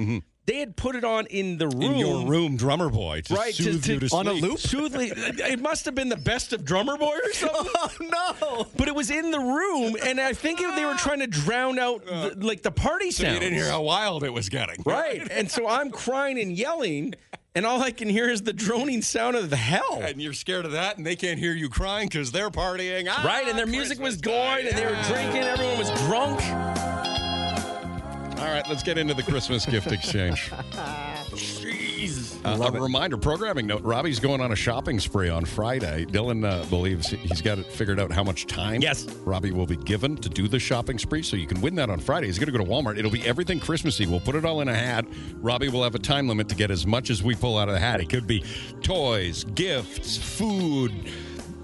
S4: They had put it on in the room.
S3: Mm-hmm. In your room, drummer boy, to
S4: right?
S3: soothe you to sleep.
S4: Soothe me. It must have been the best of drummer boy or something.
S5: Oh no!
S4: But it was in the room, and I think it, they were trying to drown out the, like the party
S3: Uh, So
S4: sound.
S3: you didn't hear how wild it was getting.
S4: Right, and so I'm crying and yelling, and all I can hear is the droning sound of the hell.
S3: And you're scared of that, and they can't hear you crying because they're partying. Ah,
S4: Right, and their music was going, and they were drinking. Everyone was drunk.
S3: All right, let's get into the Christmas gift exchange. Uh, a reminder, programming note: Robbie's going on a shopping spree on Friday. Dylan uh, believes he's got it figured out how much time. Yes, Robbie will be given to do the shopping spree, so you can win that on Friday. He's going to go to Walmart. It'll be everything Christmassy. We'll put it all in a hat. Robbie will have a time limit to get as much as we pull out of the hat. It could be toys, gifts, food.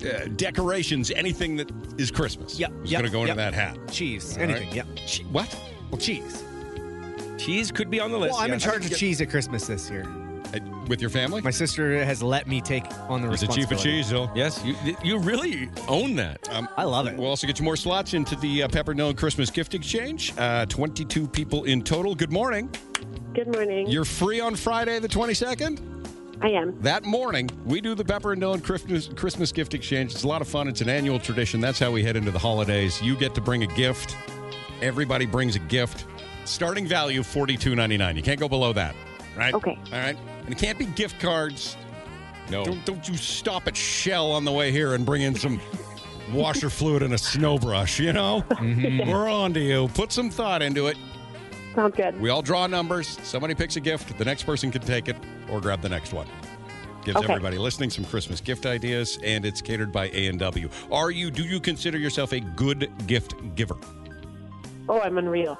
S3: Uh, decorations, anything that is Christmas. Yeah, It's
S5: yep,
S3: going to go into
S5: yep.
S3: that hat.
S5: Cheese,
S3: All right.
S5: anything, yep.
S3: Che- what?
S5: Well, cheese.
S4: Cheese could be on the
S5: Well, I'm in charge of cheese at Christmas this year.
S3: with your family?
S5: My sister has let me take on the
S3: He's a chief of
S5: responsibility.
S3: cheese, though.
S4: Yes, you you really own that.
S5: I love it.
S3: We'll also get you more slots into the uh, Pepperdine Christmas gift exchange. Uh, 22 people in total. Good morning.
S9: Good morning.
S3: You're free on Friday, the 22nd?
S9: I am.
S3: That morning, we do the Pepper and Dylan Christmas, Christmas gift exchange. It's a lot of fun. It's an annual tradition. That's how we head into the holidays. You get to bring a gift. Everybody brings a gift. Starting value $42.99. You can't go below that, right? Okay. All right. And it can't be gift cards.
S4: No.
S3: Don't, don't you stop at Shell on the way here and bring in some washer fluid and a snow brush, you know? We're on to you. Put some thought into it.
S9: Sounds good.
S3: We all draw numbers. Somebody picks a gift. The next person can take it or grab the next one. Gives
S9: Okay.
S3: everybody listening some Christmas gift ideas, and it's catered by A and W. Are you? Do you consider yourself a good gift giver?
S9: Oh, I'm unreal.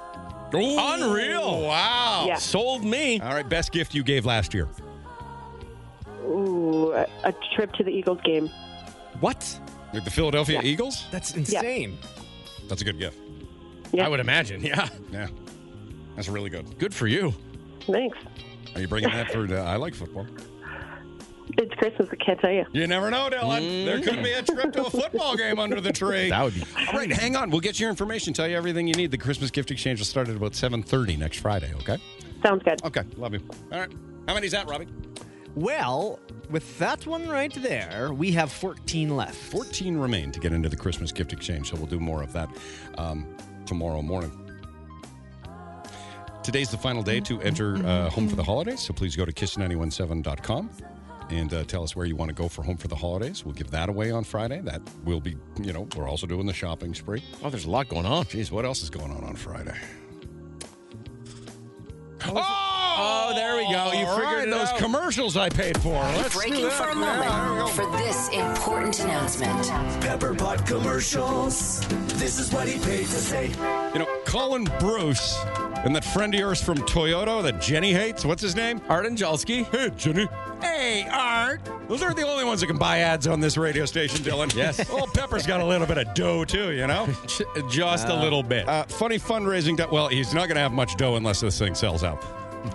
S4: Unreal!
S3: Wow!
S9: Yeah.
S4: Sold me.
S3: All right, best gift you gave last year.
S9: Ooh, a, a trip to the Eagles game.
S5: What?
S3: Like the Philadelphia Eagles?
S5: That's insane.
S3: That's a good gift.
S9: Yeah.
S4: I would imagine. Yeah.
S3: Yeah, that's really good.
S4: Good for you.
S9: Thanks.
S3: Are you bringing that for? Uh, I like football.
S9: It's Christmas. I can't tell you.
S3: You never know, Dylan. There could be a trip to a football game under the tree.
S4: That would be.
S3: All right, hang on. We'll get your information, tell you everything you need. The Christmas gift exchange will start at about 7.30 next Friday, okay?
S9: Sounds good.
S3: Okay, love you. All right. How many's that, Robbie?
S5: Well, with that one right there, we have 14 left.
S3: 14 remain to get into the Christmas gift exchange, so we'll do more of that um, tomorrow morning. Today's the final day to enter uh, Home for the Holidays, so please go to kiss917.com and uh, tell us where you want to go for Home for the Holidays. We'll give that away on Friday. That will be, you know, we're also doing the shopping spree.
S4: Oh, there's a lot going on.
S3: Jeez, what else is going on on Friday?
S4: Oh, there we go. You
S3: All
S4: figured
S3: right,
S4: it
S3: those
S4: out.
S3: commercials I paid for. Let's do
S15: Breaking
S3: that.
S15: for a
S3: Yeah, there
S15: moment
S3: we
S15: for this important announcement.
S2: Pepper pot commercials. This is what he paid to say.
S3: go. You know, Colin Bruce and that friend of yours from Toyota that Jenny hates. What's his name?
S4: Art Angelski.
S3: Hey, Jenny. Hey, Art. Those aren't the only ones that can buy ads on this radio station, Dylan.
S4: Yes.
S3: Well, Pepper's got a little bit of dough, too, you know?
S4: Just a little bit.
S3: Uh, funny fundraising. do- Well, he's not going to have much dough unless this thing sells out.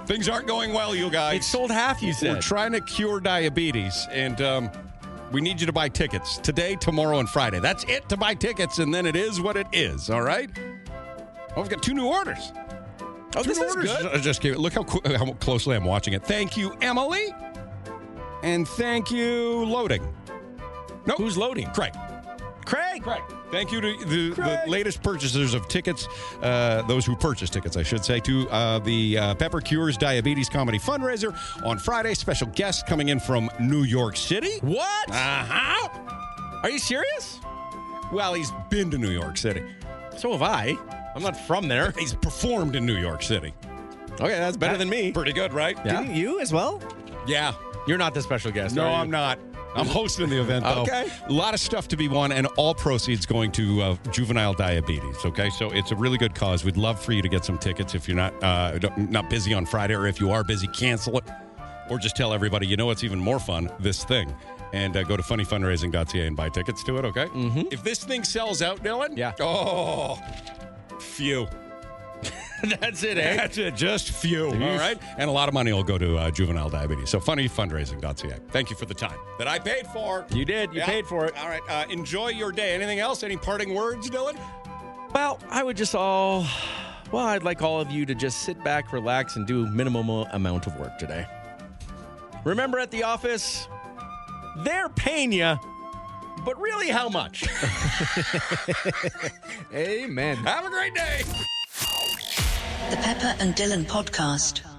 S3: Things aren't going well, you guys.
S4: It sold half, you
S3: We're
S4: said.
S3: trying to cure diabetes, and um, we need you to buy tickets today, tomorrow, and Friday. That's it to buy tickets, and then it is what it is. All right. Oh, we've got two new orders.
S4: Oh,
S3: Two
S4: this
S3: new
S4: is
S3: orders.
S4: good.
S3: I just gave it. Look how, qu- how closely I'm watching it. Thank you, Emily, and thank you, loading. No,
S4: Who's loading?
S3: Craig.
S4: Craig. Craig.
S3: Thank you to the, the
S4: Craig.
S3: latest purchasers of tickets, uh, those who purchase tickets, I should say, to uh, the uh, Pepper Cures Diabetes Comedy Fundraiser on Friday. Special guest coming in from New York City. Uh-huh.
S4: What?
S3: Uh huh.
S4: Are you serious?
S3: Well, he's been to New York City.
S4: So have I. I'm not from there.
S3: He's performed in New York City.
S4: Okay, that's better than me.
S3: Pretty good, right?
S5: Didn't you as well?
S3: Yeah.
S4: You're not the special guest.
S3: No,
S4: are you?
S3: I'm not. I'm hosting the event, though.
S4: Okay.
S3: A lot of stuff to be won, and all proceeds going to uh, juvenile diabetes. Okay, so it's a really good cause. We'd love for you to get some tickets if you're not uh, don't- not busy on Friday, or if you are busy, cancel it, or just tell everybody. You know, it's even more fun this thing, and uh, go to funnyfundraising.ca and buy tickets to it. Okay. Mm-hmm. If this thing sells out, Dylan. Yeah. Oh, phew.
S4: That's it, eh?
S3: That's it. Just few. All right. And a lot of money will go to uh, juvenile diabetes. So funnyfundraising.ca. Thank you for the time that I paid for.
S4: You did. You
S3: Yeah.
S4: paid for it.
S3: All right. Uh, enjoy your day. Anything else? Any parting words, Dylan?
S4: Well, I would just all. Well, I'd like all of you to just sit back, relax, and do minimum amount of work today. Remember at the office, they're paying you, but really, how much?
S5: Amen.
S3: Have a great day.
S15: The Pepper and Dylan Podcast.